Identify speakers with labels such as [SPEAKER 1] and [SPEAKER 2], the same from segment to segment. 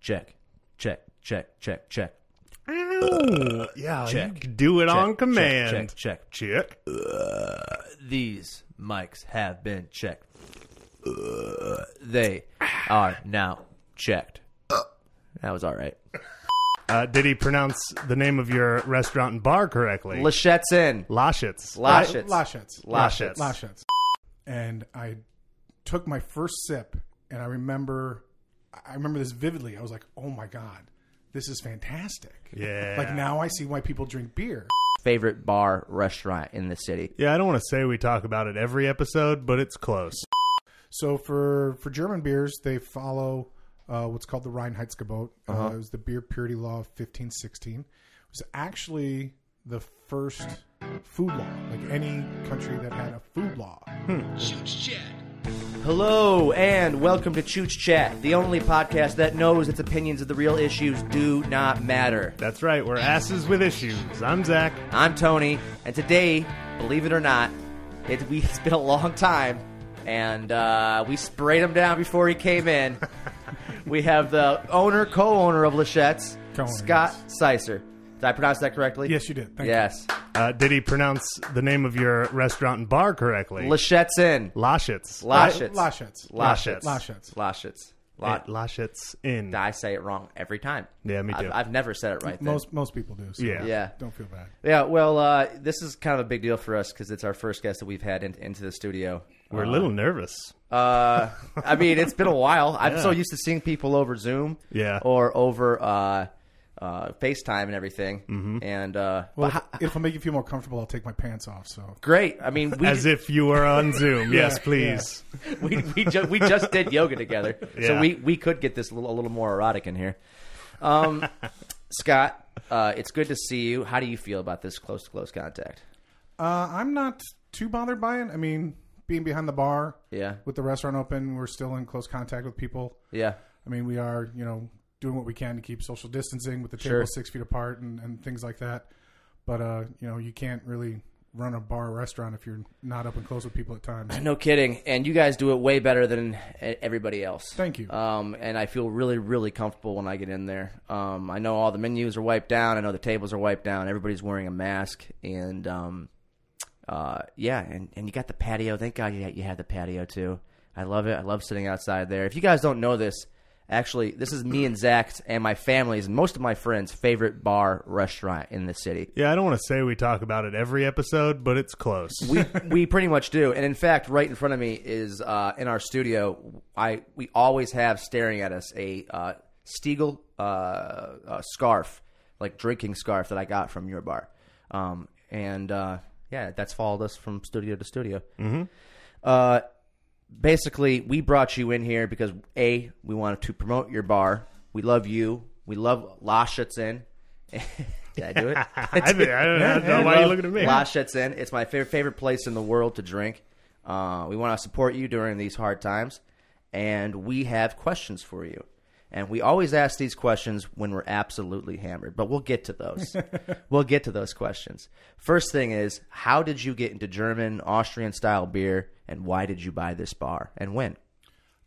[SPEAKER 1] check, check, check, check, check.
[SPEAKER 2] yeah, you
[SPEAKER 1] Check.
[SPEAKER 2] can do it
[SPEAKER 1] check,
[SPEAKER 2] on
[SPEAKER 1] check,
[SPEAKER 2] command.
[SPEAKER 1] Check, check,
[SPEAKER 2] check.
[SPEAKER 1] These mics have been checked. Uh, They are now checked. That was all right.
[SPEAKER 2] Uh, did he pronounce the name of your restaurant and bar correctly?
[SPEAKER 1] Lachette's in.
[SPEAKER 2] Lashitz.
[SPEAKER 1] Lashitz.
[SPEAKER 3] Lashets.
[SPEAKER 1] Lashets.
[SPEAKER 3] Lashets. And I took my first sip, and I remember, I remember this vividly. I was like, "Oh my god, this is fantastic!"
[SPEAKER 2] Yeah.
[SPEAKER 3] Like now I see why people drink beer.
[SPEAKER 1] Favorite bar restaurant in the city.
[SPEAKER 2] Yeah, I don't want to say we talk about it every episode, but it's close.
[SPEAKER 3] So for for German beers, they follow uh, what's called the Reinheitsgebot. uh
[SPEAKER 2] Uh-huh.
[SPEAKER 3] it was the beer purity law of 1516. It was actually the first food law, like any country that had a food law.
[SPEAKER 1] Hello and welcome to Chooch Chat, the only podcast that knows its opinions of the real issues do not matter.
[SPEAKER 2] That's right, we're asses with issues. I'm Zach.
[SPEAKER 1] I'm Tony, and today, believe it or not, it, we, it's been a long time, and uh, we sprayed him down before he came in. we have the owner, co-owner of Lachette's,
[SPEAKER 3] Co-owner,
[SPEAKER 1] Scott Sicer. Did I pronounce that correctly?
[SPEAKER 3] Yes, you did. Thank
[SPEAKER 1] yes.
[SPEAKER 2] Uh, did he pronounce the name of your restaurant and bar correctly?
[SPEAKER 1] Lachette's in.
[SPEAKER 2] Lashitz.
[SPEAKER 3] you.
[SPEAKER 1] Lashitz.
[SPEAKER 3] Lashets.
[SPEAKER 1] Lashets.
[SPEAKER 3] Lashets.
[SPEAKER 1] Lashets. La-
[SPEAKER 2] Right? Uh, Lashitz Inn.
[SPEAKER 1] I say it wrong every time.
[SPEAKER 2] Yeah, me too.
[SPEAKER 1] I've, I've never said it right. then.
[SPEAKER 3] Most most people do. So
[SPEAKER 2] Yeah.
[SPEAKER 1] Yeah.
[SPEAKER 3] Don't feel bad.
[SPEAKER 1] Yeah, well, uh, this is kind of a big deal for us because it's our first guest that we've had in, into the studio.
[SPEAKER 2] We're a little nervous.
[SPEAKER 1] Uh, I mean, it's been a while. I'm so used to seeing people over Zoom,
[SPEAKER 2] Yeah.
[SPEAKER 1] or over uh, uh, FaceTime and everything. Mm-hmm. And uh,
[SPEAKER 3] Well,
[SPEAKER 1] but ho-
[SPEAKER 3] if, if I make you feel more comfortable, I'll take my pants off. So
[SPEAKER 1] great. I mean, we
[SPEAKER 2] As if you were on Zoom. yes,
[SPEAKER 3] Yeah,
[SPEAKER 2] please.
[SPEAKER 1] we we, ju- we just did yoga together, so
[SPEAKER 2] Yeah.
[SPEAKER 1] we we could get this a little, a little more erotic in here. Um, Scott, uh, it's good to see you. How do you feel about this close to close contact?
[SPEAKER 3] uh, I'm not too bothered by it. I mean, being behind the bar
[SPEAKER 1] Yeah,
[SPEAKER 3] with the restaurant open, we're still in close contact with people.
[SPEAKER 1] yeah.
[SPEAKER 3] I mean, we are, you know, doing what we can to keep social distancing with the table
[SPEAKER 1] Sure.
[SPEAKER 3] six feet apart and, and things like that. But, uh, you know, you can't really run a bar or restaurant if you're not up and close with people at times.
[SPEAKER 1] No kidding. And you guys do it way better than e- everybody else.
[SPEAKER 3] Thank you.
[SPEAKER 1] Um, and I feel really, really comfortable when I get in there. Um, I know all the menus are wiped down. I know the tables are wiped down. Everybody's wearing a mask. And um, uh, yeah, and, and you got the patio. Thank God you, you have the patio too. I love it. I love sitting outside there. If you guys don't know this, actually, this is me and Zach's and my family's and most of my friends' favorite bar restaurant in the city.
[SPEAKER 2] Yeah, I don't want to say we talk about it every episode, but it's close.
[SPEAKER 1] we we pretty much do, and in fact, right in front of me is uh, in our studio. I we always have staring at us a uh, Stiegel uh, uh, scarf, like drinking scarf that I got from your bar, um, and uh, yeah, that's followed us from studio to studio. Mm-hmm. Uh, basically, we brought you in here because a we wanted to promote your bar. We love you. We love Lashitz in. Did I do it?
[SPEAKER 2] I, I don't know why you're looking at me.
[SPEAKER 1] Lashets in. It's my favorite favorite place in the world to drink. Uh, we want to support you during these hard times, and we have questions for you. And we always ask these questions when we're absolutely hammered, but we'll get to those. we'll get to those questions. First thing is, how did you get into German Austrian style beer, and why did you buy this bar, and when?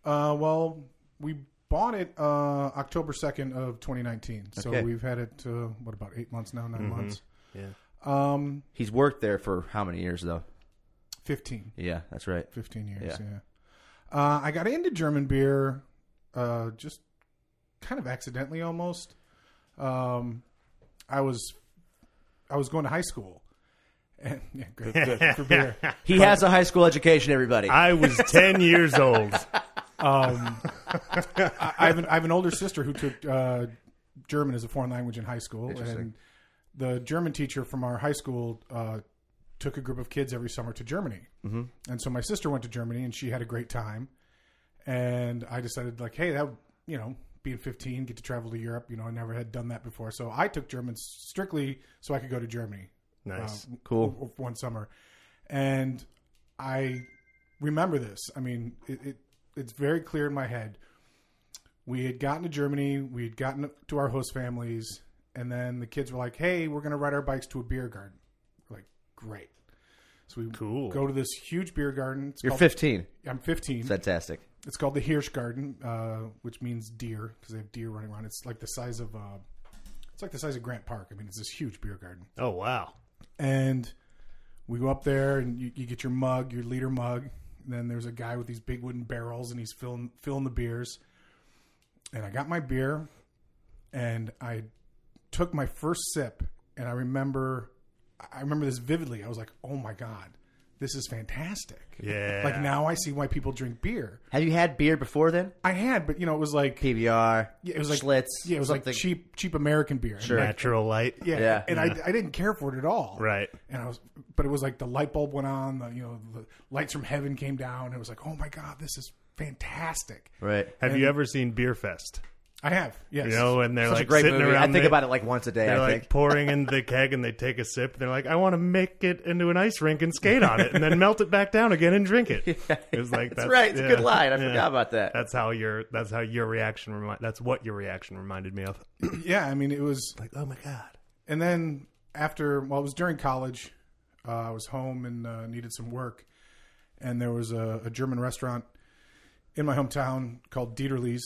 [SPEAKER 3] Uh, well, we bought it uh, October 2nd of 2019. So
[SPEAKER 1] Okay.
[SPEAKER 3] we've had it, uh, what, about eight months now, 9 months?
[SPEAKER 2] Yeah.
[SPEAKER 3] Um,
[SPEAKER 1] He's worked there for how many years though?
[SPEAKER 3] 15.
[SPEAKER 1] Yeah, that's right.
[SPEAKER 3] 15 years, yeah. Uh, I got into German beer uh, just kind of accidentally almost. Um, I was I was going to high school. And, yeah, good, good for beer.
[SPEAKER 1] He has a high school education. Everybody.
[SPEAKER 2] I was 10 years old.
[SPEAKER 3] Um, I, I, have an, I have an older sister who took uh, German as a foreign language in high school, and the German teacher from our high school uh, took a group of kids every summer to Germany. Mm-hmm. And so my sister went to Germany, and she had a great time. And I decided, like, hey, that would, you know, being 15, get to travel to Europe. You know, I never had done that before, so I took German strictly so I could go to Germany
[SPEAKER 2] Nice.
[SPEAKER 1] Um,
[SPEAKER 3] uh, cool. One summer, and I remember this. I mean, it, it it's very clear in my head. We had gotten to Germany. We had gotten to our host families, and then the kids were like, "Hey, we're going to ride our bikes to a beer garden." We're like, great. So we
[SPEAKER 2] Cool.
[SPEAKER 3] go to this huge beer garden. It's
[SPEAKER 2] Oh.
[SPEAKER 1] You're
[SPEAKER 3] called-
[SPEAKER 1] 15.
[SPEAKER 3] I'm 15.
[SPEAKER 1] Fantastic.
[SPEAKER 3] It's called the Hirschgarten, uh, which means deer because they have deer running around. It's like the size of uh, it's like the size of Grant Park. I mean, it's this huge beer garden.
[SPEAKER 2] Oh wow.
[SPEAKER 3] And we go up there, and you, you get your mug, your liter mug. And then there's a guy with these big wooden barrels, and he's filling filling the beers. And I got my beer, and I took my first sip, and I remember, I remember this vividly. I was like, "Oh my god, this is fantastic!"
[SPEAKER 2] Yeah.
[SPEAKER 3] like now I see why people drink beer.
[SPEAKER 1] Have you had beer before then?
[SPEAKER 3] I had, but you know, it was like
[SPEAKER 1] PBR.
[SPEAKER 3] yeah, it was like
[SPEAKER 1] Schlitz.
[SPEAKER 3] Yeah, it was
[SPEAKER 1] something.
[SPEAKER 3] like cheap, cheap American beer. Sure.
[SPEAKER 2] Natural light.
[SPEAKER 3] Yeah,
[SPEAKER 1] Yeah.
[SPEAKER 3] and I, I didn't care for it at all.
[SPEAKER 2] Right.
[SPEAKER 3] And I was, but it was like the light bulb went on. The you know the lights from heaven came down. And it was like, oh my god, this is fantastic.
[SPEAKER 1] Right.
[SPEAKER 2] Have you ever seen Beer Fest?
[SPEAKER 3] I have yes.
[SPEAKER 2] You know, and they're
[SPEAKER 1] Such
[SPEAKER 2] like
[SPEAKER 1] a great
[SPEAKER 2] sitting
[SPEAKER 1] movie. I
[SPEAKER 2] around.
[SPEAKER 1] think
[SPEAKER 2] they-
[SPEAKER 1] about it like once a day.
[SPEAKER 2] They're
[SPEAKER 1] I
[SPEAKER 2] like
[SPEAKER 1] think.
[SPEAKER 2] pouring in the keg and they take a sip. They're like, I want to make it into an ice rink and skate on it, and then melt it back down again and drink it. It was like
[SPEAKER 1] That's right. It's a
[SPEAKER 2] yeah,
[SPEAKER 1] good line. I
[SPEAKER 2] yeah.
[SPEAKER 1] forgot about that.
[SPEAKER 2] That's how your that's how your reaction remind. That's what your reaction reminded me of.
[SPEAKER 3] yeah. I mean, it was
[SPEAKER 2] Like, oh my god.
[SPEAKER 3] and then after well it was during college uh, i was home and uh, needed some work and there was a, a german restaurant in my hometown called dieterlies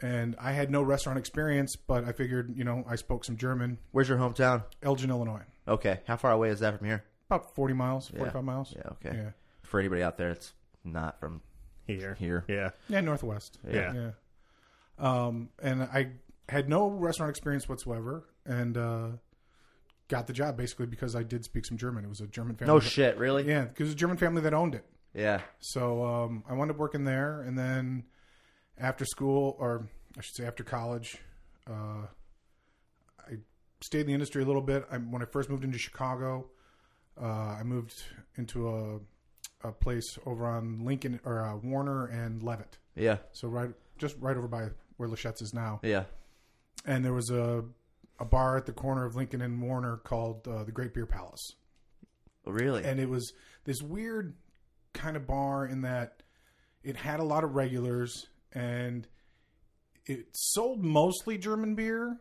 [SPEAKER 3] and i had no restaurant experience but i figured you know i spoke some german
[SPEAKER 1] Where's your hometown?
[SPEAKER 3] elgin illinois
[SPEAKER 1] Okay. How far away is that from here?
[SPEAKER 3] about 40 miles 45 miles
[SPEAKER 1] Yeah. Okay.
[SPEAKER 3] yeah
[SPEAKER 1] For anybody out there, it's not from
[SPEAKER 2] Here.
[SPEAKER 1] Here.
[SPEAKER 2] Yeah.
[SPEAKER 3] yeah northwest
[SPEAKER 2] Yeah.
[SPEAKER 3] yeah um, and i had no restaurant experience whatsoever and uh, got the job basically because i did speak some german it was a german family
[SPEAKER 1] no shit. Really?
[SPEAKER 3] yeah because it was a german family that owned it
[SPEAKER 1] Yeah.
[SPEAKER 3] So um, I wound up working there, and then after school, or I should say after college, uh, I stayed in the industry a little bit. I, when I first moved into Chicago, uh, I moved into a, a place over on Lincoln or uh, Warner and Levitt.
[SPEAKER 1] Yeah.
[SPEAKER 3] So right, just right over by where Lachette's is now,
[SPEAKER 1] Yeah.
[SPEAKER 3] and there was a a bar at the corner of Lincoln and Warner called uh, the Great Beer Palace
[SPEAKER 1] Oh, Really?
[SPEAKER 3] and it was this weird kind of bar in that it had a lot of regulars and it sold mostly German beer,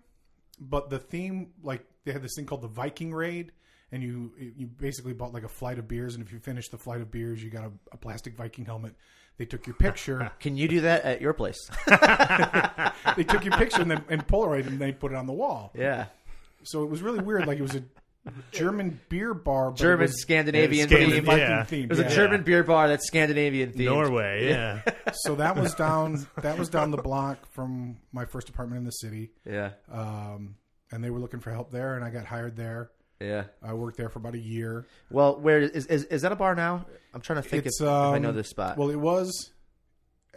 [SPEAKER 3] but the theme like they had this thing called the Viking Raid, and you you basically bought like a flight of beers, and if you finished the flight of beers, you got a, a plastic Viking helmet. They took your picture.
[SPEAKER 1] Can you do that at your place?
[SPEAKER 3] they took your picture and, then, and Polaroid, and they put it on the wall.
[SPEAKER 1] yeah.
[SPEAKER 3] So it was really weird. Like it was a German beer bar, but it
[SPEAKER 1] German
[SPEAKER 3] was
[SPEAKER 1] Scandinavian
[SPEAKER 2] Scandin-
[SPEAKER 1] theme.
[SPEAKER 3] Viking
[SPEAKER 2] Yeah.
[SPEAKER 3] themed.
[SPEAKER 1] There's
[SPEAKER 3] Yeah.
[SPEAKER 1] a German beer bar that's Scandinavian themed.
[SPEAKER 2] Norway. Yeah.
[SPEAKER 3] so that was down that was down the block from my first apartment in the city
[SPEAKER 1] Yeah.
[SPEAKER 3] um, and they were looking for help there and i got hired there
[SPEAKER 1] Yeah.
[SPEAKER 3] i worked there for about a year
[SPEAKER 1] Well, where is is, is that a bar now? I'm trying to think if, if I
[SPEAKER 3] um,
[SPEAKER 1] know this spot.
[SPEAKER 3] well it was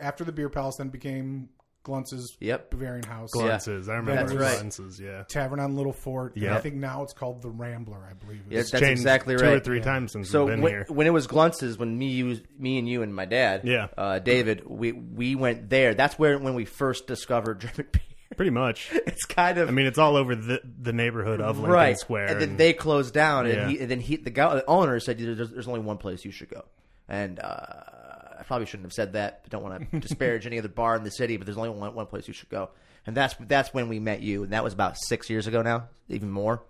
[SPEAKER 3] after the beer palace then became gluntz's
[SPEAKER 1] yep.
[SPEAKER 3] bavarian house
[SPEAKER 1] Yeah.
[SPEAKER 2] Glances. I remember
[SPEAKER 1] That's right.
[SPEAKER 2] glances. Yeah.
[SPEAKER 3] tavern on little fort and
[SPEAKER 2] Yeah.
[SPEAKER 3] i think now it's called the rambler i believe
[SPEAKER 1] Yeah, that's
[SPEAKER 2] Changed
[SPEAKER 1] exactly
[SPEAKER 2] two
[SPEAKER 1] right.
[SPEAKER 2] or three times since
[SPEAKER 1] So
[SPEAKER 2] we've been
[SPEAKER 1] when,
[SPEAKER 2] here.
[SPEAKER 1] when it was Gluntz's, when me, you, me and you and my dad,
[SPEAKER 2] Yeah.
[SPEAKER 1] uh, David, we we went there. That's where when we first discovered German beer.
[SPEAKER 2] Pretty much.
[SPEAKER 1] It's kind of
[SPEAKER 2] I mean, it's all over the the neighborhood of Lincoln
[SPEAKER 1] right.
[SPEAKER 2] Square.
[SPEAKER 1] and then they closed down,
[SPEAKER 2] Yeah.
[SPEAKER 1] and, he, and then he the, guy, the owner said, "There's, there's only one place you should go." And uh, I probably shouldn't have said that. But don't want to disparage any other bar in the city, but there's only one, one place you should go, and that's that's when we met you, and that was about six years ago now, even more,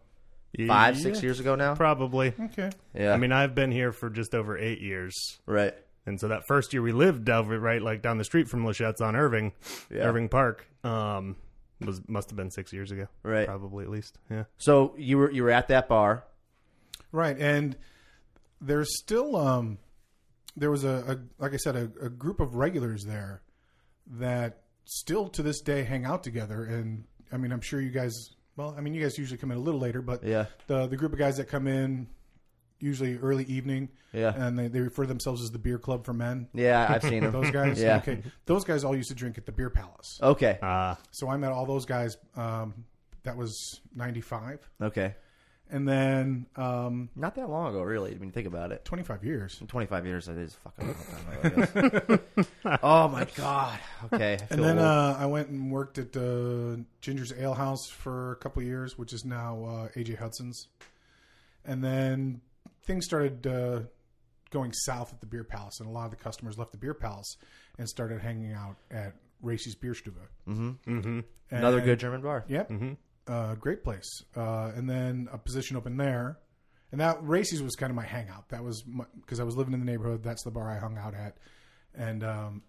[SPEAKER 1] five
[SPEAKER 2] Yeah,
[SPEAKER 1] six years ago now.
[SPEAKER 2] probably.
[SPEAKER 3] okay
[SPEAKER 1] Yeah,
[SPEAKER 2] I mean, I've been here for just over eight years.
[SPEAKER 1] right.
[SPEAKER 2] And so that first year we lived over right like down the street from Lachette's on Irving,
[SPEAKER 1] Yeah.
[SPEAKER 2] Irving Park. Um, was must have been six years ago,
[SPEAKER 1] Right.
[SPEAKER 2] Probably at least, yeah.
[SPEAKER 1] So you were you were at that bar,
[SPEAKER 3] Right, and there's still um, there was a, a like I said, a, a group of regulars there that still to this day hang out together. And I mean, I'm sure you guys. Well, I mean, you guys usually come in a little later, but
[SPEAKER 1] Yeah.
[SPEAKER 3] the the group of guys that come in usually early evening,
[SPEAKER 1] Yeah.
[SPEAKER 3] and they, they refer to themselves as the beer club for men.
[SPEAKER 1] Yeah, I've seen him.
[SPEAKER 3] Those guys,
[SPEAKER 1] Yeah. Oh.
[SPEAKER 3] okay, those guys all used to drink at the beer palace.
[SPEAKER 1] Okay.
[SPEAKER 2] Uh,
[SPEAKER 3] So I met all those guys. Um, that was '95,
[SPEAKER 1] Okay.
[SPEAKER 3] and then um,
[SPEAKER 1] Not that long ago, really. I mean, think about it.
[SPEAKER 3] 25 years.
[SPEAKER 1] 25 years, that is fucking a long time ago, I guess. oh, my God. Okay. I feel
[SPEAKER 3] And then
[SPEAKER 1] old.
[SPEAKER 3] uh, I went and worked at uh, Ginger's Ale House for a couple of years, which is now uh, AJ Hudson's. And then things started uh, going south at the Beer Palace, and a lot of the customers left the Beer Palace and started hanging out at Racy's Bierstube. Mm-hmm. Mm-hmm.
[SPEAKER 1] another good German bar.
[SPEAKER 3] Yep. Uh, great place. Uh, and then a position open there. And that Racy's was kind of my hangout. That was because I was living in the neighborhood. That's the bar I hung out at. And um,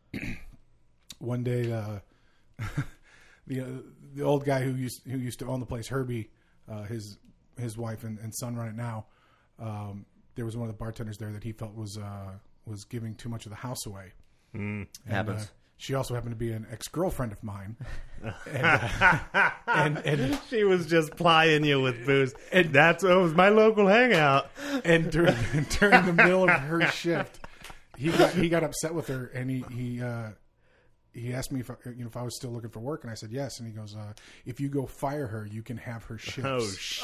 [SPEAKER 3] one day uh, the uh, the old guy who used who used to own the place, Herbie, uh, his his wife and, and son run it now. Um, there was one of the bartenders there that he felt was uh, was giving too much of the house away. And,
[SPEAKER 1] Happens.
[SPEAKER 3] uh, she also happened to be an ex girlfriend of mine, and, uh, and and
[SPEAKER 2] She was just plying you with booze. And that's what was my local hangout.
[SPEAKER 3] and during during the middle of her shift, he got he got upset with her, and he he uh, he asked me if I, you know if I was still looking for work, and I said yes, and he goes, uh, if you go fire her, you can have her shifts.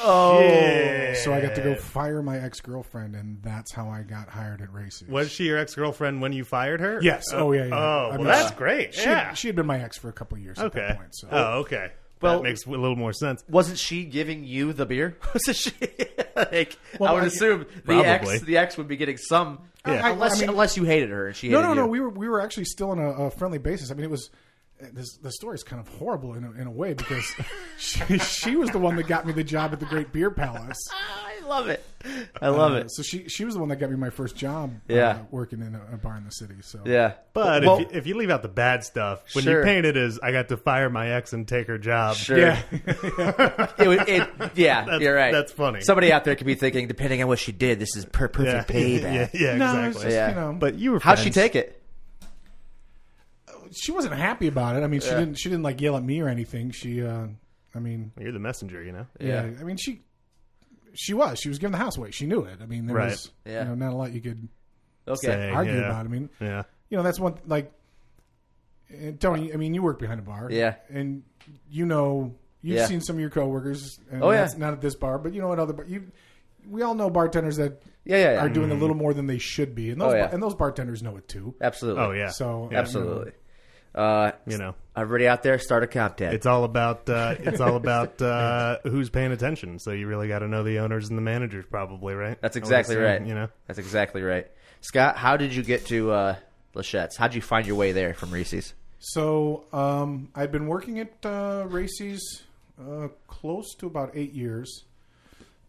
[SPEAKER 2] Oh shit!
[SPEAKER 3] so I got to go fire my ex girlfriend, and that's how I got hired at Races.
[SPEAKER 2] Was she your ex girlfriend when you fired her?
[SPEAKER 3] Yes. Oh, yeah. yeah.
[SPEAKER 2] Oh,
[SPEAKER 3] I
[SPEAKER 2] well,
[SPEAKER 3] mean,
[SPEAKER 2] that's
[SPEAKER 3] she-
[SPEAKER 2] great.
[SPEAKER 3] She,
[SPEAKER 2] yeah.
[SPEAKER 3] had, she had been my ex for a couple of years at
[SPEAKER 2] okay.
[SPEAKER 3] that point. So
[SPEAKER 2] Oh, okay.
[SPEAKER 1] Well-
[SPEAKER 2] that makes a little more sense.
[SPEAKER 1] Wasn't she giving you the beer? Wasn't she? like, I
[SPEAKER 3] Well,
[SPEAKER 1] would
[SPEAKER 3] I-
[SPEAKER 1] assume the
[SPEAKER 2] Probably.
[SPEAKER 1] ex, the ex would be getting some. uh,
[SPEAKER 2] Yeah. I-
[SPEAKER 1] Unless,
[SPEAKER 3] I mean-
[SPEAKER 1] unless you hated her and she
[SPEAKER 3] no,
[SPEAKER 1] hated
[SPEAKER 3] no, no.
[SPEAKER 1] you.
[SPEAKER 3] We were we were actually still on a, a friendly basis. I mean, it was this, the story is kind of horrible in a, in a way because she, she was the one that got me the job at the Great Beer Palace.
[SPEAKER 1] Ah, I love it. I love
[SPEAKER 3] Uh,
[SPEAKER 1] it.
[SPEAKER 3] So she she was the one that got me my first job. uh,
[SPEAKER 1] Yeah.
[SPEAKER 3] working in a, a bar in the city. So
[SPEAKER 1] Yeah,
[SPEAKER 2] But
[SPEAKER 1] Well,
[SPEAKER 2] if, you, if you leave out the bad stuff, when
[SPEAKER 1] Sure.
[SPEAKER 2] you paint it as I got to fire my ex and take her job,
[SPEAKER 1] sure.
[SPEAKER 3] Yeah.
[SPEAKER 1] It, was- it, yeah,
[SPEAKER 2] That's-
[SPEAKER 1] you're right.
[SPEAKER 2] that's funny.
[SPEAKER 1] Somebody out there could be thinking, depending on what she did, this is per-
[SPEAKER 2] yeah,
[SPEAKER 1] perfect payback.
[SPEAKER 2] yeah, yeah,
[SPEAKER 3] No, it's
[SPEAKER 2] exactly.
[SPEAKER 3] just,
[SPEAKER 1] Yeah.
[SPEAKER 3] you know, but
[SPEAKER 2] But you were
[SPEAKER 1] How'd she
[SPEAKER 2] friends.
[SPEAKER 1] take it?
[SPEAKER 3] she wasn't happy about it. I mean, she didn't she didn't like yell at me or anything. She, uh, I mean,
[SPEAKER 2] You're the messenger, you know.
[SPEAKER 3] yeah. I mean, she she was she was giving the house away. She knew it. I mean, there
[SPEAKER 2] Right.
[SPEAKER 3] was
[SPEAKER 1] Yeah.
[SPEAKER 3] you know not a lot you could
[SPEAKER 1] Okay.
[SPEAKER 2] Say,
[SPEAKER 3] argue
[SPEAKER 2] yeah.
[SPEAKER 3] about. I mean,
[SPEAKER 2] Yeah.
[SPEAKER 3] you know, that's one like and Tony. I mean, you work behind a bar,
[SPEAKER 1] Yeah.
[SPEAKER 3] and you know, you've
[SPEAKER 1] Yeah.
[SPEAKER 3] seen some of your coworkers. And
[SPEAKER 1] Oh, yeah.
[SPEAKER 3] that's not at this bar, but you know, at other bar, you. We all know bartenders that
[SPEAKER 1] Yeah, yeah, yeah.
[SPEAKER 3] are doing a little more than they should be, and those
[SPEAKER 1] Oh, yeah.
[SPEAKER 3] bar- and those bartenders know it too.
[SPEAKER 1] Absolutely.
[SPEAKER 2] Oh yeah.
[SPEAKER 3] So
[SPEAKER 2] Yeah.
[SPEAKER 1] Absolutely. Uh,
[SPEAKER 2] You know,
[SPEAKER 1] everybody out there, start a comp tab.
[SPEAKER 2] it's all about uh, it's all about uh, who's paying attention. So you really got to know the owners and the managers, probably, right?
[SPEAKER 1] That's
[SPEAKER 2] I would
[SPEAKER 1] exactly
[SPEAKER 2] assume,
[SPEAKER 1] right.
[SPEAKER 2] You know.
[SPEAKER 1] That's exactly right. Scott, how did you get to uh, Lachette's? How'd you find your way there from Reese's?
[SPEAKER 3] So um, I've been working at uh, Racy's uh, close to about eight years.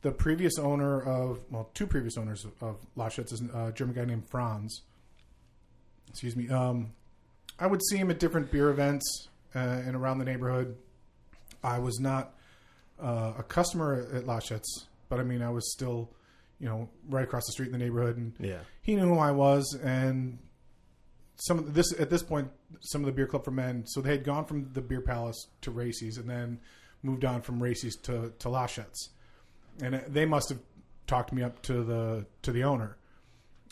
[SPEAKER 3] The previous owner of well, two previous owners of, of Lachette's is uh, a German guy named Franz. Excuse me. Um, I would see him at different beer events uh, and around the neighborhood. I was not uh, a customer at Lachette's, but I mean, I was still, you know, right across the street in the neighborhood, and
[SPEAKER 2] Yeah.
[SPEAKER 3] he knew who I was, and some of this at this point, some of the beer club for men. So they had gone from the beer palace to Racy's, and then moved on from Racy's to to Lachette's, and they must have talked me up to the to the owner,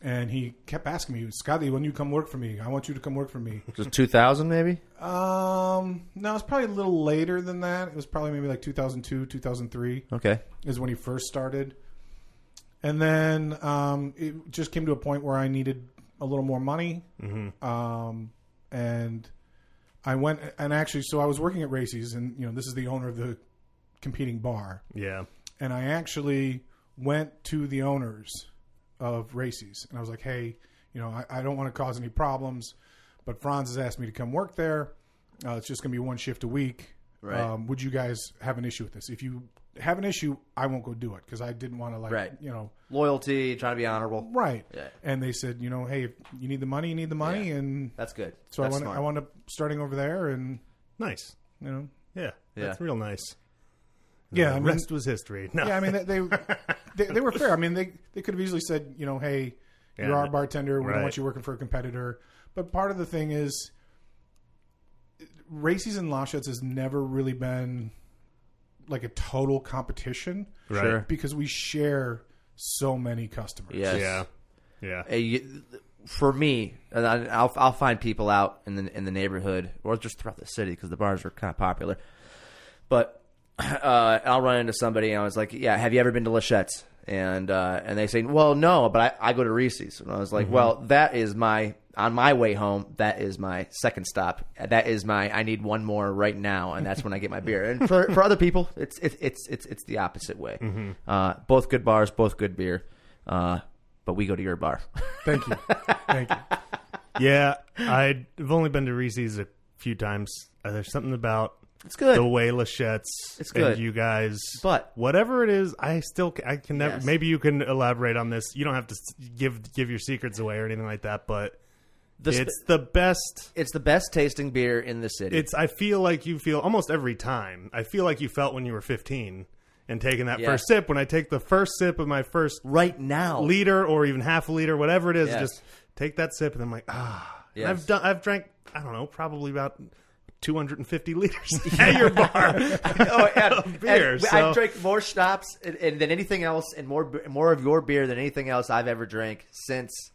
[SPEAKER 3] and he kept asking me, Scotty, when you come work for me, I want you to come work for me.
[SPEAKER 1] It was 2000, maybe?
[SPEAKER 3] um, no, it's probably a little later than that. It was probably maybe like two thousand two, two thousand three
[SPEAKER 1] Okay.
[SPEAKER 3] is when he first started. And then um, it just came to a point where I needed a little more money. Um, and I went and actually, so I was working at Racy's, and you know, this is the owner of the competing bar.
[SPEAKER 2] Yeah.
[SPEAKER 3] And I actually went to the owners of Racy's, and I was like, hey, you know, I, I don't want to cause any problems, but Franz has asked me to come work there. Uh, it's just going to be one shift a week
[SPEAKER 1] Right.
[SPEAKER 3] um, would you guys have an issue with this? If you have an issue, I won't go do it because I didn't want to like
[SPEAKER 1] Right.
[SPEAKER 3] you know
[SPEAKER 1] Loyalty, trying to be honorable.
[SPEAKER 3] right.
[SPEAKER 1] Yeah.
[SPEAKER 3] And they said, you know, hey, if you need the money, you need the money, and
[SPEAKER 1] That's good.
[SPEAKER 3] so
[SPEAKER 1] That's
[SPEAKER 3] I want
[SPEAKER 1] smart.
[SPEAKER 3] I wound up starting over there, and
[SPEAKER 2] Nice.
[SPEAKER 3] you know,
[SPEAKER 2] Yeah.
[SPEAKER 1] Yeah.
[SPEAKER 2] That's real nice. the
[SPEAKER 3] yeah, I mean,
[SPEAKER 2] rest was history. No.
[SPEAKER 3] yeah, I mean, they, they they they were fair. I mean, they they could have easily said, you know, hey,
[SPEAKER 2] Yeah,
[SPEAKER 3] you're our bartender. We
[SPEAKER 2] right.
[SPEAKER 3] don't want you working for a competitor. But part of the thing is, Racy's and Lachette's has never really been like a total competition.
[SPEAKER 2] right.
[SPEAKER 1] Sure.
[SPEAKER 3] because we share so many customers.
[SPEAKER 1] Yes.
[SPEAKER 2] Yeah. Yeah.
[SPEAKER 1] Uh, you- For me, and I- I'll, I'll find people out in the in the neighborhood or just throughout the city because the bars are kind of popular. But uh, I'll run into somebody and I was like, "Yeah, have you ever been to Lachette's?" And uh, and they say, "Well, no, but I, I go to Reese's." And I was like, "Well, that is my on my way home. That is my second stop. That is my I need one more right now, and that's when I get my beer." And for, for other people, it's it's it's it's it's the opposite way. Uh, both good bars, both good beer, uh, but we go to your bar.
[SPEAKER 3] Thank you. Thank you.
[SPEAKER 2] yeah. I've only been to Reese's a few times. Uh, there's something about
[SPEAKER 1] it's good.
[SPEAKER 2] the way Lachette's
[SPEAKER 1] It's good.
[SPEAKER 2] and you guys,
[SPEAKER 1] But-
[SPEAKER 2] whatever it is, I still ca- I can never.
[SPEAKER 1] Yes.
[SPEAKER 2] Maybe you can elaborate on this. You don't have to s- give give your secrets away or anything like that, but
[SPEAKER 1] The sp-
[SPEAKER 2] it's the best.
[SPEAKER 1] it's the best tasting beer in the city.
[SPEAKER 2] It's. I feel like you feel almost every time. I feel like you felt when you were 15 and taking that
[SPEAKER 1] Yeah.
[SPEAKER 2] first sip. When I take the first sip of my first
[SPEAKER 1] right now.
[SPEAKER 2] liter or even half a liter, whatever it is,
[SPEAKER 1] Yes.
[SPEAKER 2] just take that sip and I'm like, ah. And
[SPEAKER 1] Yes.
[SPEAKER 2] I've done. I've drank. I don't know. Probably about. 250 liters at your bar.
[SPEAKER 1] oh, and,
[SPEAKER 2] Of beer,
[SPEAKER 1] and
[SPEAKER 2] so-
[SPEAKER 1] I drank more schnapps and, and than anything else, and more b- more of your beer than anything else I've ever drank since.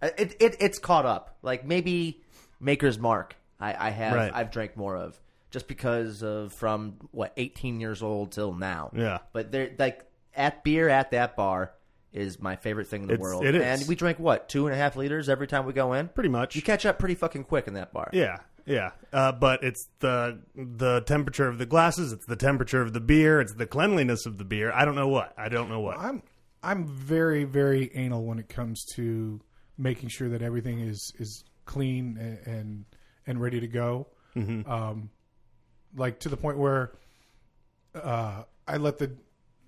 [SPEAKER 1] uh, It, it it's caught up. Like maybe Maker's Mark. I, I have
[SPEAKER 2] Right.
[SPEAKER 1] I've drank more of just because of from what 18 years old till now.
[SPEAKER 2] Yeah.
[SPEAKER 1] But they're like at beer at that bar is my favorite thing in the
[SPEAKER 2] It's-
[SPEAKER 1] world.
[SPEAKER 2] it is.
[SPEAKER 1] And we drink what two and a half liters every time we go in.
[SPEAKER 2] Pretty much.
[SPEAKER 1] You catch up pretty fucking quick in that bar.
[SPEAKER 2] Yeah, yeah. Uh, but it's the the temperature of the glasses. It's the temperature of the beer. It's the cleanliness of the beer. I don't know what. I don't know what.
[SPEAKER 3] I'm I'm very very anal when it comes to making sure that everything is is clean and and, and ready to go. Um, like to the point where uh, I let the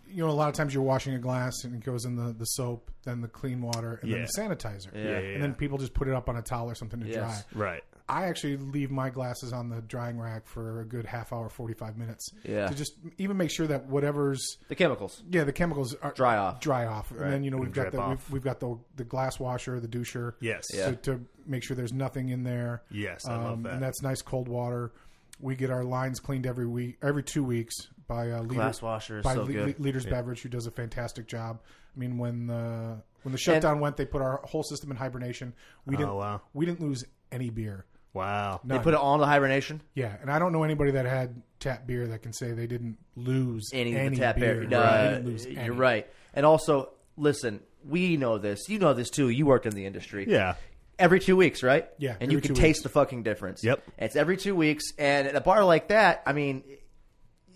[SPEAKER 3] you know a lot of times you're washing a glass and it goes in the the soap, then the clean water, and
[SPEAKER 2] Yeah.
[SPEAKER 3] then the sanitizer,
[SPEAKER 2] yeah, yeah,
[SPEAKER 3] and then people just put it up on a towel or something to
[SPEAKER 1] Yes.
[SPEAKER 3] dry.
[SPEAKER 2] right.
[SPEAKER 3] I actually leave my glasses on the drying rack for a good half hour, forty five minutes,
[SPEAKER 1] Yeah.
[SPEAKER 3] to just even make sure that whatever's
[SPEAKER 1] The chemicals.
[SPEAKER 3] yeah, the chemicals are,
[SPEAKER 1] Dry off.
[SPEAKER 3] dry off, and then you know we've got
[SPEAKER 2] drip
[SPEAKER 3] the
[SPEAKER 2] off.
[SPEAKER 3] we've, we've got the the glass washer, the doucher,
[SPEAKER 2] Yes.
[SPEAKER 1] Yeah.
[SPEAKER 3] to, to make sure there's nothing in there. Um,
[SPEAKER 2] Yes, I love that.
[SPEAKER 3] And that's nice cold water. We get our lines cleaned every week, every two weeks by uh, leader,
[SPEAKER 1] Glass washer is
[SPEAKER 3] by
[SPEAKER 1] so
[SPEAKER 3] Le-
[SPEAKER 1] good.
[SPEAKER 3] Le- leaders beverage, who does a fantastic job. I mean, when the when the shutdown went, they put our whole system in hibernation. We didn't
[SPEAKER 2] Oh, wow.
[SPEAKER 3] we didn't lose any beer.
[SPEAKER 2] Wow.
[SPEAKER 1] They put it all into hibernation.
[SPEAKER 3] Yeah, and I don't know anybody that had tap beer that can say they didn't lose
[SPEAKER 1] any,
[SPEAKER 3] any,
[SPEAKER 1] of the tap
[SPEAKER 3] beer.
[SPEAKER 1] area.
[SPEAKER 3] They
[SPEAKER 1] Uh,
[SPEAKER 3] didn't lose any.
[SPEAKER 1] You're right. And also, listen, we know this. You know this too. You worked in the industry.
[SPEAKER 2] Yeah.
[SPEAKER 1] Every two weeks, right?
[SPEAKER 3] Yeah,
[SPEAKER 1] And you
[SPEAKER 3] every
[SPEAKER 1] can
[SPEAKER 3] two
[SPEAKER 1] taste the fucking difference.
[SPEAKER 2] Yep.
[SPEAKER 1] It's every two weeks. And at a bar like that, I mean,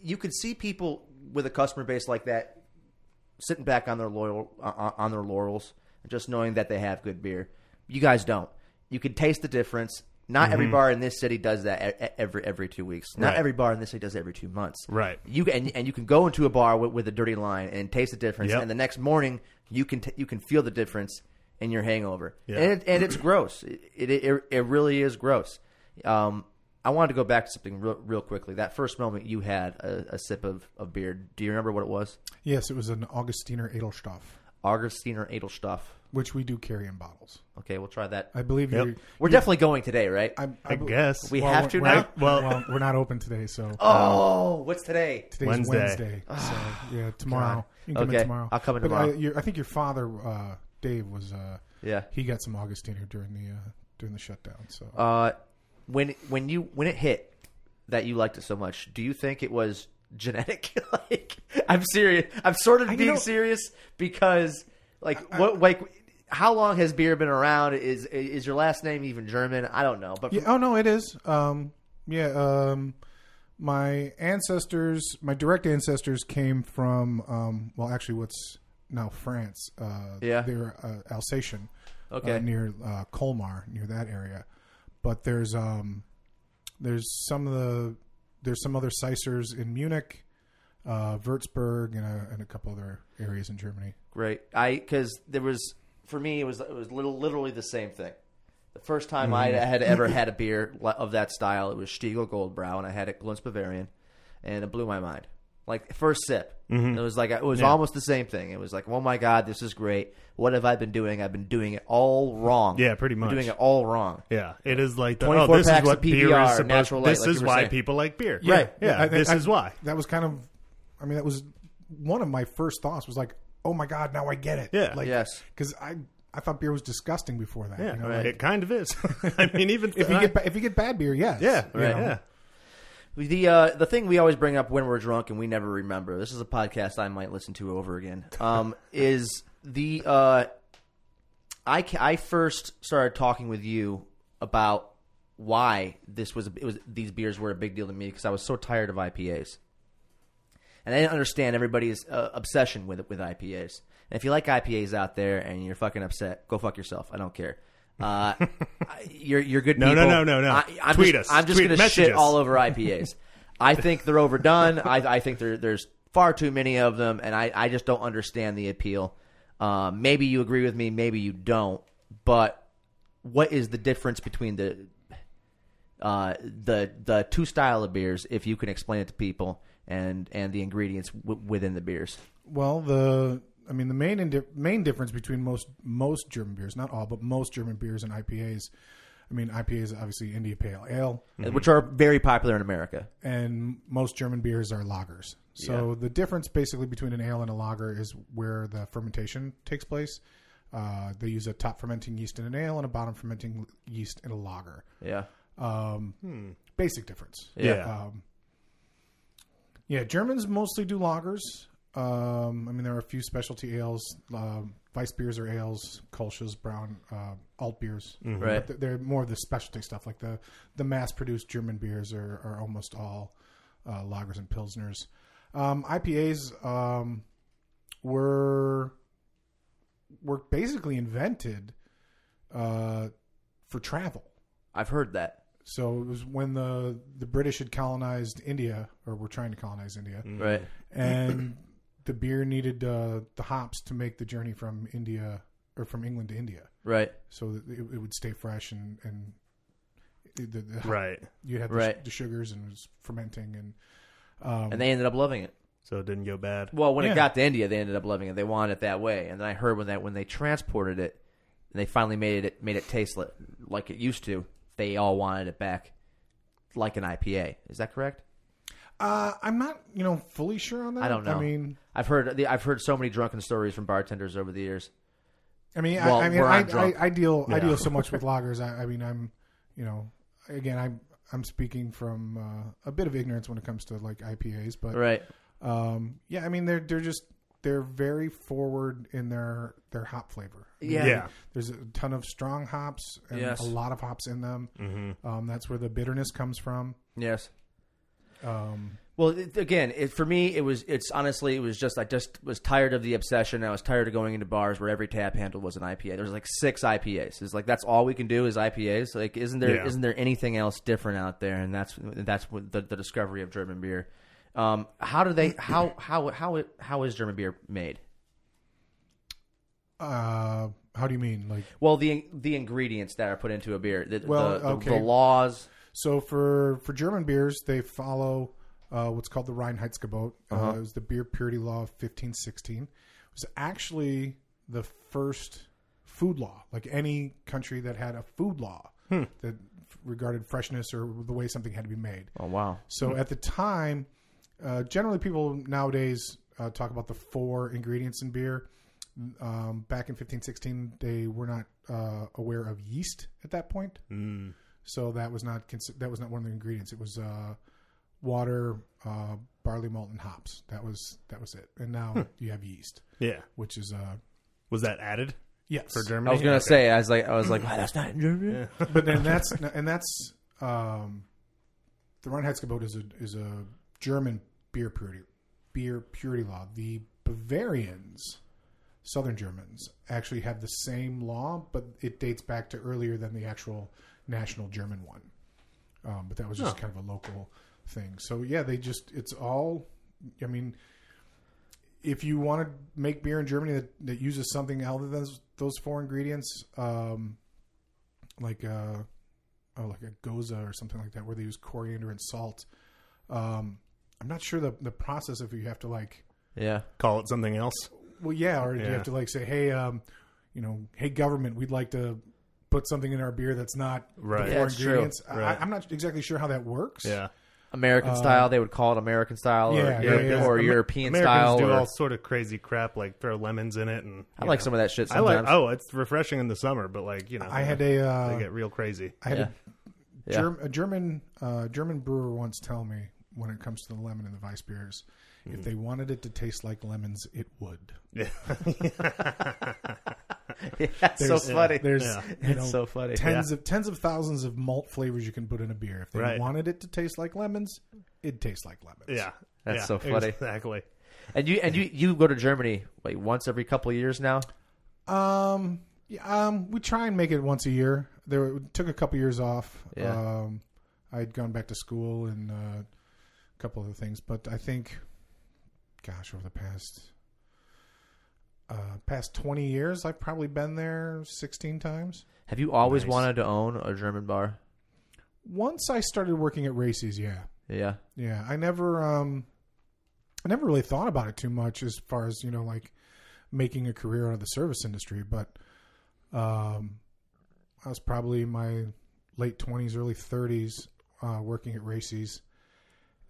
[SPEAKER 1] you could see people with a customer base like that sitting back on their loyal uh, on their laurels, and just knowing that they have good beer. You guys don't. You can taste the difference. Not every bar in this city does that e- e- every every two weeks. Not
[SPEAKER 2] Mm-hmm. Right.
[SPEAKER 1] every bar in this city does it every two months.
[SPEAKER 2] Right.
[SPEAKER 1] You and and you can go into a bar with, with a dirty line and taste the difference,
[SPEAKER 2] Yep.
[SPEAKER 1] and the next morning you can t- you can feel the difference in your hangover,
[SPEAKER 2] Yeah.
[SPEAKER 1] and it, and it's gross. It, it it really is gross. Um, I wanted to go back to something real, real quickly. That first moment you had a, a sip of, of beer. Do you remember what it was?
[SPEAKER 3] Yes, it was an Augustiner Edelstoff,
[SPEAKER 1] Augustiner Edelstoff.
[SPEAKER 3] which we do carry in bottles.
[SPEAKER 1] Okay, we'll try that.
[SPEAKER 3] I believe
[SPEAKER 2] Yep.
[SPEAKER 3] you're.
[SPEAKER 1] We're definitely going today, right?
[SPEAKER 3] I'm,
[SPEAKER 2] I
[SPEAKER 3] be-
[SPEAKER 2] guess.
[SPEAKER 1] we
[SPEAKER 2] We,
[SPEAKER 3] well,
[SPEAKER 1] have to
[SPEAKER 3] we're-
[SPEAKER 1] now.
[SPEAKER 2] well-
[SPEAKER 3] Well, we're not open today, so
[SPEAKER 1] Oh, what's today?
[SPEAKER 3] today's
[SPEAKER 2] Wednesday.
[SPEAKER 3] Wednesday. so yeah, tomorrow you can come
[SPEAKER 1] Okay,
[SPEAKER 3] in tomorrow.
[SPEAKER 1] I'll come in
[SPEAKER 3] But
[SPEAKER 1] tomorrow.
[SPEAKER 3] I, your, I think your father, uh, Dave, was. Uh,
[SPEAKER 1] Yeah.
[SPEAKER 3] He got some Augustiner during the uh, during the shutdown. So
[SPEAKER 1] Uh, when when you when it hit that you liked it so much, do you think it was genetic? like, I'm serious. I'm sort of being
[SPEAKER 3] know-
[SPEAKER 1] serious because, like, what like how long has beer been around? Is is your last name even German? I don't know, but
[SPEAKER 3] yeah, oh no, it is. Um, yeah. Um, my ancestors, my direct ancestors, came from um, well, actually, what's now France. Uh,
[SPEAKER 1] Yeah.
[SPEAKER 3] they're uh, Alsatian.
[SPEAKER 1] Okay.
[SPEAKER 3] uh, near uh, Colmar, near that area. But there's um, there's some of the there's some other Sicers in Munich, uh, Würzburg, and a, and a couple other areas in Germany.
[SPEAKER 1] Right. I because there was for me it was it was little, literally the same thing. The first time I
[SPEAKER 2] Mm-hmm.
[SPEAKER 1] had ever had a beer li- of that style, it was Stiegel Goldbrau, and I had it Glunz Bavarian, and it blew my mind. Like first sip,
[SPEAKER 2] Mm-hmm.
[SPEAKER 1] it was like it was almost the same thing. It was like, oh my god, this is great. What have I been doing? I've been doing it all wrong.
[SPEAKER 2] Yeah, pretty
[SPEAKER 1] Been
[SPEAKER 2] much.
[SPEAKER 1] doing it all wrong.
[SPEAKER 2] yeah. It is like the, oh,
[SPEAKER 1] 24
[SPEAKER 2] this is
[SPEAKER 1] packs
[SPEAKER 2] what
[SPEAKER 1] of
[SPEAKER 2] beer
[SPEAKER 1] PBR,
[SPEAKER 2] is supposed.
[SPEAKER 1] natural light,
[SPEAKER 2] This
[SPEAKER 1] like
[SPEAKER 2] is
[SPEAKER 1] you were
[SPEAKER 2] why
[SPEAKER 1] saying.
[SPEAKER 2] people like beer.
[SPEAKER 1] Right.
[SPEAKER 2] Yeah.
[SPEAKER 3] I-
[SPEAKER 2] this
[SPEAKER 3] I-
[SPEAKER 2] is why.
[SPEAKER 3] That was kind of, I mean, that was one of my first thoughts. Was like, oh my god, now I get it.
[SPEAKER 2] Yeah.
[SPEAKER 3] Like,
[SPEAKER 1] Yes.
[SPEAKER 3] Because I I thought beer was disgusting before that.
[SPEAKER 2] Yeah.
[SPEAKER 3] you know, like,
[SPEAKER 2] It kind of is. I mean, even
[SPEAKER 3] if you get ba- if you get bad beer, yes.
[SPEAKER 2] yeah,
[SPEAKER 3] you
[SPEAKER 2] right,
[SPEAKER 3] know.
[SPEAKER 2] yeah.
[SPEAKER 1] The uh, the thing we always bring up when we're drunk and we never remember. This is a podcast I might listen to over again. Um, is the uh, I ca- I first started talking with you about why this was it was these beers were a big deal to me because I was so tired of IPAs and I didn't understand everybody's uh, obsession with with IPAs. And if you like IPAs out there and you're fucking upset, go fuck yourself. I don't care. Uh, I- you're you're good.
[SPEAKER 2] No, no,
[SPEAKER 1] people.
[SPEAKER 2] no, no, no.
[SPEAKER 1] I, I'm
[SPEAKER 2] Tweet
[SPEAKER 1] just,
[SPEAKER 2] us.
[SPEAKER 1] I'm just
[SPEAKER 2] Tweet-
[SPEAKER 1] gonna
[SPEAKER 2] message
[SPEAKER 1] shit
[SPEAKER 2] us.
[SPEAKER 1] all over IPAs. I think they're overdone. I, I think there, there's far too many of them, and I, I just don't Um, understand the appeal. Uh, maybe you agree with me, maybe you don't, but what is the difference between the uh, the the two style of beers, if you can explain it to people, and and the ingredients w- within the beers.
[SPEAKER 3] Well, the I mean the main indi- main difference between most most German beers, not all, but most German beers and IPAs. I mean, IPA is obviously India Pale Ale,
[SPEAKER 1] which are very popular in America.
[SPEAKER 3] and most German beers are lagers. So the difference basically between an ale and a lager is where the fermentation takes place. Uh, they use a top fermenting yeast in an ale and a bottom fermenting yeast in a lager. Um,
[SPEAKER 1] Yeah,
[SPEAKER 2] Hmm,
[SPEAKER 3] Basic difference. Um,
[SPEAKER 2] Yeah.
[SPEAKER 3] Yeah, Germans mostly do lagers. Um, I mean, there are a few specialty ales, uh, Weiss beers or ales, Kolsch's, brown, uh, alt beers.
[SPEAKER 1] Right.
[SPEAKER 3] But th- they're more of the specialty stuff, like the, the mass produced German beers are, are almost all uh, lagers and pilsners. Um, IPAs um, were were basically invented uh, for travel.
[SPEAKER 1] I've heard that.
[SPEAKER 3] So it was when the the British had colonized India, or were trying to colonize India,
[SPEAKER 2] hmm. Mm-hmm.
[SPEAKER 1] Right.
[SPEAKER 3] and the beer needed uh, the hops to make the journey from India or from England to India,
[SPEAKER 1] Right.
[SPEAKER 3] so that it, it would stay fresh and and the, the hop-
[SPEAKER 2] Right.
[SPEAKER 3] you had the,
[SPEAKER 1] Right.
[SPEAKER 3] the sugars and it was fermenting and um,
[SPEAKER 1] and they ended up loving it.
[SPEAKER 2] So it didn't go bad.
[SPEAKER 1] Well, when it
[SPEAKER 3] Yeah.
[SPEAKER 1] got to India, they ended up loving it. They wanted it that way. And then I heard when that when they transported it, and they finally made it made it taste li- like it used to. They all wanted it back, like an IPA. Is that correct?
[SPEAKER 3] uh, I'm not you know fully sure on that.
[SPEAKER 1] I don't know.
[SPEAKER 3] I mean,
[SPEAKER 1] I've heard the, I've heard so many drunken stories from bartenders over the years.
[SPEAKER 3] I mean,
[SPEAKER 1] Well,
[SPEAKER 3] I, I mean,
[SPEAKER 1] we're on
[SPEAKER 3] I, I,
[SPEAKER 1] drunk.
[SPEAKER 3] I deal I
[SPEAKER 2] Yeah.
[SPEAKER 3] deal so much with loggers. I, I mean, I'm you know again I'm I'm speaking from uh, a bit of ignorance when it comes to like IPAs, but
[SPEAKER 1] Right.
[SPEAKER 3] um, yeah, I mean they're they're just they're very forward in their their hop flavor. I mean,
[SPEAKER 1] Yeah.
[SPEAKER 2] Yeah.
[SPEAKER 3] There's a ton of strong hops and
[SPEAKER 1] Yes.
[SPEAKER 3] a lot of hops in them. Mm-hmm. Um, that's where the bitterness comes from.
[SPEAKER 1] Yes.
[SPEAKER 3] Um,
[SPEAKER 1] Well, it, again, it, for me, it was. It's honestly, it was just. I just was tired of the obsession. I was tired of going into bars where every tap handle was an IPA. There's like six IPAs. It's like that's all we can do is IPAs. Like, isn't there?
[SPEAKER 2] Yeah.
[SPEAKER 1] not there anything else different out there? And that's that's what the, the discovery of German beer. Um, how do they? How how how it, how is German beer made?
[SPEAKER 3] uh, how do you mean? Like
[SPEAKER 1] Well, the the ingredients that are put into a beer. The,
[SPEAKER 3] Well,
[SPEAKER 1] the, the-
[SPEAKER 3] okay.
[SPEAKER 1] the laws.
[SPEAKER 3] So for for German beers, they follow uh, what's called the Reinheitsgebot. uh it was the beer purity law of 1516. It was actually the first food law, like any country that had a food law that regarded freshness or the way something had to be made.
[SPEAKER 1] Oh wow.
[SPEAKER 3] So at the time, uh, generally people nowadays uh, talk about the four ingredients in beer. Um, back in 1516, they were not uh, aware of yeast at that point, so that was not cons- that was not one of the ingredients. It was uh, water, uh, barley malt, and hops. That was that was it. And now you have yeast,
[SPEAKER 2] Yeah.
[SPEAKER 3] which is uh,
[SPEAKER 2] Was that added
[SPEAKER 3] yes
[SPEAKER 2] for Germany?
[SPEAKER 1] I was gonna
[SPEAKER 2] Okay.
[SPEAKER 1] say. I was like. I was like. Wow, that's not in German.
[SPEAKER 3] but and that's and that's um, the Reinheitsgebot is a is a German beer purity beer purity law. The Bavarians, Southern Germans, actually have the same law, but it dates back to earlier than the actual national German one. Um, but that was just kind of a local thing. So yeah, they just it's all. I mean, if you want to make beer in Germany that, that uses something other than those, those four ingredients, um, like a oh like a goza or something like that where they use coriander and salt um i'm not sure the the process if you have to like
[SPEAKER 1] Yeah.
[SPEAKER 2] Call it something else.
[SPEAKER 3] well yeah or you
[SPEAKER 2] Yeah.
[SPEAKER 3] have to like say hey um you know hey government we'd like to put something in our beer that's not
[SPEAKER 2] Right.
[SPEAKER 3] the
[SPEAKER 1] Yeah,
[SPEAKER 3] four
[SPEAKER 1] it's true.
[SPEAKER 3] ingredients
[SPEAKER 2] Right.
[SPEAKER 3] I, i'm not exactly sure how that works
[SPEAKER 2] Yeah.
[SPEAKER 1] American style. They would call it American style, or,
[SPEAKER 3] Uh, Yeah, yeah,
[SPEAKER 1] Europe-
[SPEAKER 3] yeah.
[SPEAKER 1] or
[SPEAKER 2] Amer-
[SPEAKER 1] European
[SPEAKER 2] Americans
[SPEAKER 1] style.
[SPEAKER 2] do
[SPEAKER 1] or-
[SPEAKER 2] all sort of crazy crap, like throw lemons in it, and
[SPEAKER 1] I like some of that shit
[SPEAKER 2] I
[SPEAKER 1] sometimes.
[SPEAKER 2] like. Oh, it's refreshing in the summer, but like you know,
[SPEAKER 3] i had a uh
[SPEAKER 2] they get real crazy.
[SPEAKER 3] I had
[SPEAKER 1] Yeah.
[SPEAKER 3] a,
[SPEAKER 1] Yeah.
[SPEAKER 3] Germ, a German uh, German brewer once tell me when it comes to the lemon and the vice beers,
[SPEAKER 2] Mm.
[SPEAKER 3] if they wanted it to taste like lemons, it would.
[SPEAKER 2] Yeah.
[SPEAKER 1] that's so
[SPEAKER 3] There's- uh,
[SPEAKER 1] funny.
[SPEAKER 3] There's
[SPEAKER 2] Yeah.
[SPEAKER 3] you know,
[SPEAKER 1] It's so funny.
[SPEAKER 3] Tens of tens of thousands of malt flavors you can put in a beer. If they
[SPEAKER 2] Right.
[SPEAKER 3] wanted it to taste like lemons, it'd taste like lemons.
[SPEAKER 2] Yeah.
[SPEAKER 1] That's
[SPEAKER 2] Yeah,
[SPEAKER 1] so funny.
[SPEAKER 2] Exactly.
[SPEAKER 1] And you and you you go to Germany like once every couple of years now.
[SPEAKER 3] Um. Yeah. Um. We try and make it once a year. There it took a couple years off.
[SPEAKER 1] Yeah.
[SPEAKER 3] Um. I'd gone back to school and uh, a couple other things, but I think, gosh, over the past, uh, past 20 years, I've probably been there 16 times.
[SPEAKER 1] Have you always wanted to own a German bar?
[SPEAKER 3] Once I started working at Racy's, yeah.
[SPEAKER 1] Yeah.
[SPEAKER 3] Yeah, I never um I never really thought about it too much as far as, you know, like making a career out of the service industry, but um I was probably in my late 20s, early 30s uh working at Racy's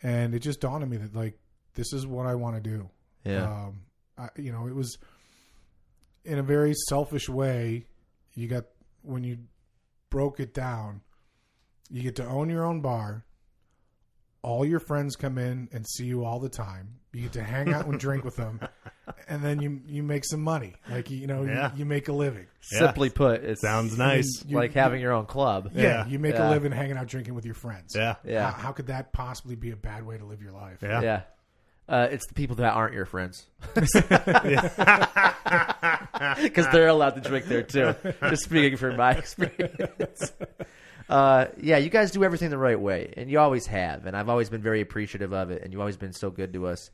[SPEAKER 3] and it just dawned on me that like this is what I want to do.
[SPEAKER 1] Yeah.
[SPEAKER 3] Um I you know, it was in a very selfish way, you got when you broke it down, you get to own your own bar all your friends come in and see you all the time. You get to hang out and drink with them, and then you you make some money. Like you know,
[SPEAKER 2] Yeah.
[SPEAKER 3] you, you make a living.
[SPEAKER 2] Yeah.
[SPEAKER 1] Simply put, it
[SPEAKER 2] Sounds nice.
[SPEAKER 3] You-
[SPEAKER 1] like having your own club.
[SPEAKER 3] Yeah,
[SPEAKER 2] Yeah.
[SPEAKER 3] you make
[SPEAKER 1] Yeah.
[SPEAKER 3] a living hanging out drinking with your friends.
[SPEAKER 2] Yeah.
[SPEAKER 1] Yeah.
[SPEAKER 3] How, how could that possibly be a bad way to live your life?
[SPEAKER 2] Yeah.
[SPEAKER 1] Yeah. Uh, it's the people that aren't your friends. Because they're allowed to drink there too. Just speaking from my experience. Uh, yeah, you guys do everything the right way, and you always have. And I've always been very appreciative of it, and you've always been so good to us.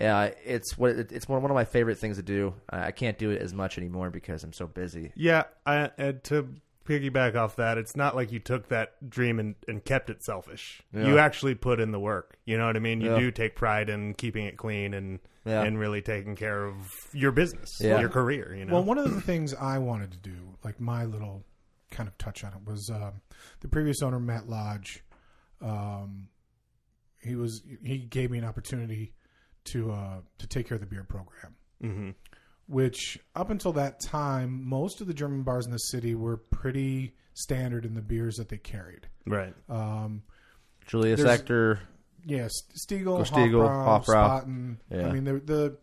[SPEAKER 1] Uh, it's what it's one one of my favorite things to do. Uh, I can't do it as much anymore because I'm so busy.
[SPEAKER 2] Yeah, I, and to piggyback off that, it's not like you took that dream and, and kept it selfish. You actually put in the work. You know what I mean? You
[SPEAKER 1] Yeah.
[SPEAKER 2] do take pride in keeping it clean and
[SPEAKER 1] Yeah.
[SPEAKER 2] and really taking care of your business,
[SPEAKER 1] Yeah.
[SPEAKER 2] your career. You know?
[SPEAKER 3] Well, one of the things I wanted to do, like my little kind of touch on it, was um, the previous owner Matt Lodge. Um, he was he gave me an opportunity to uh, to take care of the beer program, mm-hmm. which up until that time, most of the German bars in the city were pretty standard in the beers that they carried.
[SPEAKER 2] right?
[SPEAKER 3] Um,
[SPEAKER 1] Julius
[SPEAKER 3] There's-
[SPEAKER 1] Ector
[SPEAKER 3] yeah, Stiegel,
[SPEAKER 1] Stiegel,
[SPEAKER 3] Hofbrau,
[SPEAKER 1] Hofbrau.
[SPEAKER 3] Spaten.
[SPEAKER 1] Yeah.
[SPEAKER 3] I mean, the the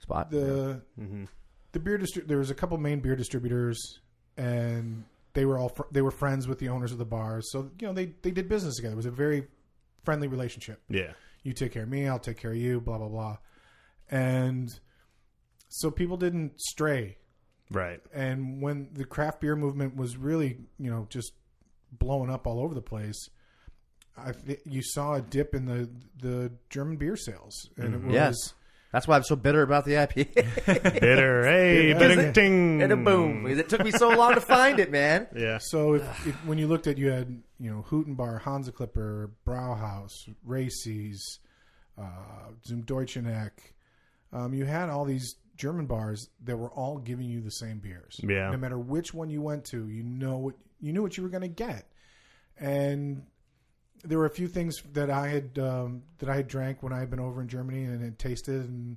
[SPEAKER 1] spot.
[SPEAKER 3] the
[SPEAKER 2] Mm-hmm.
[SPEAKER 3] the beer distri- there was a couple main beer distributors and they were all fr- they were friends with the owners of the bars so you know they they did business together it was a very friendly relationship
[SPEAKER 2] Yeah,
[SPEAKER 3] you take care of me i'll take care of you blah blah blah and so people didn't stray
[SPEAKER 2] right.
[SPEAKER 3] and when the craft beer movement was really you know just blowing up all over the place I th- you saw a dip in the the German beer sales and it was
[SPEAKER 1] Yes. That's why I'm so bitter about the IPA.
[SPEAKER 2] Bitter, hey, bitter, ting,
[SPEAKER 1] and a boom. It took me so long to find it, man.
[SPEAKER 2] Yeah,
[SPEAKER 3] So if, if when you looked at you had you know Hootenbar, Hansa Clipper, Brauhaus, Racy's, uh, zum Deutschen Eck, um, you had all these German bars that were all giving you the same beers.
[SPEAKER 2] Yeah.
[SPEAKER 3] No matter which one you went to, you know what you knew what you were going to get, and there were a few things that I had um, that I had drank when I had been over in Germany and had tasted and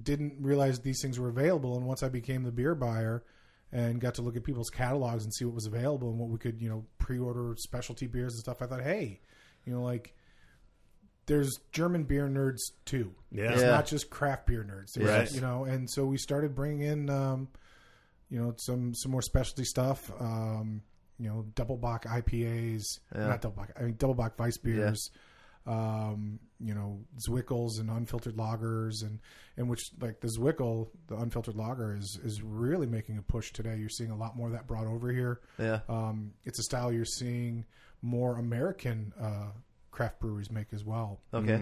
[SPEAKER 3] didn't realize these things were available. And once I became the beer buyer and got to look at people's catalogs and see what was available and what we could, you know, pre-order specialty beers and stuff, I thought, hey, you know, like there's German beer nerds too.
[SPEAKER 2] Yeah.
[SPEAKER 3] it's
[SPEAKER 1] Yeah.
[SPEAKER 3] not just craft beer nerds, There's,
[SPEAKER 2] Right.
[SPEAKER 3] you know. And so we started bringing in, um, you know, some some more specialty stuff. Um, you know, double bock IPAs, not double bock, I mean double bock vice beers um, you know, Zwickels and unfiltered lagers and and which like the Zwickel, the unfiltered lager is is really making a push today. You're seeing a lot more of that brought over here.
[SPEAKER 1] Yeah.
[SPEAKER 3] Um, it's a style you're seeing more American uh, craft breweries make as well.
[SPEAKER 1] Okay.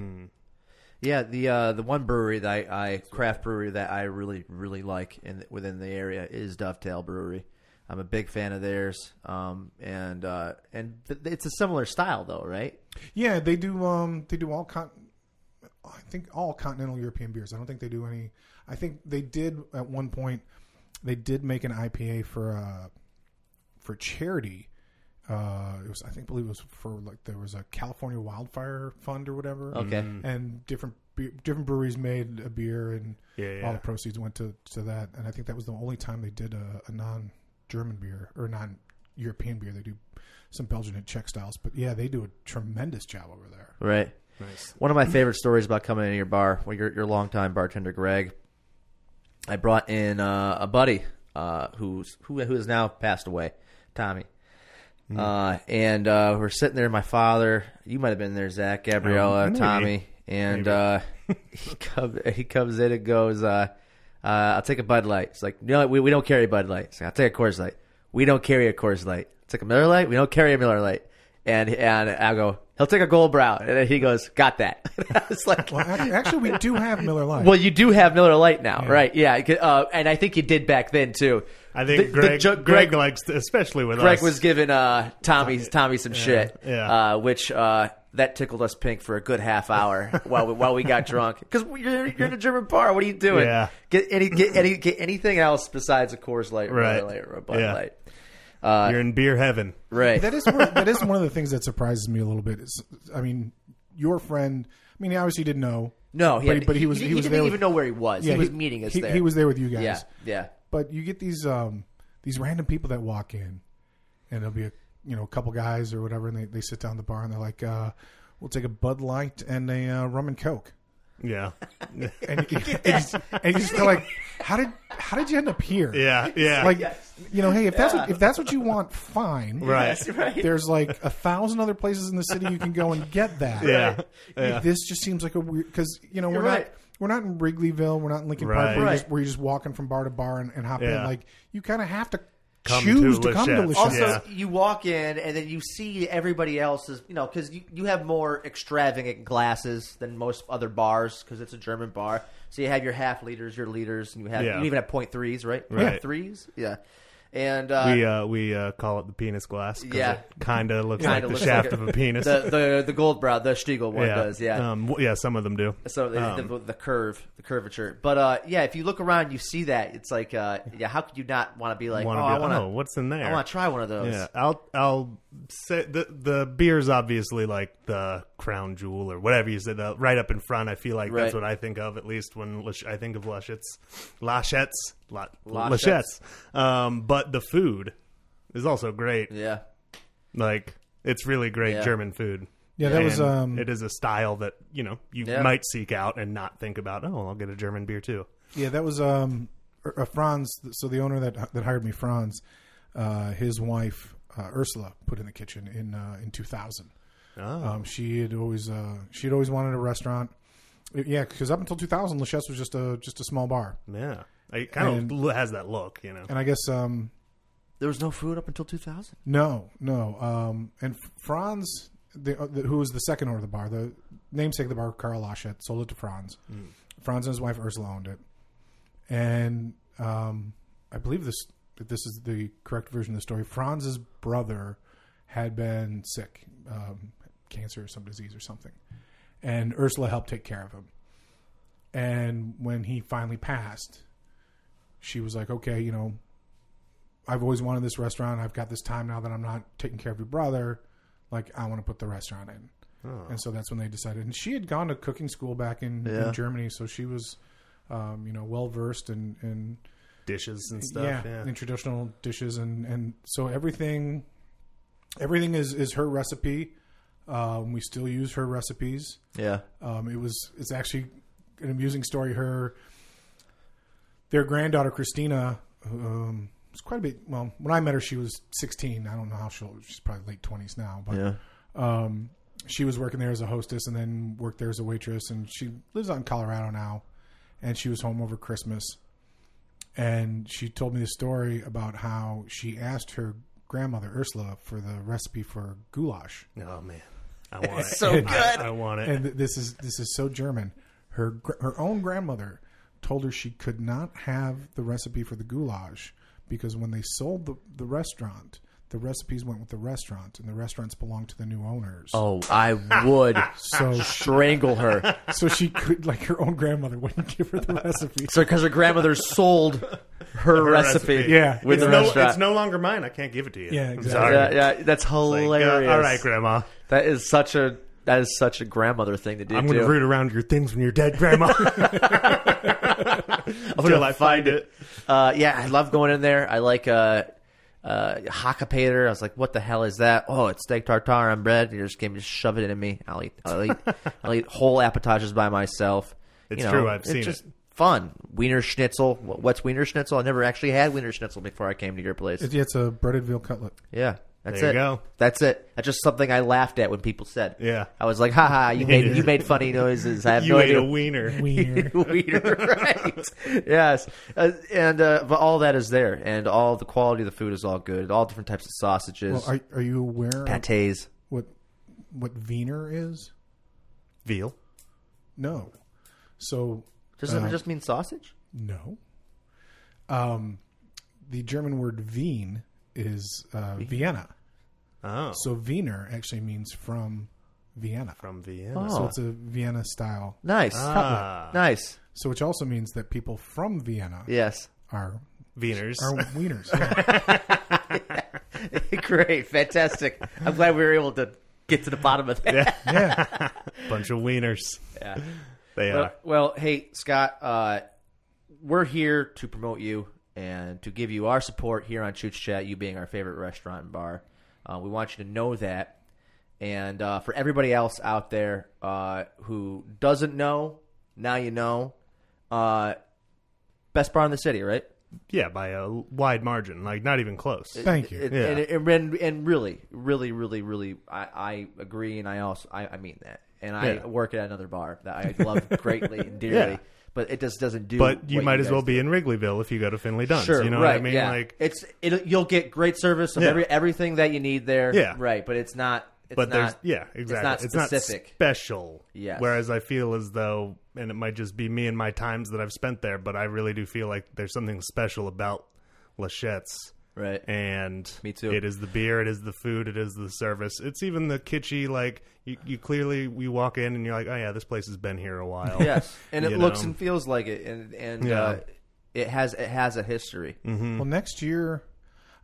[SPEAKER 1] Yeah, the uh, the one brewery that I, I craft brewery that I really really like in within the area is Dovetail Brewery. I'm a big fan of theirs, um, and uh, and th- it's a similar style though, right?
[SPEAKER 3] Yeah, they do um they do all con I think all continental European beers. I don't think they do any I think they did at one point they did make an IPA for uh for charity. Uh it was I think believe it was for like there was a California wildfire fund or whatever.
[SPEAKER 1] Okay.
[SPEAKER 3] And different be- different breweries made a beer and
[SPEAKER 2] Yeah, yeah.
[SPEAKER 3] all the proceeds went to to that and I think that was the only time they did a, a non German beer or non European beer. They do some Belgian and Czech styles, but yeah, they do a tremendous job over there.
[SPEAKER 1] Right.
[SPEAKER 2] Nice.
[SPEAKER 1] One of my favorite stories about coming into your bar, well, your your longtime bartender Greg. I brought in uh, a buddy uh, who's who who has now passed away, Tommy. Uh, and uh, we're sitting there. My father, you might have been there, Zach, Gabriella,
[SPEAKER 2] Um, maybe.
[SPEAKER 1] Tommy, and uh, he comes he comes in and goes, uh, uh, "I'll take a Bud Light." It's like, no, we, we don't carry Bud Light. It's like, I'll take a Coors Light. We don't carry a Coors Light. It's like a Miller Light. We don't carry a Miller Light. And and I go, He'll take a gold brow, and then he goes, "Got that." I was like,
[SPEAKER 3] Well, ac- actually, we do have Miller Lite.
[SPEAKER 1] Well, you do have Miller Lite now, right? Yeah, uh, and I think you did back then too.
[SPEAKER 2] I
[SPEAKER 1] The-
[SPEAKER 2] think
[SPEAKER 1] the
[SPEAKER 2] Greg,
[SPEAKER 1] ju-
[SPEAKER 2] Greg, likes, especially with
[SPEAKER 1] Greg
[SPEAKER 2] us.
[SPEAKER 1] was giving uh, Tommy Tommy some shit,
[SPEAKER 2] yeah.
[SPEAKER 1] Uh, which uh, that tickled us pink for a good half hour while we, while we got drunk because you're, you're in a German bar. What are you doing?
[SPEAKER 2] Yeah.
[SPEAKER 1] Get any get any get anything else besides a Coors Light, or a
[SPEAKER 2] Right.
[SPEAKER 1] Miller Lite, or a Bud
[SPEAKER 2] Yeah.
[SPEAKER 1] Light,
[SPEAKER 2] You're in beer heaven.
[SPEAKER 1] right?
[SPEAKER 3] that is one, that is one of the things that surprises me a little bit. Is, I mean, your friend. I mean, he obviously didn't know.
[SPEAKER 1] no,
[SPEAKER 3] but,
[SPEAKER 1] had-
[SPEAKER 3] but he was he, was
[SPEAKER 1] didn't
[SPEAKER 3] there
[SPEAKER 1] even
[SPEAKER 3] with,
[SPEAKER 1] know where he was.
[SPEAKER 3] yeah,
[SPEAKER 1] he was meeting us
[SPEAKER 3] he,
[SPEAKER 1] there.
[SPEAKER 3] He was there with you guys.
[SPEAKER 1] yeah, yeah.
[SPEAKER 3] But you get these um, these random people that walk in, and there'll be a you know a couple guys or whatever, and they, they sit down at the bar and they're like, uh, "We'll take a Bud Light and a uh, rum and coke."
[SPEAKER 2] Yeah.
[SPEAKER 3] And you, and you just, and you just go like, "How did how did you end up here?"
[SPEAKER 2] Yeah. Yeah.
[SPEAKER 3] Like you know, hey, if that's what, if that's what you want, fine.
[SPEAKER 2] Right.
[SPEAKER 1] Yes, right.
[SPEAKER 3] There's like a thousand other places in the city you can go and get that.
[SPEAKER 2] yeah.
[SPEAKER 3] Like, This just seems like a weird because you know we're
[SPEAKER 1] You're
[SPEAKER 3] not
[SPEAKER 1] right.
[SPEAKER 3] we're not in Wrigleyville, we're not in Lincoln Park,
[SPEAKER 2] Right.
[SPEAKER 3] where,
[SPEAKER 1] Right.
[SPEAKER 3] You're just, where you're just walking from bar to bar and, and hop in.
[SPEAKER 2] Yeah.
[SPEAKER 3] Like you kind of have to
[SPEAKER 2] Come
[SPEAKER 3] choose
[SPEAKER 2] to
[SPEAKER 3] to, come to
[SPEAKER 2] Lachette.
[SPEAKER 3] Lachette.
[SPEAKER 1] Also,
[SPEAKER 2] Yeah.
[SPEAKER 1] you walk in and then you see everybody else's, you know, because you, you have more extravagant glasses than most other bars because it's a German bar. So you have your half liters, your liters, and you have
[SPEAKER 2] Yeah.
[SPEAKER 1] you even have point threes, right?
[SPEAKER 2] Right.
[SPEAKER 1] Point threes, yeah. And uh,
[SPEAKER 2] we uh, we uh, call it the penis glass. 'cause
[SPEAKER 1] Yeah.
[SPEAKER 2] It kind of looks
[SPEAKER 1] kinda
[SPEAKER 2] like the
[SPEAKER 1] looks
[SPEAKER 2] shaft
[SPEAKER 1] like
[SPEAKER 2] of a penis.
[SPEAKER 1] The the the gold brow, the Stiegel one does, yeah.
[SPEAKER 2] Um, w- yeah. Some of them do.
[SPEAKER 1] So the, the, the curve, the curvature. But uh, yeah, if you look around, you see that it's like, uh, yeah, how could you not want to be like,
[SPEAKER 2] Wanna
[SPEAKER 1] oh,
[SPEAKER 2] be-
[SPEAKER 1] I want to,
[SPEAKER 2] oh, what's in there?
[SPEAKER 1] I want to try one of those.
[SPEAKER 2] Yeah, I'll I'll say the the beer's obviously like the crown jewel or whatever you said. The, right up in front, I feel like that's
[SPEAKER 1] Right.
[SPEAKER 2] what I think of at least when Lush, I think of Lushett's, Lashettes, La,
[SPEAKER 1] Lachettes.
[SPEAKER 2] Lachettes. Um, but the food is also great.
[SPEAKER 1] yeah.
[SPEAKER 2] Like it's really great
[SPEAKER 1] Yeah.
[SPEAKER 2] German food.
[SPEAKER 3] Yeah, that was,
[SPEAKER 2] And
[SPEAKER 3] um,
[SPEAKER 2] It is a style that you know you
[SPEAKER 1] Yeah.
[SPEAKER 2] might seek out and not think about. Oh, I'll get a German beer too.
[SPEAKER 3] Yeah, that was um, uh, Franz. So the owner that that hired me, Franz, uh, his wife uh, Ursula put in the kitchen in uh, in 2000.
[SPEAKER 2] Oh.
[SPEAKER 3] Um, she had always uh, she had always wanted a restaurant. Yeah, because up until 2000, Lachette's was just a just a small bar,
[SPEAKER 2] Yeah, it kind of has that look, you know.
[SPEAKER 3] and I guess um,
[SPEAKER 1] There was no food up until 2000.
[SPEAKER 3] no, no, um, and Franz, the, uh, the, who was the second owner of the bar, the namesake of the bar, Carl Lachette, sold it to Franz. Franz and his wife Ursula owned it, and um, I believe this that this is the correct version of the story. Franz's brother had been sick, um, cancer or some disease or something, and Ursula helped take care of him. And when he finally passed, she was like, "Okay, you know, I've always wanted this restaurant. I've got this time now that I'm not taking care of your brother. Like, I want to put the restaurant in." And so that's when they decided. And she had gone to cooking school back in, in
[SPEAKER 1] Yeah.
[SPEAKER 3] Germany, so she was, um, you know, well versed in, in
[SPEAKER 2] Dishes and stuff. Yeah,
[SPEAKER 3] in traditional dishes, and and so everything, everything is is her recipe. Um, we still use her recipes.
[SPEAKER 1] Yeah.
[SPEAKER 3] Um, it was it's actually an amusing story. Her their granddaughter Christina um, was quite a bit. Well, when I met her, she was 16. I don't know how she old. She's probably late 20s now, but
[SPEAKER 1] Yeah.
[SPEAKER 3] um, she was working there as a hostess and then worked there as a waitress. And she lives out in Colorado now, and she was home over Christmas. And she told me the story about how she asked her grandmother Ursula for the recipe for goulash.
[SPEAKER 2] Oh man, I want it.
[SPEAKER 1] so
[SPEAKER 2] I-
[SPEAKER 1] good.
[SPEAKER 2] I, want it.
[SPEAKER 3] and th- this is this is so German. Her gr- her own grandmother told her she could not have the recipe for the goulash because when they sold the, the restaurant, the recipes went with the restaurant, and the restaurants belonged to the new owners.
[SPEAKER 1] Oh, I would
[SPEAKER 3] So
[SPEAKER 1] strangle her.
[SPEAKER 3] so she could like her own grandmother wouldn't give her the recipe.
[SPEAKER 1] So, because her grandmother sold her, recipe,
[SPEAKER 2] recipe.
[SPEAKER 3] Yeah.
[SPEAKER 1] with
[SPEAKER 2] it's,
[SPEAKER 1] the
[SPEAKER 2] no,
[SPEAKER 1] restaurant.
[SPEAKER 2] it's no longer mine. I can't give it to you.
[SPEAKER 3] Yeah,
[SPEAKER 2] I'm
[SPEAKER 3] exactly.
[SPEAKER 2] sorry.
[SPEAKER 1] yeah, yeah, that's
[SPEAKER 2] Like,
[SPEAKER 1] hilarious.
[SPEAKER 2] uh, all right, Grandma.
[SPEAKER 1] that is such a that is such a grandmother thing to do.
[SPEAKER 2] I'm
[SPEAKER 1] too.
[SPEAKER 2] going to root around your things when you're dead, Grandma. Until I find it.
[SPEAKER 1] Uh, yeah, I love going in there. I like uh, uh, Hakapater. I was like, what the hell is that? Oh, it's steak tartare on bread. You just came just shove it in me. I'll eat. I'll eat. I'll eat whole appetizers by myself.
[SPEAKER 2] It's
[SPEAKER 1] You know,
[SPEAKER 2] true, I've
[SPEAKER 1] it's
[SPEAKER 2] seen
[SPEAKER 1] just
[SPEAKER 2] it.
[SPEAKER 1] Fun Wiener Schnitzel. Wh- What's Wiener Schnitzel? I never actually had Wiener Schnitzel before I came to your place.
[SPEAKER 3] It- It's a breaded veal cutlet.
[SPEAKER 1] Yeah. That's
[SPEAKER 2] There
[SPEAKER 1] it.
[SPEAKER 2] you go.
[SPEAKER 1] That's it. That's just something I laughed at when people said.
[SPEAKER 2] Yeah.
[SPEAKER 1] I was like, "Ha ha! You made you made funny noises. I have
[SPEAKER 2] You
[SPEAKER 1] no
[SPEAKER 2] ate
[SPEAKER 1] idea."
[SPEAKER 2] a wiener.
[SPEAKER 3] Wiener.
[SPEAKER 1] Wiener, right? yes, uh, and uh, but all that is there, and all the quality of the food is all good. All different types of sausages,
[SPEAKER 3] Well, are, are you aware of
[SPEAKER 1] pates.
[SPEAKER 3] what what Wiener is?
[SPEAKER 2] Veal.
[SPEAKER 3] No. So
[SPEAKER 1] Doesn't
[SPEAKER 2] Uh-huh.
[SPEAKER 1] it just mean sausage?
[SPEAKER 3] no. Um, the German word Wien is uh, Vienna.
[SPEAKER 2] Oh,
[SPEAKER 3] So Wiener actually means from Vienna.
[SPEAKER 2] from Vienna.
[SPEAKER 1] Oh.
[SPEAKER 3] So it's a Vienna style.
[SPEAKER 1] Nice.
[SPEAKER 2] Ah.
[SPEAKER 1] Nice.
[SPEAKER 3] So which also means that people from Vienna
[SPEAKER 1] Yes.
[SPEAKER 3] are
[SPEAKER 2] Wieners.
[SPEAKER 3] are wieners. Yeah.
[SPEAKER 1] Great. Fantastic. I'm glad we were able to get to the bottom of that.
[SPEAKER 3] yeah.
[SPEAKER 2] Bunch of wieners.
[SPEAKER 1] Yeah.
[SPEAKER 2] They uh,
[SPEAKER 1] Well,
[SPEAKER 2] are.
[SPEAKER 1] well, hey, Scott, uh, we're here to promote you and to give you our support here on Chooch Chat, you being our favorite restaurant and bar. Uh, we want you to know that. And uh, for everybody else out there uh, who doesn't know, now you know. Uh, best bar in the city, right?
[SPEAKER 2] Yeah, by a wide margin. Like, not even close.
[SPEAKER 3] Thank you.
[SPEAKER 1] It-
[SPEAKER 2] Yeah.
[SPEAKER 1] and, and, and really, really, really, really, I, I agree, and I also I, I mean that. And I
[SPEAKER 2] Yeah.
[SPEAKER 1] work at another bar that I love greatly and dearly,
[SPEAKER 2] Yeah.
[SPEAKER 1] but it just doesn't do.
[SPEAKER 2] But you
[SPEAKER 1] what
[SPEAKER 2] might as
[SPEAKER 1] guys
[SPEAKER 2] well
[SPEAKER 1] do.
[SPEAKER 2] be in Wrigleyville if you go to Finley Dunn's.
[SPEAKER 1] Sure,
[SPEAKER 2] you know
[SPEAKER 1] right,
[SPEAKER 2] what I mean?
[SPEAKER 1] Yeah.
[SPEAKER 2] Like,
[SPEAKER 1] it's it, you'll get great service of
[SPEAKER 2] Yeah.
[SPEAKER 1] every everything that you need there.
[SPEAKER 2] Yeah.
[SPEAKER 1] right. But it's not. It's
[SPEAKER 2] but
[SPEAKER 1] not,
[SPEAKER 2] there's yeah, exactly.
[SPEAKER 1] It's not specific.
[SPEAKER 2] special.
[SPEAKER 1] Yes.
[SPEAKER 2] Whereas I feel as though, and it might just be me and my times that I've spent there, but I really do feel like there's something special about Lachette's.
[SPEAKER 1] right.
[SPEAKER 2] And
[SPEAKER 1] Me too.
[SPEAKER 2] It is the beer, it is the food, it is the service. It's even the kitschy. Like you, you clearly you walk in and you're like, oh yeah, this place has been here a while.
[SPEAKER 1] yes, and it
[SPEAKER 2] You
[SPEAKER 1] looks
[SPEAKER 2] know.
[SPEAKER 1] and feels like it, and and
[SPEAKER 2] Yeah.
[SPEAKER 1] uh,
[SPEAKER 2] Mm.
[SPEAKER 1] it has it has a history.
[SPEAKER 3] Well, next year,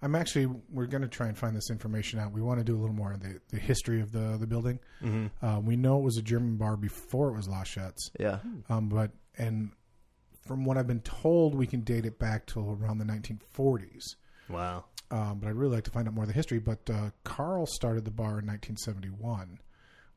[SPEAKER 3] I'm actually we're going to try and find this information out. We want to do a little more of the, the history of the the building.
[SPEAKER 1] Mm-hmm.
[SPEAKER 3] Uh, we know it was a German bar before it was La Chat's,
[SPEAKER 1] Yeah,
[SPEAKER 3] um, but and from what I've been told, we can date it back to around the 1940s.
[SPEAKER 2] Wow.
[SPEAKER 3] Um, but I'd really like to find out more of the history. But uh, Carl started the bar in 1971,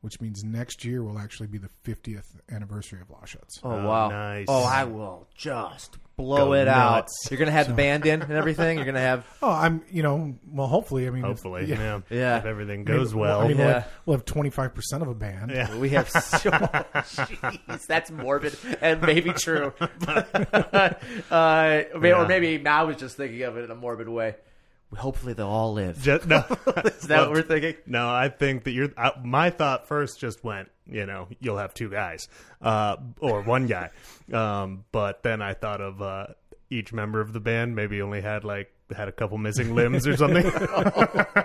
[SPEAKER 3] which means next year will actually be the 50th anniversary of La Chat's.
[SPEAKER 1] Oh, wow!
[SPEAKER 2] nice.
[SPEAKER 1] Oh, I will just blow
[SPEAKER 2] Go
[SPEAKER 1] it
[SPEAKER 2] nuts.
[SPEAKER 1] out. You're gonna have the band in and everything. You're gonna have
[SPEAKER 3] Oh, I'm you know well, hopefully. I mean, if-
[SPEAKER 2] Hopefully,
[SPEAKER 3] yeah.
[SPEAKER 2] yeah.
[SPEAKER 1] Yeah.
[SPEAKER 2] If everything
[SPEAKER 3] I mean,
[SPEAKER 2] goes well,
[SPEAKER 3] I mean, we'll
[SPEAKER 1] Yeah.
[SPEAKER 3] have- we'll have 25 percent of a band.
[SPEAKER 2] Yeah.
[SPEAKER 1] we have so jeez that's morbid and maybe true. uh, may-
[SPEAKER 2] Yeah.
[SPEAKER 1] Or maybe I was just thinking of it in a morbid way. Hopefully they'll all live.
[SPEAKER 2] Ju- no,
[SPEAKER 1] Is that what we're thinking?
[SPEAKER 2] no. I think that you're. I, my thought first just went, you know, you'll have two guys, uh, or one guy. Um, but then I thought of uh, each member of the band maybe only had like had a couple missing limbs or something.
[SPEAKER 1] All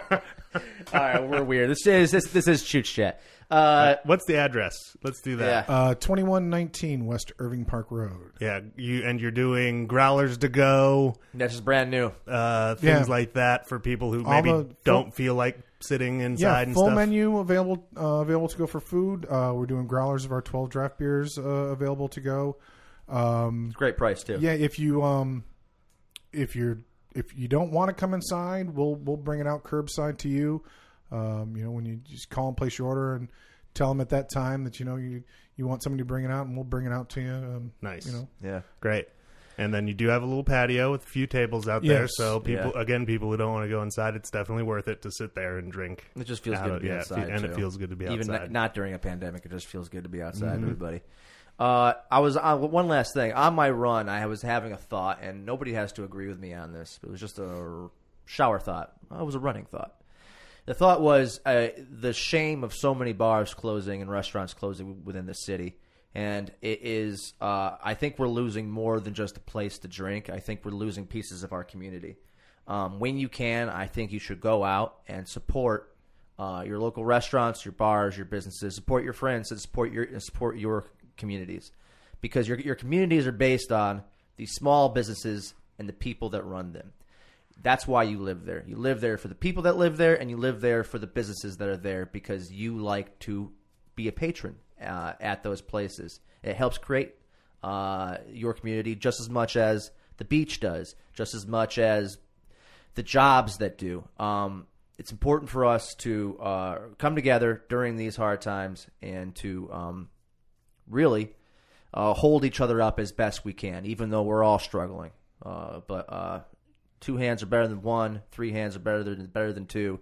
[SPEAKER 1] right, we're weird. This is this this is shoot chat. Uh,
[SPEAKER 2] What's the address? Let's do that.
[SPEAKER 1] yeah,
[SPEAKER 3] Uh, 2119 West Irving Park Road.
[SPEAKER 2] Yeah, you and you're doing growlers to go,
[SPEAKER 1] that's just brand new.
[SPEAKER 2] uh, things
[SPEAKER 3] Yeah.
[SPEAKER 2] like that for people who
[SPEAKER 3] All
[SPEAKER 2] maybe
[SPEAKER 3] the full-
[SPEAKER 2] don't feel like sitting inside
[SPEAKER 3] Yeah,
[SPEAKER 2] and
[SPEAKER 3] full
[SPEAKER 2] stuff.
[SPEAKER 3] menu available uh, available to go for food. Uh, we're doing growlers of our 12 draft beers uh, available to go. Um,
[SPEAKER 1] It's a great price too.
[SPEAKER 3] yeah, if you um, if you're if you don't want to come inside, we'll we'll bring it out curbside to you. Um, you know, when you just call and place your order and tell them at that time that you know you you want somebody to bring it out, and we'll bring it out to you. Um,
[SPEAKER 2] Nice.
[SPEAKER 3] You know,
[SPEAKER 1] yeah.
[SPEAKER 2] Great. And then you do have a little patio with a few tables out there.
[SPEAKER 3] Yes.
[SPEAKER 2] So people,
[SPEAKER 1] Yeah.
[SPEAKER 2] again, people who don't want to go inside, it's definitely worth it to sit there and drink.
[SPEAKER 1] It just feels
[SPEAKER 2] out
[SPEAKER 1] good to
[SPEAKER 2] of-
[SPEAKER 1] be
[SPEAKER 2] yeah, it fe-
[SPEAKER 1] outside,
[SPEAKER 2] and
[SPEAKER 1] too.
[SPEAKER 2] it feels good to be
[SPEAKER 1] even
[SPEAKER 2] outside.
[SPEAKER 1] n- not during a pandemic. It just feels good to be outside, everybody. Uh, I was on one last thing on my run. I was having a thought, and nobody has to agree with me on this. But it was just a shower thought. It was a running thought. The thought was uh, the shame of so many bars closing and restaurants closing within the city, and it is. Uh, I think we're losing more than just a place to drink. I think we're losing pieces of our community. Um, when you can, I think you should go out and support uh, your local restaurants, your bars, your businesses. Support your friends and support your support your communities, because your your communities are based on the small businesses and the people that run them. That's why you live there. You live there for the people that live there, and you live there for the businesses that are there because you like to be a patron uh, at those places. It helps create uh, your community just as much as the beach does, just as much as the jobs that do. Um, it's important for us to uh, come together during these hard times and to um, really uh, hold each other up as best we can, even though we're all struggling. Uh, but uh, two hands are better than one. Three hands are better than better than two.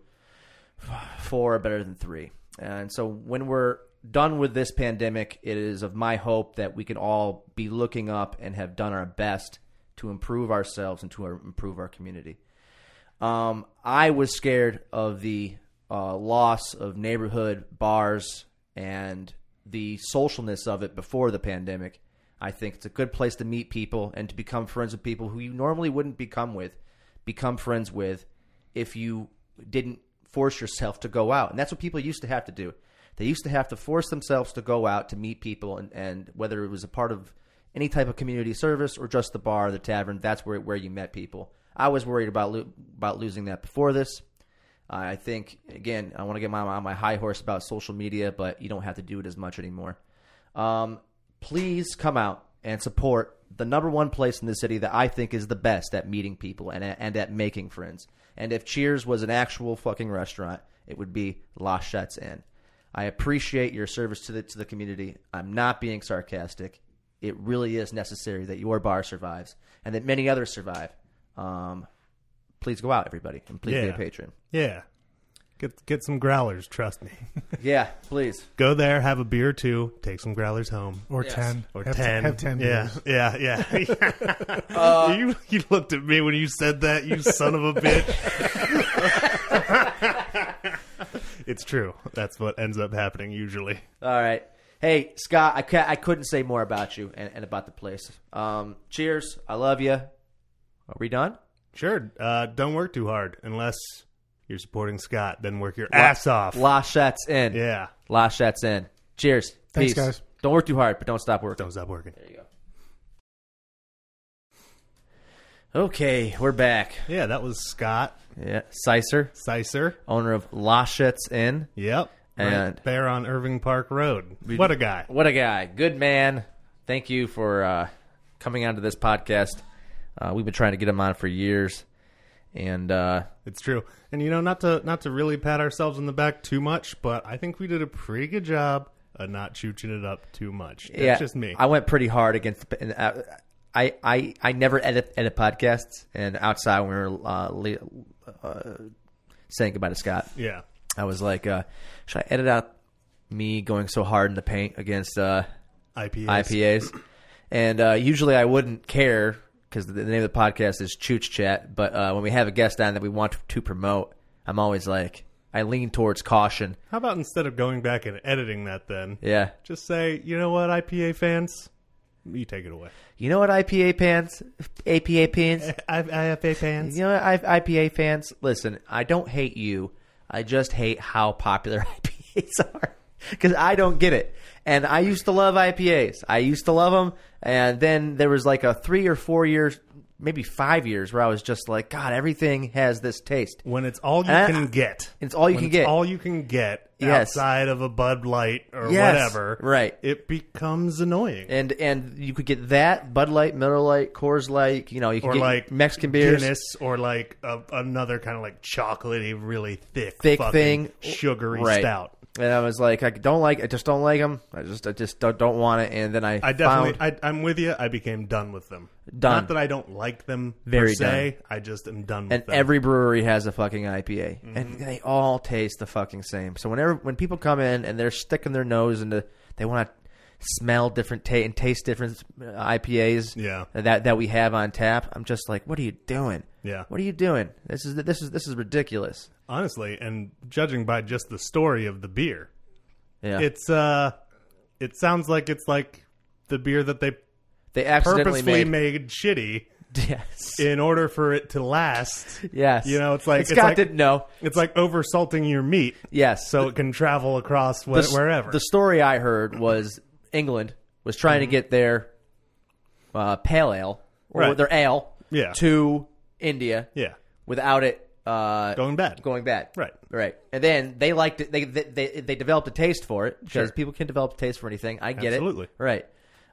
[SPEAKER 1] Four are better than three. And so when we're done with this pandemic, it is of my hope that we can all be looking up and have done our best to improve ourselves and to improve our community. Um, I was scared of the uh, loss of neighborhood bars and the socialness of it before the pandemic. I think it's a good place to meet people and to become friends with people who you normally wouldn't become with, become friends with, if you didn't force yourself to go out. And that's what people used to have to do. They used to have to force themselves to go out to meet people, and, and whether it was a part of any type of community service or just the bar, or the tavern, that's where where you met people. I was worried about lo- about losing that before this. I think again, I want to get my on my high horse about social media, but you don't have to do it as much anymore. Um, please come out and support the number one place in the city that I think is the best at meeting people and at, and at making friends. And if Cheers was an actual fucking restaurant, it would be La Chet's Inn. I appreciate your service to the to the community. I'm not being sarcastic. It really is necessary that your bar survives and that many others survive. Um, please go out, everybody, and please be a
[SPEAKER 2] Yeah.
[SPEAKER 1] patron.
[SPEAKER 2] Yeah. Get get some growlers, trust me.
[SPEAKER 1] Yeah, please.
[SPEAKER 2] Go there, have a beer or two, take some growlers home.
[SPEAKER 3] Or
[SPEAKER 1] Yes.
[SPEAKER 3] ten.
[SPEAKER 2] Or
[SPEAKER 3] have
[SPEAKER 2] ten.
[SPEAKER 3] have ten.
[SPEAKER 2] Yeah,
[SPEAKER 3] beers.
[SPEAKER 2] yeah, yeah. you you looked at me when you said that, you son of a bitch. it's true. That's what ends up happening usually.
[SPEAKER 1] All right. Hey, Scott, I, ca- I couldn't say more about you and, and about the place. Um, cheers. I love you. Are we done?
[SPEAKER 2] Sure. Uh, don't work too hard unless you're supporting Scott. Then work your ass off.
[SPEAKER 1] La Shat's in.
[SPEAKER 2] yeah.
[SPEAKER 1] La Shat's in. Cheers. Peace.
[SPEAKER 3] Thanks, guys.
[SPEAKER 1] Don't work too hard, but don't stop working.
[SPEAKER 2] Don't stop working.
[SPEAKER 1] There you go. Okay, we're back.
[SPEAKER 2] Yeah, that was Scott
[SPEAKER 1] Yeah, Sicer,
[SPEAKER 2] Sicer.
[SPEAKER 1] owner of La Shet's Inn.
[SPEAKER 2] Yep.
[SPEAKER 1] And-
[SPEAKER 2] right there on Irving Park Road. What a guy.
[SPEAKER 1] What a guy. Good man. Thank you for uh, coming onto this podcast. Uh, we've been trying to get him on for years. And uh,
[SPEAKER 2] It's true. And you know, not to not to really pat ourselves on the back too much, but I think we did a pretty good job of not chooching it up too much. That's
[SPEAKER 1] yeah,
[SPEAKER 2] just me.
[SPEAKER 1] I went pretty hard against. The, and uh, I, I, I never edit edit podcasts. And outside, when we were uh, le- uh, saying goodbye to Scott,
[SPEAKER 2] yeah.
[SPEAKER 1] I was like, uh, should I edit out me going so hard in the paint against uh,
[SPEAKER 2] IPAs.
[SPEAKER 1] IPAs? And uh, usually I wouldn't care because the the name of the podcast is Chooch Chat. But uh, when we have a guest on that we want to promote, I'm always like, I lean towards caution.
[SPEAKER 2] How about instead of going back and editing that then?
[SPEAKER 1] Yeah.
[SPEAKER 2] Just say, you know what, IPA fans? You take it away.
[SPEAKER 1] You know what, IPA pants? APA pants?
[SPEAKER 2] I, IFA fans.
[SPEAKER 1] You know, I, IPA fans, listen, I don't hate you. I just hate how popular IPAs are because I don't get it. And I used to love IPAs. I used to love them. And then there was like a three or four years, maybe five years, where I was just like, God, everything has this taste.
[SPEAKER 2] When it's all you
[SPEAKER 1] Uh,
[SPEAKER 2] can get.
[SPEAKER 1] it's all you
[SPEAKER 2] When
[SPEAKER 1] can
[SPEAKER 2] it's
[SPEAKER 1] get.
[SPEAKER 2] All you can get
[SPEAKER 1] Yes.
[SPEAKER 2] outside of a Bud Light or
[SPEAKER 1] Yes,
[SPEAKER 2] whatever.
[SPEAKER 1] right.
[SPEAKER 2] It becomes annoying.
[SPEAKER 1] And and you could get that Bud Light, Miller Light, Coors Light. You know, you could
[SPEAKER 2] or
[SPEAKER 1] get
[SPEAKER 2] like
[SPEAKER 1] Mexican beers.
[SPEAKER 2] Guinness, or like a, another kind of like chocolatey, really thick,
[SPEAKER 1] thick
[SPEAKER 2] fucking
[SPEAKER 1] thing,
[SPEAKER 2] sugary
[SPEAKER 1] Right.
[SPEAKER 2] stout.
[SPEAKER 1] And I was like, I don't like, I just don't like them. I just, I just don't, don't want it. And then I,
[SPEAKER 2] I
[SPEAKER 1] found,
[SPEAKER 2] definitely, I, I'm with you. I became done with them.
[SPEAKER 1] Done.
[SPEAKER 2] Not that I don't like them
[SPEAKER 1] Very
[SPEAKER 2] per se. I just am done with
[SPEAKER 1] and
[SPEAKER 2] them.
[SPEAKER 1] every brewery has a fucking IPA,
[SPEAKER 2] Mm-hmm.
[SPEAKER 1] and they all taste the fucking same. So whenever when people come in and they're sticking their nose into, they want to smell different ta- and taste different uh, IPAs.
[SPEAKER 2] Yeah.
[SPEAKER 1] that that we have on tap. I'm just like, what are you doing?
[SPEAKER 2] Yeah.
[SPEAKER 1] what are you doing? This is this is this is ridiculous.
[SPEAKER 2] honestly, and judging by just the story of the beer,
[SPEAKER 1] Yeah,
[SPEAKER 2] it's uh, it sounds like it's like the beer that they
[SPEAKER 1] they accidentally
[SPEAKER 2] purposefully
[SPEAKER 1] made.
[SPEAKER 2] made shitty
[SPEAKER 1] yes,
[SPEAKER 2] in order for it to last.
[SPEAKER 1] yes.
[SPEAKER 2] You know, it's like-
[SPEAKER 1] it's
[SPEAKER 2] it's
[SPEAKER 1] Scott
[SPEAKER 2] like-
[SPEAKER 1] didn't know.
[SPEAKER 2] It's like over salting your meat.
[SPEAKER 1] Yes,
[SPEAKER 2] so it can travel across wh-
[SPEAKER 1] the s-
[SPEAKER 2] wherever. Mm-hmm.
[SPEAKER 1] The story I heard was England was trying to get their uh, pale ale or
[SPEAKER 2] Right.
[SPEAKER 1] their ale
[SPEAKER 2] Yeah.
[SPEAKER 1] to India
[SPEAKER 2] yeah,
[SPEAKER 1] without it uh,
[SPEAKER 2] going bad.
[SPEAKER 1] going bad.
[SPEAKER 2] Right.
[SPEAKER 1] Right. And then they liked it. They they they, they developed a taste for it because
[SPEAKER 2] Sure.
[SPEAKER 1] people can develop a taste for anything. I get
[SPEAKER 2] Absolutely.
[SPEAKER 1] it. Right.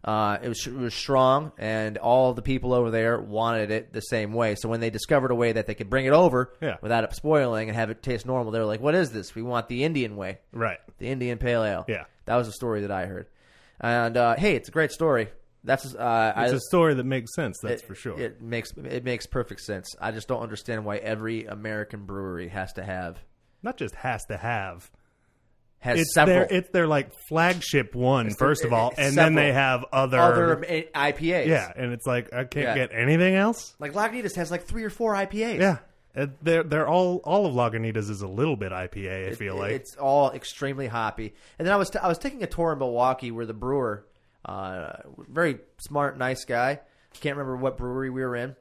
[SPEAKER 1] Uh, it was it was strong, and all the people over there wanted it the same way. So when they discovered a way that they could bring it over
[SPEAKER 2] Yeah.
[SPEAKER 1] without it spoiling and have it taste normal, they were like, "What is this? We want the Indian way."
[SPEAKER 2] right.
[SPEAKER 1] the Indian Pale Ale.
[SPEAKER 2] Yeah.
[SPEAKER 1] that was a story that I heard, and uh, hey, it's a great story. That's uh,
[SPEAKER 2] It's
[SPEAKER 1] I,
[SPEAKER 2] a story that makes sense. That's for sure.
[SPEAKER 1] It makes it makes perfect sense. I just don't understand why every American brewery has to have
[SPEAKER 2] Not just has to have.
[SPEAKER 1] has
[SPEAKER 2] It's
[SPEAKER 1] several
[SPEAKER 2] their it's their like flagship one first
[SPEAKER 1] their-
[SPEAKER 2] of all,
[SPEAKER 1] it's
[SPEAKER 2] and then
[SPEAKER 1] several
[SPEAKER 2] they have other,
[SPEAKER 1] other IPAs.
[SPEAKER 2] yeah, and it's like I can't
[SPEAKER 1] Yeah.
[SPEAKER 2] get anything else.
[SPEAKER 1] like Lagunitas has like three or four IPAs.
[SPEAKER 2] Yeah, Uh, They're they're all all of Lagunitas is a little bit IPA. I feel like
[SPEAKER 1] it's all extremely hoppy. And then I was t- I was taking a tour in Milwaukee where the brewer, uh, very smart, nice guy. Can't remember what brewery we were in,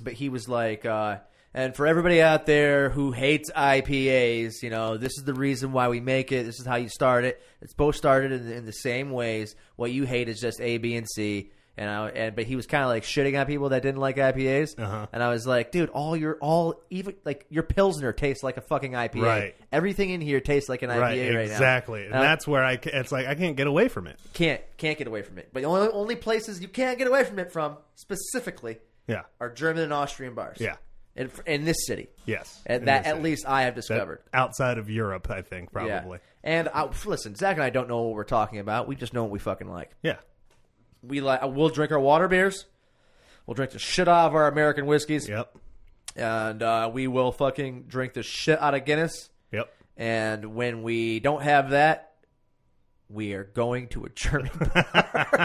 [SPEAKER 1] but he was like, uh, and for everybody out there who hates IPAs, you know, this is the reason why we make it. This is how you start it. It's both started in, in the same ways. What you hate is just A, B, and C. And I, and but he was kind of like shitting on people that didn't like IPAs,
[SPEAKER 2] Uh-huh.
[SPEAKER 1] and I was like, dude, all your all even like your pilsner tastes like a fucking IPA.
[SPEAKER 2] Right.
[SPEAKER 1] Everything in here tastes like an IPA
[SPEAKER 2] right
[SPEAKER 1] right now.
[SPEAKER 2] exactly, and
[SPEAKER 1] Uh,
[SPEAKER 2] that's where I ca- it's like I can't get away from it.
[SPEAKER 1] can't can't get away from it. But the only only places you can't get away from it from specifically
[SPEAKER 2] Yeah,
[SPEAKER 1] are German and Austrian bars.
[SPEAKER 2] Yeah.
[SPEAKER 1] in, in this city.
[SPEAKER 2] yes,
[SPEAKER 1] and
[SPEAKER 2] in
[SPEAKER 1] that
[SPEAKER 2] this
[SPEAKER 1] at
[SPEAKER 2] city.
[SPEAKER 1] least I have
[SPEAKER 2] That-
[SPEAKER 1] discovered.
[SPEAKER 2] outside of Europe, I think probably.
[SPEAKER 1] Yeah. And I, listen, Zach and I don't know what we're talking about. We just know what we fucking like.
[SPEAKER 2] Yeah,
[SPEAKER 1] We like. uh, We'll drink our water beers. We'll drink the shit out of our American whiskeys,
[SPEAKER 2] yep,
[SPEAKER 1] and uh, we will fucking drink the shit out of Guinness.
[SPEAKER 2] yep.
[SPEAKER 1] And when we don't have that, we are going to a German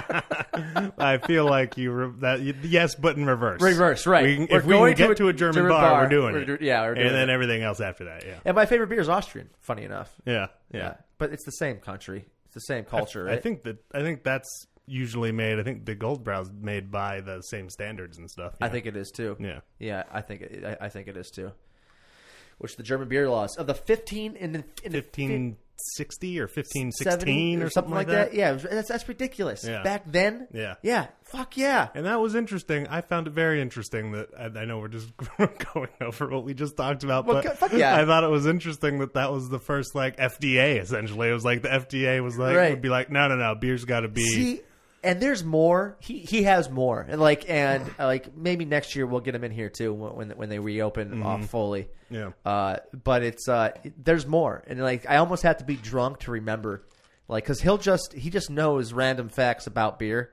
[SPEAKER 2] I feel like you re- that you- yes, but in reverse.
[SPEAKER 1] Reverse, right.
[SPEAKER 2] We can-
[SPEAKER 1] We're
[SPEAKER 2] if we
[SPEAKER 1] going
[SPEAKER 2] can
[SPEAKER 1] to
[SPEAKER 2] get
[SPEAKER 1] a
[SPEAKER 2] to a German,
[SPEAKER 1] German
[SPEAKER 2] bar,
[SPEAKER 1] bar.
[SPEAKER 2] we're doing
[SPEAKER 1] We're
[SPEAKER 2] it.
[SPEAKER 1] do- yeah, we're doing
[SPEAKER 2] and then
[SPEAKER 1] it.
[SPEAKER 2] everything else after that. Yeah,
[SPEAKER 1] And my favorite beer is Austrian. Funny enough,
[SPEAKER 2] yeah, yeah.
[SPEAKER 1] but it's the same country. It's the same culture.
[SPEAKER 2] I
[SPEAKER 1] right?
[SPEAKER 2] think that I think that's usually made. I think the gold brow's made by the same standards and stuff. you
[SPEAKER 1] I
[SPEAKER 2] know?
[SPEAKER 1] think it is too.
[SPEAKER 2] Yeah.
[SPEAKER 1] yeah. I think it, I, I think it is too. Which the German beer laws of the fifteen and the, and the
[SPEAKER 2] fifteen sixty or fifteen
[SPEAKER 1] 70
[SPEAKER 2] sixteen or something like that.
[SPEAKER 1] Yeah, it was- that's that's ridiculous.
[SPEAKER 2] Yeah.
[SPEAKER 1] Back then.
[SPEAKER 2] Yeah.
[SPEAKER 1] yeah. Fuck yeah.
[SPEAKER 2] And that was interesting. I found it very interesting that I, I know we're just going over what we just talked about,
[SPEAKER 1] Well,
[SPEAKER 2] but
[SPEAKER 1] fuck yeah.
[SPEAKER 2] I thought it was interesting that that was the first like FDA. Essentially, it was like the FDA was like
[SPEAKER 1] Right.
[SPEAKER 2] would be like, no, no, no, beer's got to be
[SPEAKER 1] See, and there's more. He he has more, and like and uh, like maybe next year we'll get him in here too when when, when they reopen off fully.
[SPEAKER 2] Mm-hmm. Yeah.
[SPEAKER 1] Uh, but it's uh, there's more, and like I almost have to be drunk to remember, like because he'll just he just knows random facts about beer,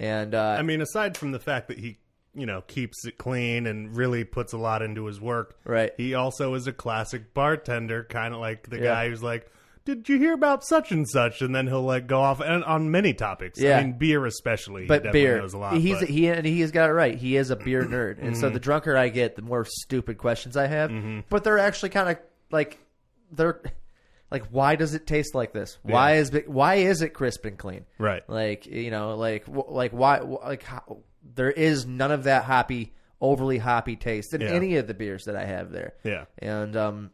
[SPEAKER 1] and uh,
[SPEAKER 2] I mean, aside from the fact that he, you know, keeps it clean and really puts a lot into his work,
[SPEAKER 1] Right.
[SPEAKER 2] He also is a classic bartender, kind of like the
[SPEAKER 1] Yeah.
[SPEAKER 2] guy who's like, "Did you hear about such and such?" And then he'll like go off and on many topics.
[SPEAKER 1] Yeah.
[SPEAKER 2] I mean, beer especially, he
[SPEAKER 1] but
[SPEAKER 2] definitely
[SPEAKER 1] beer,
[SPEAKER 2] knows a lot.
[SPEAKER 1] he's
[SPEAKER 2] but- Mm-hmm.
[SPEAKER 1] he and he has got it right. He is a beer nerd, and so the drunker I get, the more stupid questions I have. But they're actually kind of like they're like, why does it taste like this? Why is it, why is it crisp and clean?
[SPEAKER 2] Right.
[SPEAKER 1] Like you know, like wh- like why wh- like how, there is none of that hoppy, overly hoppy taste in
[SPEAKER 2] Yeah.
[SPEAKER 1] any of the beers that I have there.
[SPEAKER 2] Yeah.
[SPEAKER 1] and um,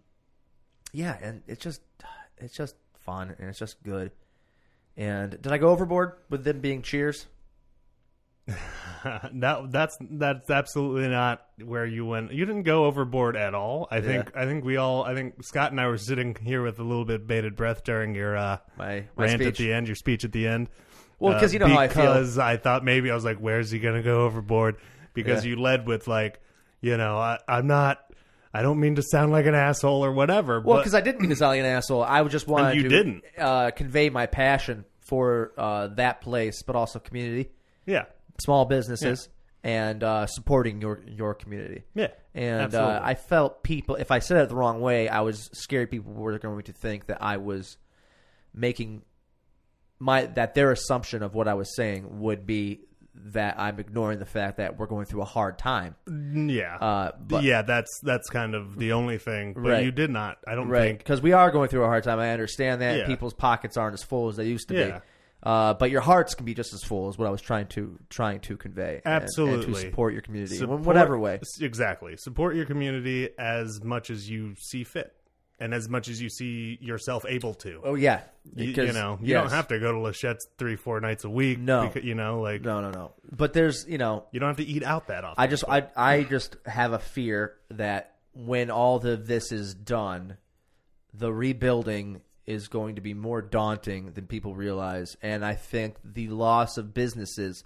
[SPEAKER 1] yeah, and it's just it's just fun and it's just good. And did I go overboard with them being cheers?
[SPEAKER 2] that that's that's absolutely not where you went. You didn't go overboard at all. I think I think we all I think Scott and I were sitting here with a little bit bated breath during your uh,
[SPEAKER 1] My- my
[SPEAKER 2] rant at
[SPEAKER 1] speech.
[SPEAKER 2] the end, your speech at the end. Uh,
[SPEAKER 1] Well, 'cause you know how I feel.
[SPEAKER 2] Because I thought maybe I was like, "Where's he going to go overboard?" Because
[SPEAKER 1] Yeah.
[SPEAKER 2] you led with like, you know, I, I'm not. I don't mean to sound like an asshole or whatever.
[SPEAKER 1] Well,
[SPEAKER 2] but,
[SPEAKER 1] because I didn't mean to sound like an asshole. I just wanted
[SPEAKER 2] you
[SPEAKER 1] to
[SPEAKER 2] didn't.
[SPEAKER 1] Uh, convey my passion for uh, that place, but also community,
[SPEAKER 2] yeah,
[SPEAKER 1] small businesses, and uh, supporting your your community.
[SPEAKER 2] Yeah,
[SPEAKER 1] and uh,
[SPEAKER 2] absolutely.
[SPEAKER 1] I felt people. If I said it the wrong way, I was scared people were going to think that I was making my that their assumption of what I was saying would be that I'm ignoring the fact that we're going through a hard time.
[SPEAKER 2] yeah,
[SPEAKER 1] Uh, but-
[SPEAKER 2] yeah. That's that's kind of the only thing. But
[SPEAKER 1] Right.
[SPEAKER 2] you did not. I don't
[SPEAKER 1] Right,
[SPEAKER 2] think
[SPEAKER 1] because we are going through a hard time. I understand that
[SPEAKER 2] Yeah.
[SPEAKER 1] people's pockets aren't as full as they used to
[SPEAKER 2] Yeah.
[SPEAKER 1] be, uh, but your hearts can be just as full. Is what I was trying to trying to convey. and- and,
[SPEAKER 2] Absolutely.
[SPEAKER 1] to support your community
[SPEAKER 2] Support-
[SPEAKER 1] in whatever way.
[SPEAKER 2] S- Exactly. Support your community as much as you see fit and as much as you see yourself able to.
[SPEAKER 1] Oh yeah,
[SPEAKER 2] Y- you,
[SPEAKER 1] because-
[SPEAKER 2] know, you
[SPEAKER 1] yes.
[SPEAKER 2] don't have to go to Lachette's three, four nights a week.
[SPEAKER 1] No.
[SPEAKER 2] becau- you know, like,
[SPEAKER 1] No, no, no. But there's you know,
[SPEAKER 2] you don't have to eat out that often.
[SPEAKER 1] I just I I just have a fear that when all of this is done, the rebuilding is going to be more daunting than people realize, and I think the loss of businesses,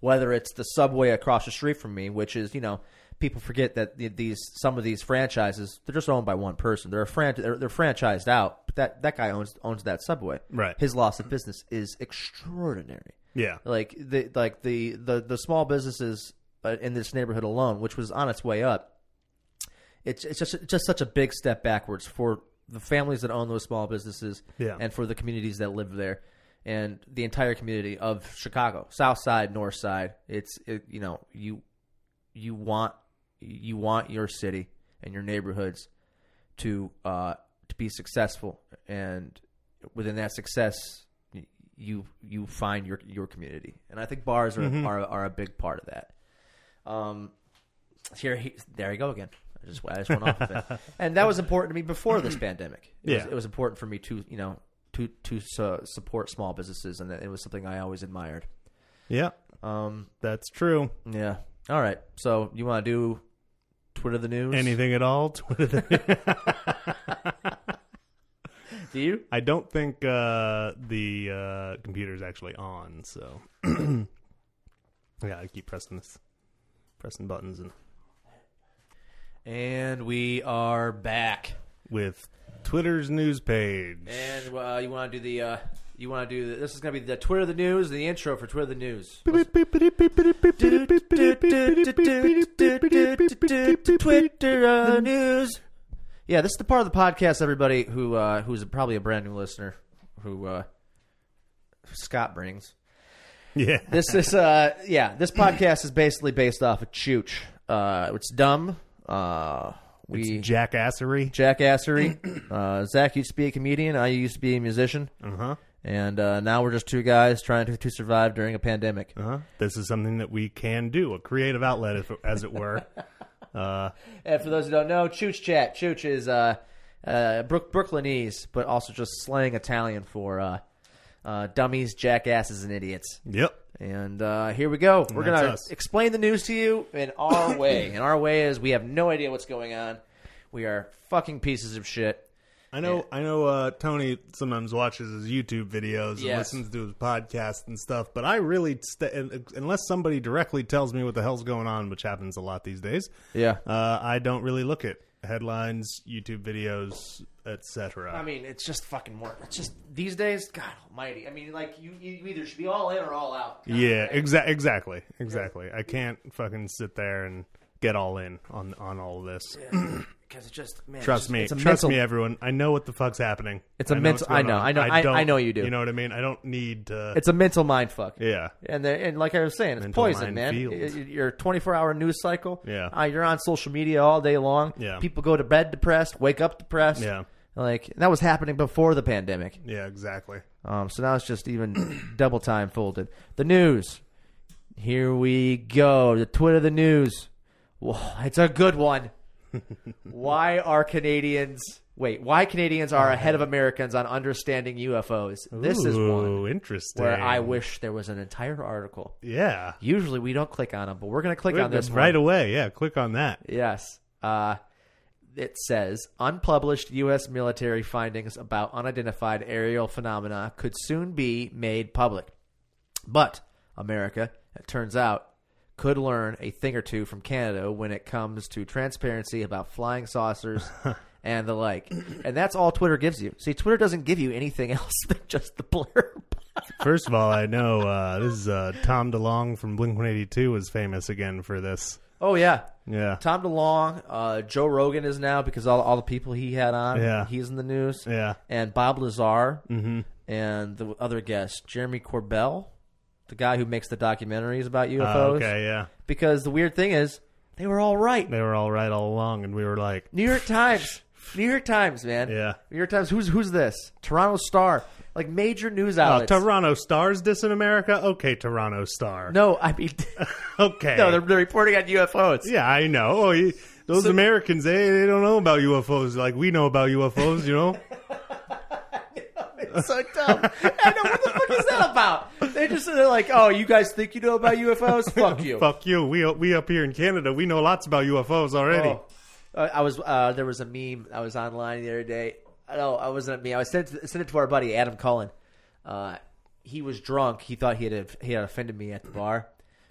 [SPEAKER 1] whether it's the subway across the street from me, which is you know people forget that the- these some of these franchises they're just owned by one person. They're a fran- they're, they're franchised out, but that that guy owns owns that subway.
[SPEAKER 2] Right.
[SPEAKER 1] His loss of business is extraordinary
[SPEAKER 2] yeah.
[SPEAKER 1] like the like the the the small businesses uh, in this neighborhood alone, which was on its way up. It's it's just just such a big step backwards for the families that own those small businesses,
[SPEAKER 2] Yeah.
[SPEAKER 1] and for the communities that live there, and the entire community of Chicago, South Side, North Side. It's it, you know you you want you want your city and your neighborhoods to uh, to be successful, and within that success, y- you you find your your community, and I think bars are
[SPEAKER 2] Mm-hmm.
[SPEAKER 1] are, are a big part of that. Um, here he, there you go again. I just I just went off of it, and that was important to me before this pandemic. It
[SPEAKER 2] Yeah.
[SPEAKER 1] was, it was important for me to you know to to su- support small businesses, and it was something I always admired.
[SPEAKER 2] Yeah,
[SPEAKER 1] Um,
[SPEAKER 2] that's true.
[SPEAKER 1] yeah. All right. So you want to do Twitter the news?
[SPEAKER 2] Anything at all? Twitter.
[SPEAKER 1] Do you?
[SPEAKER 2] I don't think uh, the uh, computer's actually on, so yeah, I keep pressing this, pressing buttons, and
[SPEAKER 1] And we are back.
[SPEAKER 2] with Twitter's news page.
[SPEAKER 1] And uh, you want to do the uh, you want to do the, this is going to be the Twitter the news, the intro for Twitter the news. Twitter the news. Yeah, this is the part of the podcast, everybody who uh, who's probably a brand new listener, who uh, Scott brings.
[SPEAKER 2] Yeah,
[SPEAKER 1] this is uh yeah this podcast is basically based off of chooch uh it's dumb uh we
[SPEAKER 2] jackassery.
[SPEAKER 1] jackassery uh zach used to be a comedian i used to be a musician
[SPEAKER 2] Uh huh.
[SPEAKER 1] and uh now we're just two guys trying to, to survive during a pandemic
[SPEAKER 2] Uh huh. This is something that we can do—a creative outlet, if, as it were. uh,
[SPEAKER 1] and for those who don't know chooch chat chooch is uh uh Brook- brooklynese but also just slang italian for uh uh dummies jackasses and idiots
[SPEAKER 2] yep.
[SPEAKER 1] And uh, here we go. We're
[SPEAKER 2] that's
[SPEAKER 1] going to
[SPEAKER 2] us.
[SPEAKER 1] explain the news to you in our way. and our way is we have no idea what's going on. We are fucking pieces of shit.
[SPEAKER 2] I know, I know. Uh, Tony sometimes watches his YouTube videos and
[SPEAKER 1] Yes.
[SPEAKER 2] listens to his podcast and stuff. But I really, st- un- unless somebody directly tells me what the hell's going on, which happens a lot these days,
[SPEAKER 1] Yeah.
[SPEAKER 2] uh, I don't really look at headlines, YouTube videos,
[SPEAKER 1] I
[SPEAKER 2] etc.
[SPEAKER 1] mean, it's just fucking work. It's just these days, God almighty. I mean, like, you, you either should be all in or all out.
[SPEAKER 2] Yeah, exa- exactly, exactly. I can't fucking sit there and get all in on on all of this.
[SPEAKER 1] Because it just, man.
[SPEAKER 2] Trust
[SPEAKER 1] it's just-
[SPEAKER 2] me,
[SPEAKER 1] It's a
[SPEAKER 2] trust
[SPEAKER 1] mental,
[SPEAKER 2] me, everyone. I know what the fuck's happening.
[SPEAKER 1] It's a
[SPEAKER 2] know
[SPEAKER 1] mental-
[SPEAKER 2] what's going
[SPEAKER 1] I know,
[SPEAKER 2] on.
[SPEAKER 1] I know, I- I
[SPEAKER 2] don't-
[SPEAKER 1] know you do.
[SPEAKER 2] You know what I mean? I don't need to.
[SPEAKER 1] It's a mental mind fuck.
[SPEAKER 2] yeah.
[SPEAKER 1] And the, and like I was saying, it's
[SPEAKER 2] Mental
[SPEAKER 1] poison, man.
[SPEAKER 2] minefield.
[SPEAKER 1] Y- y- Your twenty four hour news cycle.
[SPEAKER 2] Yeah.
[SPEAKER 1] Uh, you're on social media all day long.
[SPEAKER 2] Yeah.
[SPEAKER 1] People go to bed depressed, wake up depressed.
[SPEAKER 2] Yeah.
[SPEAKER 1] Like and that was happening before the pandemic.
[SPEAKER 2] Yeah, exactly.
[SPEAKER 1] Um, so now it's just even double time folded. The news. Here we go. The Twitter, the news. Whoa, it's a good one. why are Canadians? Wait, why Canadians are ahead of Americans on understanding UFOs? This is one
[SPEAKER 2] Uh-huh. Ooh, interesting.
[SPEAKER 1] where I wish there was an entire article.
[SPEAKER 2] Yeah.
[SPEAKER 1] Usually we don't click on them, but we're going to click on this
[SPEAKER 2] right
[SPEAKER 1] one.
[SPEAKER 2] away. Yeah, click on that.
[SPEAKER 1] Yes. Uh, it says unpublished U.S. military findings about unidentified aerial phenomena could soon be made public. But America, it turns out, could learn a thing or two from Canada when it comes to transparency about flying saucers and the like. And that's all Twitter gives you. See, Twitter doesn't give you anything else than just the blurb.
[SPEAKER 2] First of all, I know uh, this is uh, Tom DeLong from Blink One Eighty Two was famous again for this.
[SPEAKER 1] Oh, yeah.
[SPEAKER 2] Yeah,
[SPEAKER 1] Tom DeLong, uh, Joe Rogan is now because all all the people he had on,
[SPEAKER 2] Yeah.
[SPEAKER 1] he's in the news.
[SPEAKER 2] Yeah.
[SPEAKER 1] and Bob Lazar,
[SPEAKER 2] Mm-hmm.
[SPEAKER 1] and the other guest, Jeremy Corbell, the guy who makes the documentaries about
[SPEAKER 2] Uh,
[SPEAKER 1] UFOs.
[SPEAKER 2] okay, yeah,
[SPEAKER 1] Because the weird thing is, they were all right.
[SPEAKER 2] they were all right all along, and we were like,
[SPEAKER 1] New York Times, New York Times, man.
[SPEAKER 2] Yeah.
[SPEAKER 1] New York Times. Who's who's this? Toronto Star, like major news
[SPEAKER 2] "Oh,
[SPEAKER 1] outlets.
[SPEAKER 2] Toronto Stars dissing America? Okay, Toronto Star.
[SPEAKER 1] no, I mean,
[SPEAKER 2] okay,
[SPEAKER 1] no, they're, they're reporting on UFOs.
[SPEAKER 2] yeah, I know. Oh, you, those Americans, they they don't know about UFOs like we know about UFOs. You know,
[SPEAKER 1] It's so dumb. I know what the fuck is that about? They just they're like, oh, you guys think you know about UFOs? Fuck you.
[SPEAKER 2] fuck you. We we up here in Canada, we know lots about UFOs already.
[SPEAKER 1] Oh. Uh, I was uh, there was a meme I was online the other day. I know I wasn't a meme. I sent it, sent it to our buddy Adam Cullen. Uh, he was drunk. He thought he had he had offended me at the bar,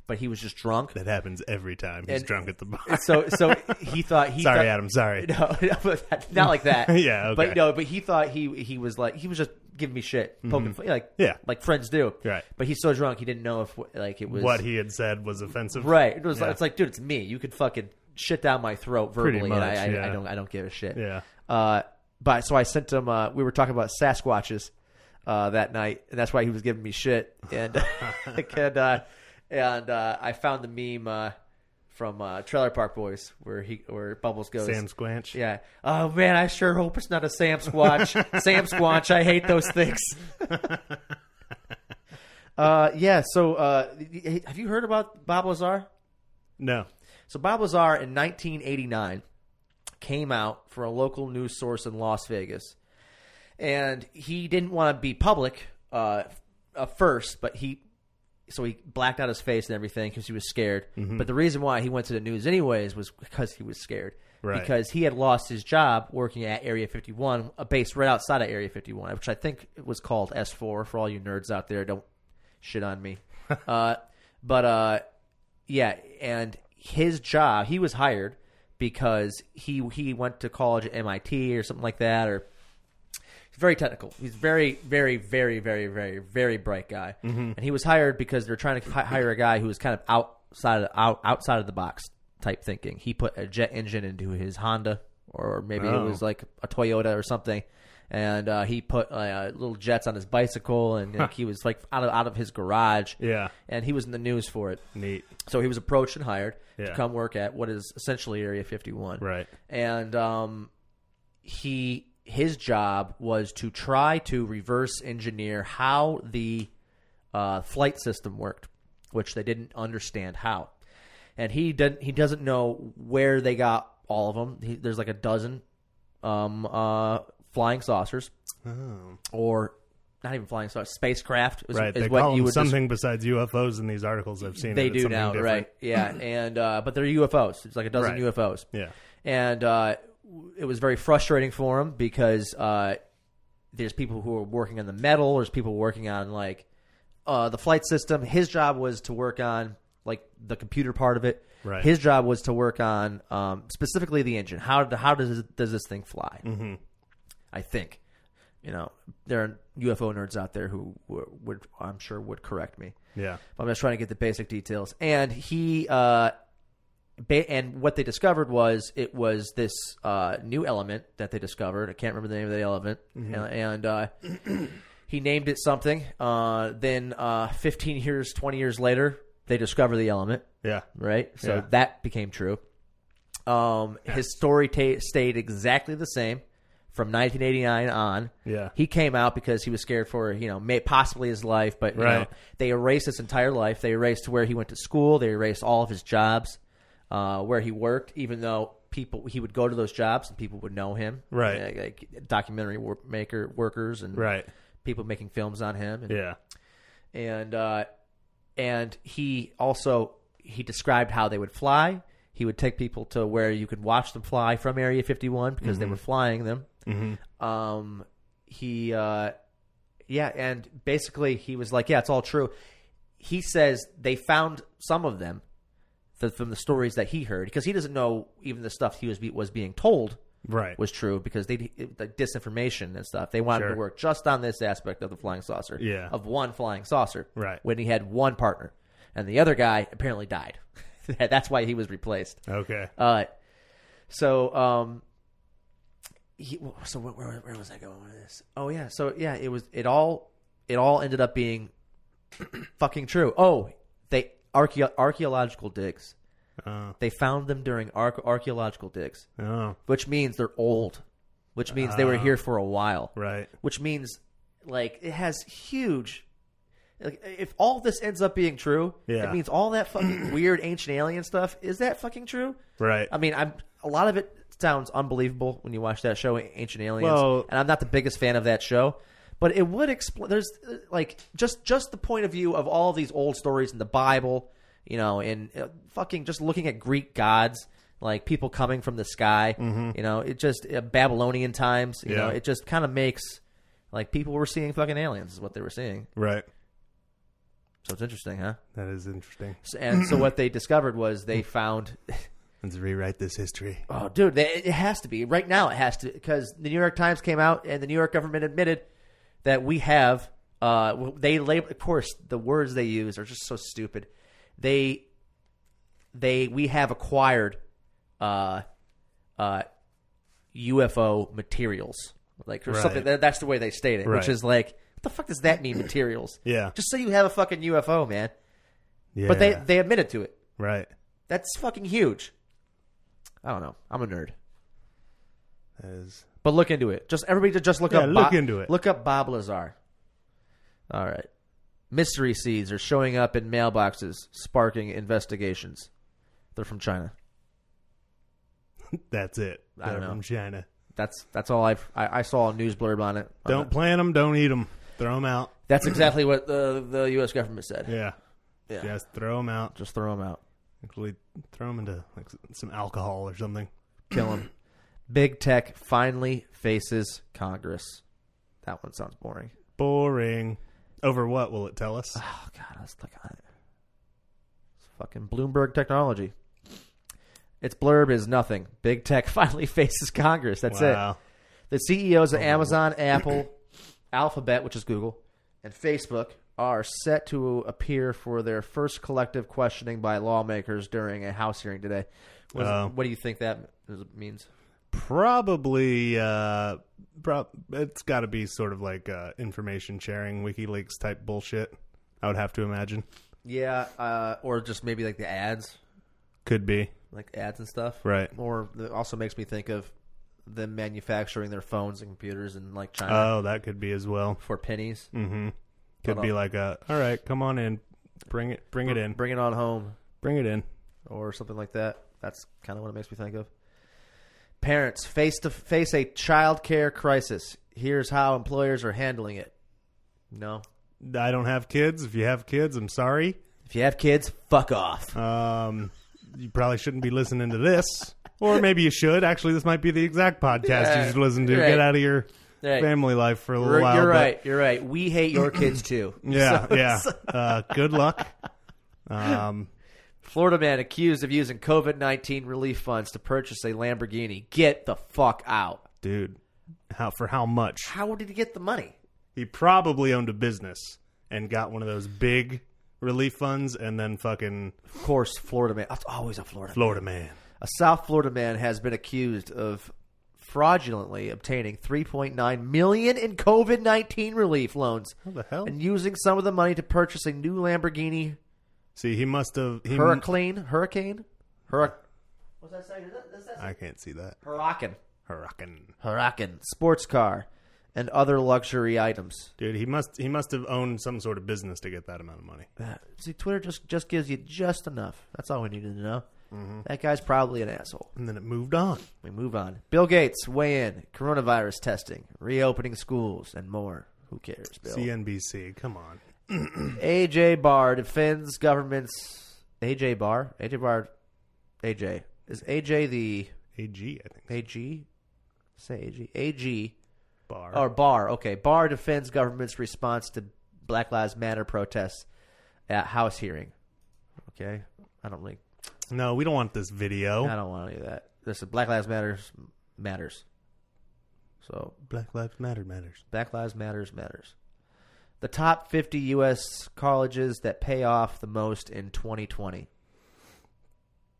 [SPEAKER 1] but he was just drunk.
[SPEAKER 2] That happens every time he's
[SPEAKER 1] And-
[SPEAKER 2] drunk at the bar.
[SPEAKER 1] So so he thought he
[SPEAKER 2] sorry,
[SPEAKER 1] thought,
[SPEAKER 2] Adam. Sorry.
[SPEAKER 1] No, no, but that- not like that.
[SPEAKER 2] Yeah, okay.
[SPEAKER 1] but no, but he thought he he was like he was just giving me shit, poking fun, like
[SPEAKER 2] Mm-hmm. Yeah.
[SPEAKER 1] like friends do.
[SPEAKER 2] Right.
[SPEAKER 1] But he's so drunk he didn't know if like it was
[SPEAKER 2] what he had said was offensive.
[SPEAKER 1] right. It was
[SPEAKER 2] Yeah.
[SPEAKER 1] it's like dude, it's me. You could fucking shit down my throat verbally,
[SPEAKER 2] much,
[SPEAKER 1] and I, I,
[SPEAKER 2] yeah.
[SPEAKER 1] I don't I don't give a shit.
[SPEAKER 2] Yeah.
[SPEAKER 1] Uh, but so I sent him. Uh, we were talking about Sasquatches uh, that night, and that's why he was giving me shit. And and uh, and uh, I found the meme uh, from uh, Trailer Park Boys, where he where Bubbles goes.
[SPEAKER 2] Sam Squanch.
[SPEAKER 1] Yeah. Oh man, I sure hope it's not a Sam Squatch. Sam Squatch, I hate those things. uh, yeah. So, uh, have you heard about Bob Lazar?
[SPEAKER 2] No.
[SPEAKER 1] So Bob Lazar in 1989 came out for a local news source in Las Vegas, and he didn't want to be public uh, uh, first, but he so he blacked out his face and everything because he was scared. But the reason why he went to the news anyways was because he was scared.
[SPEAKER 2] Right.
[SPEAKER 1] Because he had lost his job working at Area 51, a base right outside of Area 51, which I think was called S4. For all you nerds out there, don't shit on me. uh, but uh, yeah, and his job, he was hired because he he went to college at MIT or something like that, or he's very technical. He's very, very, very, very, very, very bright guy,
[SPEAKER 2] Mm-hmm.
[SPEAKER 1] and he was hired because they're trying to hi- hire a guy who was kind of outside of out, outside of the box type thinking. He put a jet engine into his Honda, or maybe it
[SPEAKER 2] Oh.
[SPEAKER 1] was like a Toyota or something. And uh, he put uh, little jets on his bicycle, and like, he was like out of out of his garage.
[SPEAKER 2] Yeah.
[SPEAKER 1] and he was in the news for it.
[SPEAKER 2] Neat.
[SPEAKER 1] So he was approached and hired to
[SPEAKER 2] Yeah.
[SPEAKER 1] come work at what is essentially Area 51.
[SPEAKER 2] Right.
[SPEAKER 1] And um, he his job was to try to reverse engineer how the uh, flight system worked, which they didn't understand how. And he didn't he doesn't know where they got all of them. He, there's like a dozen um, uh, flying saucers
[SPEAKER 2] Oh.
[SPEAKER 1] or not even flying saucers, spacecraft is,
[SPEAKER 2] Right.
[SPEAKER 1] is
[SPEAKER 2] They
[SPEAKER 1] what
[SPEAKER 2] call
[SPEAKER 1] you
[SPEAKER 2] them
[SPEAKER 1] would
[SPEAKER 2] something besides UFOs in these articles I've seen.
[SPEAKER 1] they
[SPEAKER 2] It's
[SPEAKER 1] do
[SPEAKER 2] something
[SPEAKER 1] now,
[SPEAKER 2] different.
[SPEAKER 1] right? Yeah, and uh, but they're UFOs. It's like a dozen
[SPEAKER 2] Right.
[SPEAKER 1] UFOs,
[SPEAKER 2] Yeah.
[SPEAKER 1] and uh, w- it was very frustrating for him because uh, there's people who are working on the metal. There's people working on like uh, the flight system. His job was to work on like the computer part of it.
[SPEAKER 2] Right.
[SPEAKER 1] His job was to work on um, specifically the engine. How how does does this thing fly? Mm-hmm. I think you know there are UFO nerds out there who w- would I'm sure would correct me
[SPEAKER 2] Yeah.
[SPEAKER 1] but I'm just trying to get the basic details. And he, uh, ba- and what they discovered was it was this uh, new element that they discovered. I can't remember the name of the element, and, and uh, he named it something. Uh, then, uh, 15 years, 20 years later, they discover the element
[SPEAKER 2] Yeah.
[SPEAKER 1] right? So
[SPEAKER 2] Yeah.
[SPEAKER 1] that became true. Um, His story ta stayed exactly the same from 1989 on.
[SPEAKER 2] Yeah.
[SPEAKER 1] he came out because he was scared for you know may, possibly his life, but you know,
[SPEAKER 2] Right.
[SPEAKER 1] they erased his entire life. They erased where he went to school. They erased all of his jobs, uh, where he worked, even though. People, he would go to those jobs and people would know him,
[SPEAKER 2] Right.
[SPEAKER 1] Like, like documentary wor- maker workers and
[SPEAKER 2] Right.
[SPEAKER 1] people making films on him. And,
[SPEAKER 2] Yeah.
[SPEAKER 1] and uh, and he also he described how they would fly. He would take people to where you could watch them fly from Area 51 because they were flying them. Um, he, uh, yeah, and basically he was like, yeah, it's all true. He says they found some of them th- from the stories that he heard because he doesn't know even the stuff he was be- was being told
[SPEAKER 2] Right.
[SPEAKER 1] was true because they the disinformation and stuff. They wanted him to
[SPEAKER 2] Sure.
[SPEAKER 1] work just on this aspect of the flying saucer,
[SPEAKER 2] Yeah.
[SPEAKER 1] of one flying saucer,
[SPEAKER 2] Right.
[SPEAKER 1] When he had one partner, and the other guy apparently died. That's why he was replaced.
[SPEAKER 2] Okay.
[SPEAKER 1] Uh, so um, he, so where, where, where was I going with this? Oh yeah, so yeah, it was it all it all ended up being fucking true. Oh, they archeo- archaeological digs.
[SPEAKER 2] Oh.
[SPEAKER 1] They found them during arch- archaeological digs
[SPEAKER 2] Oh.
[SPEAKER 1] which means they're old, which means they were here for a while,
[SPEAKER 2] Right.
[SPEAKER 1] which means like it has huge. Like, if all this ends up being true,
[SPEAKER 2] Yeah.
[SPEAKER 1] it means all that fucking weird ancient alien stuff is that fucking true?
[SPEAKER 2] Right.
[SPEAKER 1] I mean, I'm a lot of it sounds unbelievable when you watch that show, Ancient Aliens,
[SPEAKER 2] Well-
[SPEAKER 1] and I'm not the biggest fan of that show. But it would explain. There's uh, like just just the point of view of all these old stories in the Bible, you know, and uh, fucking just looking at Greek gods, like people coming from the sky, you know, it just uh, Babylonian times, you know,
[SPEAKER 2] Mm-hmm. Yeah.
[SPEAKER 1] it just kind of makes like people were seeing fucking aliens is what they were seeing.
[SPEAKER 2] Right.
[SPEAKER 1] So it's interesting, huh?
[SPEAKER 2] That is interesting.
[SPEAKER 1] So, and so what they discovered was they found
[SPEAKER 2] Let's rewrite this history.
[SPEAKER 1] Oh, dude, they- it has to be right now. It has to because the New York Times came out and the New York government admitted that we have. Uh, well, they label, of course, the words they use are just so stupid. They, they, we have acquired, uh, uh, UFO materials, like or
[SPEAKER 2] Right.
[SPEAKER 1] something. That, that's the way they state it, which
[SPEAKER 2] Right.
[SPEAKER 1] is like, what the fuck does that mean, materials?
[SPEAKER 2] Yeah.
[SPEAKER 1] Just say you have a fucking UFO, man.
[SPEAKER 2] Yeah.
[SPEAKER 1] But they they admitted to it.
[SPEAKER 2] Right.
[SPEAKER 1] That's fucking huge. I don't know. I'm a nerd.
[SPEAKER 2] That is
[SPEAKER 1] But look into it. Just everybody, just look
[SPEAKER 2] Yeah,
[SPEAKER 1] up.
[SPEAKER 2] look
[SPEAKER 1] Bob-
[SPEAKER 2] into it.
[SPEAKER 1] Look up Bob Lazar. All right. Mystery seeds are showing up in mailboxes, sparking investigations. They're from China.
[SPEAKER 2] that's it.
[SPEAKER 1] I don't
[SPEAKER 2] They're
[SPEAKER 1] know.
[SPEAKER 2] From China.
[SPEAKER 1] That's that's all I've. I, I saw a news blurb on it. I'm
[SPEAKER 2] Don't
[SPEAKER 1] not-
[SPEAKER 2] plant them. Don't eat them. Throw them out.
[SPEAKER 1] That's exactly what the the U.S. government said.
[SPEAKER 2] Yeah.
[SPEAKER 1] Yeah.
[SPEAKER 2] Just throw them out.
[SPEAKER 1] Just throw them out.
[SPEAKER 2] Actually, throw them into like some alcohol or something.
[SPEAKER 1] Kill them. Big tech finally faces Congress. That one sounds boring.
[SPEAKER 2] Boring. Over what will it tell us?
[SPEAKER 1] Oh god, let's look on it. It's fucking Bloomberg technology. Its blurb is nothing. Big tech finally faces Congress. That's it.
[SPEAKER 2] wow. Oh,
[SPEAKER 1] The CEOs of Amazon, Apple, Alphabet, which is Google, and Facebook are set to appear for their first collective questioning by lawmakers during a House hearing today. What, is-
[SPEAKER 2] Oh.
[SPEAKER 1] what do you think that is- means?
[SPEAKER 2] Probably. Uh, prob- it's got to be sort of like uh, information sharing, WikiLeaks type bullshit. I would have to imagine.
[SPEAKER 1] Yeah, uh, or just maybe like the ads,
[SPEAKER 2] Could be
[SPEAKER 1] like ads and stuff.
[SPEAKER 2] right.
[SPEAKER 1] Or it also makes me think of them manufacturing their phones and computers in like China
[SPEAKER 2] Oh, that could be as well.
[SPEAKER 1] for pennies.
[SPEAKER 2] Mm-hmm. Could be like a. All right, come on in. Bring it. Bring it in.
[SPEAKER 1] Bring it on home
[SPEAKER 2] Bring it in.
[SPEAKER 1] or something like that. That's kind of what it makes me think of. Parents face to face a child care crisis. Here's how employers are handling it. No.
[SPEAKER 2] I don't have kids. If you have kids, I'm sorry.
[SPEAKER 1] If you have kids, fuck off.
[SPEAKER 2] Um, you probably shouldn't be listening to this, or maybe you should. Actually, this might be the exact podcast
[SPEAKER 1] Yeah,
[SPEAKER 2] you should listen to.
[SPEAKER 1] right.
[SPEAKER 2] Get out of your
[SPEAKER 1] Right.
[SPEAKER 2] family life for a little
[SPEAKER 1] You're,
[SPEAKER 2] while.
[SPEAKER 1] you're
[SPEAKER 2] but-
[SPEAKER 1] right. You're right. We hate your kids too.
[SPEAKER 2] Yeah, yeah. Uh, good luck. Um,
[SPEAKER 1] Florida man accused of using COVID 19 relief funds to purchase a Lamborghini. Get the fuck out.
[SPEAKER 2] dude, how for how much?
[SPEAKER 1] How did he get the money?
[SPEAKER 2] He probably owned a business and got one of those big relief funds, and then fucking
[SPEAKER 1] Of course, Florida man. That's always a Florida.
[SPEAKER 2] Florida man.
[SPEAKER 1] A South Florida man has been accused of fraudulently obtaining 3.9 million in COVID-19 relief loans
[SPEAKER 2] What the hell?
[SPEAKER 1] and using some of the money to purchase a new Lamborghini
[SPEAKER 2] See, he must have. He,
[SPEAKER 1] Hurricane. Hurricane. Hurricane. What's that saying? Is that, is that
[SPEAKER 2] I can't see that.
[SPEAKER 1] Hurricane.
[SPEAKER 2] Hurricane,
[SPEAKER 1] Hurricane. Sports car and other luxury items.
[SPEAKER 2] dude. He must. He must have owned some sort of business to get that amount of money.
[SPEAKER 1] Uh, See, Twitter just just gives you just enough. That's all we needed to know.
[SPEAKER 2] Mm-hmm.
[SPEAKER 1] That guy's probably an asshole.
[SPEAKER 2] and then it moved on.
[SPEAKER 1] We move on. Bill Gates weigh in. Coronavirus testing, reopening schools, and more. Who cares, Bill?
[SPEAKER 2] CNBC, come on.
[SPEAKER 1] AJ Barr defends government's AJ Barr. AJ Barr. AJ is AJ the
[SPEAKER 2] AG, I think.
[SPEAKER 1] AG. Say AG. AG
[SPEAKER 2] Bar.
[SPEAKER 1] or Barr. Okay, Barr defends government's response to Black Lives Matter protests at House hearing. Okay, I don't really
[SPEAKER 2] No, we don't want this video.
[SPEAKER 1] I don't want any of that. Listen, Black Lives Matters matters. So
[SPEAKER 2] Black Lives Matter matters.
[SPEAKER 1] Black Lives Matters matters. The top 50 U.S. colleges that pay off the most in 2020.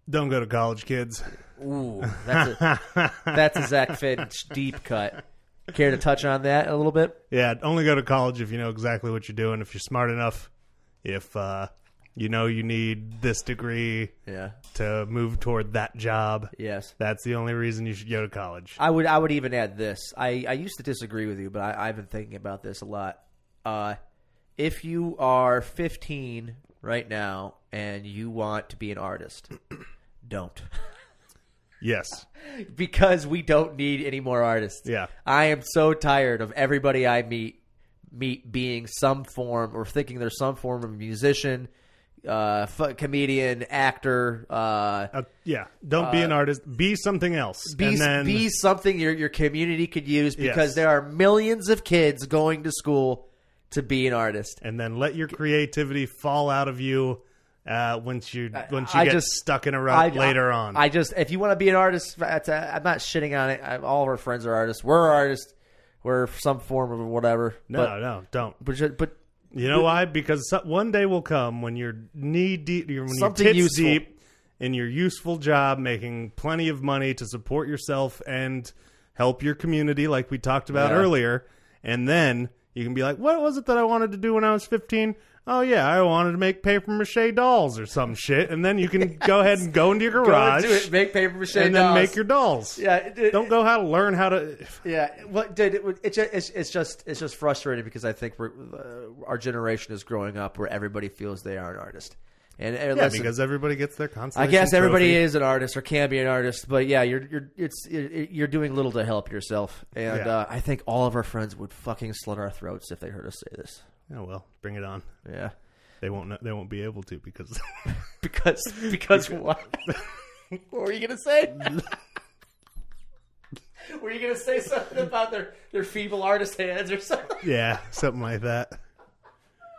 [SPEAKER 2] Don't go to college, kids.
[SPEAKER 1] Ooh, that's a, that's a Zach Finch deep cut. Care to touch on that a little bit?
[SPEAKER 2] Yeah, only go to college if you know exactly what you're doing, if you're smart enough, if uh, you know you need this degree
[SPEAKER 1] Yeah.
[SPEAKER 2] to move toward that job.
[SPEAKER 1] Yes.
[SPEAKER 2] That's the only reason you should go to college.
[SPEAKER 1] I would I would even add this. I, I used to disagree with you, but I, I've been thinking about this a lot. Uh, if you are 15 right now and you want to be an artist, don't.
[SPEAKER 2] Yes.
[SPEAKER 1] because we don't need any more artists.
[SPEAKER 2] Yeah.
[SPEAKER 1] I am so tired of everybody I meet meet being some form or thinking they're some form of musician, uh, f- comedian, actor, uh,
[SPEAKER 2] Uh, yeah. Don't be an artist. Be something else.
[SPEAKER 1] be,
[SPEAKER 2] and then
[SPEAKER 1] be something your your community could use because
[SPEAKER 2] Yes.
[SPEAKER 1] there are millions of kids going to school to be an artist.
[SPEAKER 2] and then let your creativity fall out of you uh, once you once you
[SPEAKER 1] I
[SPEAKER 2] get
[SPEAKER 1] just-
[SPEAKER 2] stuck in a rut later on.
[SPEAKER 1] I just if you want to be an artist, that's i I'm not shitting on it. I, all of our friends are artists. We're artists. We're some form of whatever.
[SPEAKER 2] no,
[SPEAKER 1] but,
[SPEAKER 2] no, don't.
[SPEAKER 1] but ju- but
[SPEAKER 2] You know why? Because so- one day will come when you're knee deep, you're- when
[SPEAKER 1] Something
[SPEAKER 2] you're tits
[SPEAKER 1] useful.
[SPEAKER 2] deep in your useful job, making plenty of money to support yourself and help your community, like we talked about
[SPEAKER 1] Yeah.
[SPEAKER 2] earlier. And then you can be like, "What was it that I wanted to do when I was 15? "Oh yeah, I wanted to make paper mache dolls or some shit," and then you can go ahead and go into your garage
[SPEAKER 1] do it. Make paper mache
[SPEAKER 2] and then
[SPEAKER 1] dolls.
[SPEAKER 2] make your dolls.
[SPEAKER 1] Yeah, it- it-
[SPEAKER 2] don't go how to learn how to.
[SPEAKER 1] Yeah, well, dude, it, would- it, ju- it's, it's just it's just frustrating because I think we're, uh, our generation is growing up where everybody feels they are an artist, and, and
[SPEAKER 2] Yeah,
[SPEAKER 1] listen,
[SPEAKER 2] because everybody gets their constellation.
[SPEAKER 1] I guess everybody
[SPEAKER 2] trophy.
[SPEAKER 1] is an artist or can be an artist, but yeah, you're you're it's you're you're doing little to help yourself, and
[SPEAKER 2] Yeah.
[SPEAKER 1] uh, I think all of our friends would fucking slit our throats if they heard us say this.
[SPEAKER 2] Oh well, bring it on.
[SPEAKER 1] Yeah,
[SPEAKER 2] They won't. know- They won't be able to because
[SPEAKER 1] because because what? what were you gonna say? were you gonna say something about their their feeble artist hands or something?
[SPEAKER 2] yeah, something like that.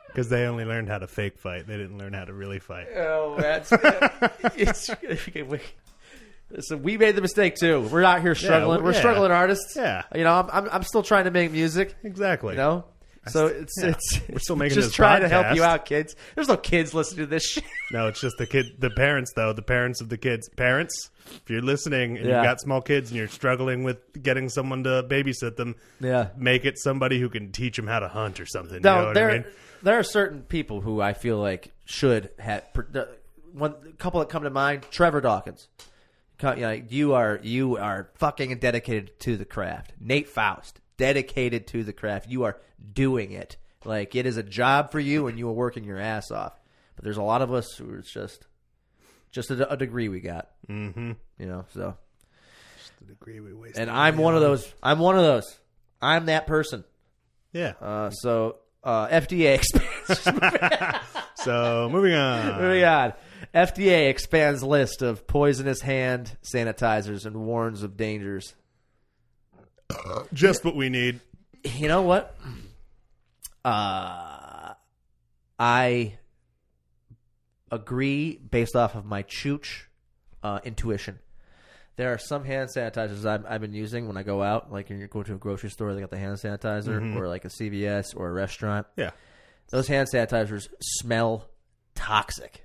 [SPEAKER 2] Because they only learned how to fake fight. They didn't learn how to really fight.
[SPEAKER 1] Oh, that's it's okay. We, listen, we made the mistake too. We're out here struggling.
[SPEAKER 2] well,
[SPEAKER 1] We're
[SPEAKER 2] yeah.
[SPEAKER 1] struggling artists.
[SPEAKER 2] Yeah.
[SPEAKER 1] you know, I'm, I'm I'm still trying to make music.
[SPEAKER 2] Exactly.
[SPEAKER 1] You know, so it's
[SPEAKER 2] yeah.
[SPEAKER 1] it's
[SPEAKER 2] We're still making
[SPEAKER 1] just
[SPEAKER 2] this
[SPEAKER 1] trying to help
[SPEAKER 2] podcast.
[SPEAKER 1] you out, kids. There's no kids listening to this shit.
[SPEAKER 2] No, it's just the kid, the parents though, the parents of the kids. Parents, if you're listening and
[SPEAKER 1] Yeah.
[SPEAKER 2] you've got small kids and you're struggling with getting someone to babysit them,
[SPEAKER 1] Yeah.
[SPEAKER 2] make it somebody who can teach them how to hunt or something.
[SPEAKER 1] No,
[SPEAKER 2] you know what
[SPEAKER 1] there
[SPEAKER 2] I mean?
[SPEAKER 1] there are certain people who I feel like should have per- the- one a couple that come to mind. Trevor Dawkins, Co- you, know, you are you are fucking dedicated to the craft. Nate Faust, dedicated to the craft. You are doing it like it is a job for you, and you are working your ass off. But there's a lot of us who it's just just a, a degree we got, mm-hmm. you know. So,
[SPEAKER 2] To the degree we waste.
[SPEAKER 1] and I'm one of those. I'm one of those. I'm that person.
[SPEAKER 2] yeah.
[SPEAKER 1] Uh, so uh, FDA expands.
[SPEAKER 2] so moving on.
[SPEAKER 1] Moving on. FDA expands list of poisonous hand sanitizers and warns of dangers.
[SPEAKER 2] Just what we need.
[SPEAKER 1] You know what? Uh, I agree based off of my chooch uh, intuition. There are some hand sanitizers I'm, I've been using when I go out, like when you're going to a grocery store, they got the hand sanitizer, or like a CVS or a restaurant.
[SPEAKER 2] Yeah.
[SPEAKER 1] Those hand sanitizers smell toxic.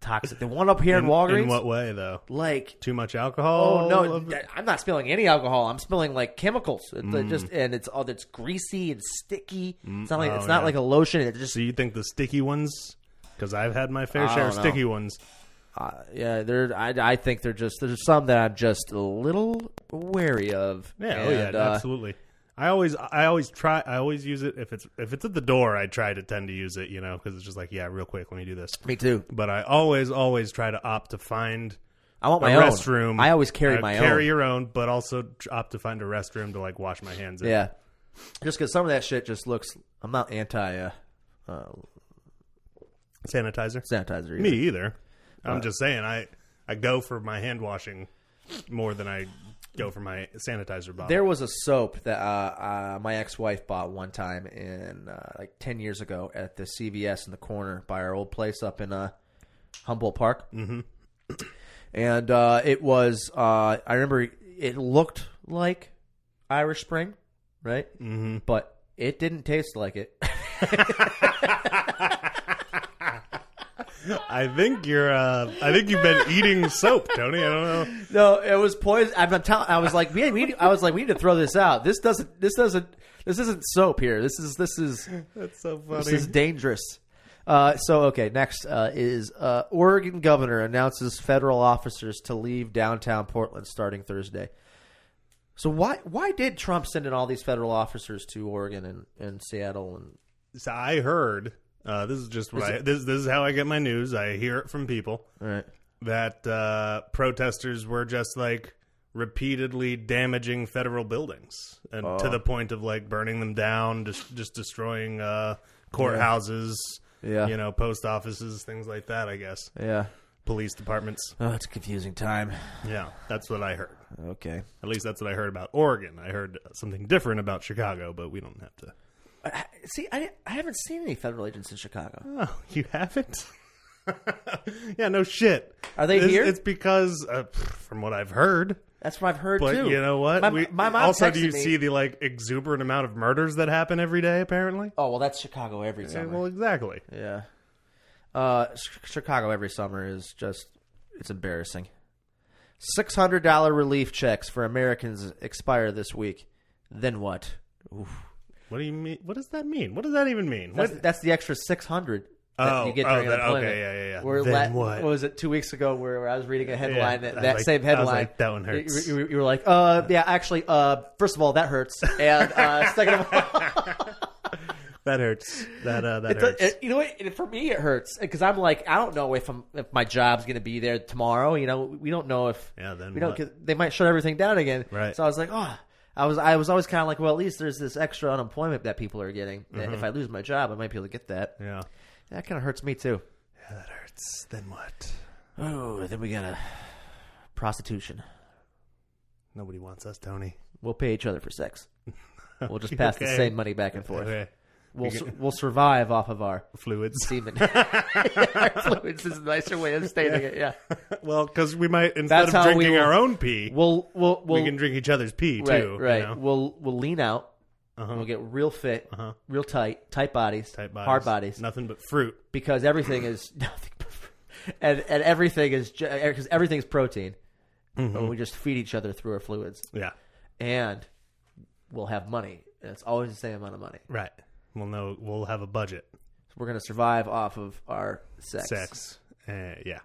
[SPEAKER 1] toxic. The one up here in, Walgreens,
[SPEAKER 2] In what way though?
[SPEAKER 1] like
[SPEAKER 2] Too much alcohol?
[SPEAKER 1] Oh no! th- I'm not spilling any alcohol. I'm spilling like chemicals. It, it just and it's all it's greasy and sticky. It's not like it's
[SPEAKER 2] Mm. oh,
[SPEAKER 1] not
[SPEAKER 2] yeah.
[SPEAKER 1] like a lotion. It just
[SPEAKER 2] So you think the sticky ones? Because I've had my fair
[SPEAKER 1] I
[SPEAKER 2] share of
[SPEAKER 1] don't know.
[SPEAKER 2] sticky ones.
[SPEAKER 1] uh, yeah. They're I, I think they're just there's some that I'm just a little wary of.
[SPEAKER 2] Yeah, oh
[SPEAKER 1] And,
[SPEAKER 2] yeah,
[SPEAKER 1] uh,
[SPEAKER 2] absolutely. I always, I always try, I always use it if it's if it's at the door. I try to tend to use it, you know, because it's just like, yeah, real quick, let me do this.
[SPEAKER 1] Me too.
[SPEAKER 2] But I always, always try to opt to find
[SPEAKER 1] I want
[SPEAKER 2] a
[SPEAKER 1] my own
[SPEAKER 2] restroom.
[SPEAKER 1] I always carry
[SPEAKER 2] Uh,
[SPEAKER 1] my
[SPEAKER 2] Carry
[SPEAKER 1] own.
[SPEAKER 2] your own, but also tr- opt to find a restroom to like wash my hands. In.
[SPEAKER 1] Yeah, just because some of that shit just looks. I'm not anti uh, uh,
[SPEAKER 2] sanitizer.
[SPEAKER 1] sanitizer. either.
[SPEAKER 2] Me either. I'm just saying, I I go for my hand washing more than I go for my sanitizer bottle.
[SPEAKER 1] There was a soap that uh, uh, my ex-wife bought one time in uh, like ten years ago at the CVS in the corner by our old place up in uh, Humboldt Park, mm-hmm. and uh, it was uh, I remember it looked like Irish Spring, right? Mm-hmm. But it didn't taste like it.
[SPEAKER 2] I think you're, uh, I think you've been eating soap, Tony. I don't know.
[SPEAKER 1] no, it was poison. I'm not telling. I was like, we, we, I was like, we need to throw this out. This doesn't. This doesn't. This isn't soap here. This is. This is.
[SPEAKER 2] That's so
[SPEAKER 1] This
[SPEAKER 2] funny.
[SPEAKER 1] is dangerous. Uh, so okay, next uh, is uh, Oregon governor announces federal officers to leave downtown Portland starting Thursday. So why why did Trump send in all these federal officers to Oregon and, and Seattle and
[SPEAKER 2] so I heard uh, this is just what I, this this is how I get my news. I hear it from people
[SPEAKER 1] all right?
[SPEAKER 2] that uh, protesters were just like repeatedly damaging federal buildings and to the point of like burning them down, just just destroying uh, courthouses,
[SPEAKER 1] Yeah.
[SPEAKER 2] you know, post offices, things like that. I guess
[SPEAKER 1] Yeah,
[SPEAKER 2] police departments.
[SPEAKER 1] oh, it's a confusing time.
[SPEAKER 2] Yeah, that's what I heard.
[SPEAKER 1] Okay,
[SPEAKER 2] At least that's what I heard about Oregon. I heard something different about Chicago, but we don't have to.
[SPEAKER 1] see, I I haven't seen any federal agents in Chicago.
[SPEAKER 2] Oh, you haven't? yeah, no shit.
[SPEAKER 1] Are they
[SPEAKER 2] it's,
[SPEAKER 1] here?
[SPEAKER 2] It's because, uh, pff, from what I've heard.
[SPEAKER 1] That's what I've heard
[SPEAKER 2] But
[SPEAKER 1] too.
[SPEAKER 2] you know what?
[SPEAKER 1] My,
[SPEAKER 2] We-
[SPEAKER 1] my mom
[SPEAKER 2] also, do
[SPEAKER 1] texted
[SPEAKER 2] you
[SPEAKER 1] me-
[SPEAKER 2] see the like exuberant amount of murders that happen every day? Apparently.
[SPEAKER 1] Oh well, that's Chicago every
[SPEAKER 2] Yeah,
[SPEAKER 1] summer.
[SPEAKER 2] well, exactly.
[SPEAKER 1] Yeah. Uh, Ch- Chicago every summer is just it's embarrassing. Six hundred dollar relief checks for Americans expire this week. Then what? Oof.
[SPEAKER 2] What do you mean? What does that mean? What does that even mean?
[SPEAKER 1] That's,
[SPEAKER 2] What-
[SPEAKER 1] that's the extra six hundred that
[SPEAKER 2] Oh,
[SPEAKER 1] you get
[SPEAKER 2] oh,
[SPEAKER 1] during
[SPEAKER 2] that-
[SPEAKER 1] employment.
[SPEAKER 2] okay, yeah, yeah, yeah.
[SPEAKER 1] Where
[SPEAKER 2] Then
[SPEAKER 1] la-
[SPEAKER 2] what?
[SPEAKER 1] was it two weeks ago where, where I was reading a headline
[SPEAKER 2] Yeah,
[SPEAKER 1] that,
[SPEAKER 2] I
[SPEAKER 1] that
[SPEAKER 2] like-
[SPEAKER 1] same
[SPEAKER 2] I was
[SPEAKER 1] headline?
[SPEAKER 2] like, that one hurts.
[SPEAKER 1] You, you- you were like, uh, yeah, actually, uh, first of all, that hurts, and uh, second of all,
[SPEAKER 2] that hurts. That uh, that
[SPEAKER 1] It does-
[SPEAKER 2] hurts.
[SPEAKER 1] it- you know what? It, for me, it hurts because I'm like, I don't know if I'm, if my job's going to be there tomorrow. You know, we don't know if
[SPEAKER 2] Yeah, then
[SPEAKER 1] we don't.
[SPEAKER 2] what?
[SPEAKER 1] Get, they might shut everything down again.
[SPEAKER 2] Right.
[SPEAKER 1] So I was like, oh, I was I was always kind of like, well, at least there's this extra unemployment that people are getting. That
[SPEAKER 2] Mm-hmm.
[SPEAKER 1] If I lose my job, I might be able to get that.
[SPEAKER 2] yeah.
[SPEAKER 1] That kind of hurts me too.
[SPEAKER 2] yeah, that hurts. Then what?
[SPEAKER 1] Oh, then we got a prostitution.
[SPEAKER 2] Nobody wants us, Tony.
[SPEAKER 1] We'll pay each other for sex. We'll just pass the
[SPEAKER 2] Okay.
[SPEAKER 1] same money back and forth.
[SPEAKER 2] Okay.
[SPEAKER 1] We'll su- we'll survive off of our
[SPEAKER 2] Fluids.
[SPEAKER 1] semen. our fluids is a nicer way of stating it. Yeah.
[SPEAKER 2] well, because we might instead
[SPEAKER 1] That's
[SPEAKER 2] of
[SPEAKER 1] how we
[SPEAKER 2] drinking
[SPEAKER 1] will-
[SPEAKER 2] our own pee,
[SPEAKER 1] We'll we'll we'll
[SPEAKER 2] we can drink each other's pee
[SPEAKER 1] right
[SPEAKER 2] too.
[SPEAKER 1] right.
[SPEAKER 2] You know? Uh-huh.
[SPEAKER 1] We'll we'll lean out. We'll get real fit, real tight, tight bodies,
[SPEAKER 2] Tight bodies.
[SPEAKER 1] hard bodies,
[SPEAKER 2] Nothing but fruit.
[SPEAKER 1] because everything is nothing, but- and and everything is because everything's protein,
[SPEAKER 2] Mm-hmm.
[SPEAKER 1] and we just feed each other through our fluids,
[SPEAKER 2] Oh, Yeah.
[SPEAKER 1] and we'll have money. And it's always the same amount of money.
[SPEAKER 2] Right. We'll know. We'll have a budget.
[SPEAKER 1] So we're gonna survive off of our sex.
[SPEAKER 2] Sex. Uh, yeah.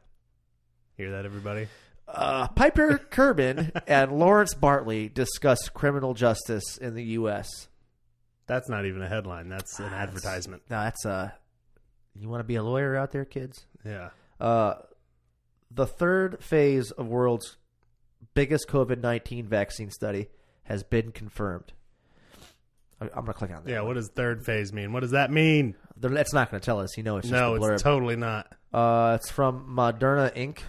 [SPEAKER 2] Hear that, everybody?
[SPEAKER 1] Uh, Piper Kerbin and Lawrence Bartley discuss criminal justice in the U.S.
[SPEAKER 2] That's not even a headline. That's an advertisement.
[SPEAKER 1] Now that's uh, you want to be a lawyer out there, kids?
[SPEAKER 2] Yeah.
[SPEAKER 1] Uh, the third phase of world's biggest COVID nineteen vaccine study has been confirmed. I- I'm gonna click on that.
[SPEAKER 2] Yeah. What does third phase mean? What does that mean?
[SPEAKER 1] They're- That's not gonna tell us. You know, it's just
[SPEAKER 2] No,
[SPEAKER 1] a blurb.
[SPEAKER 2] it's totally not.
[SPEAKER 1] uh, it's from Moderna Inc.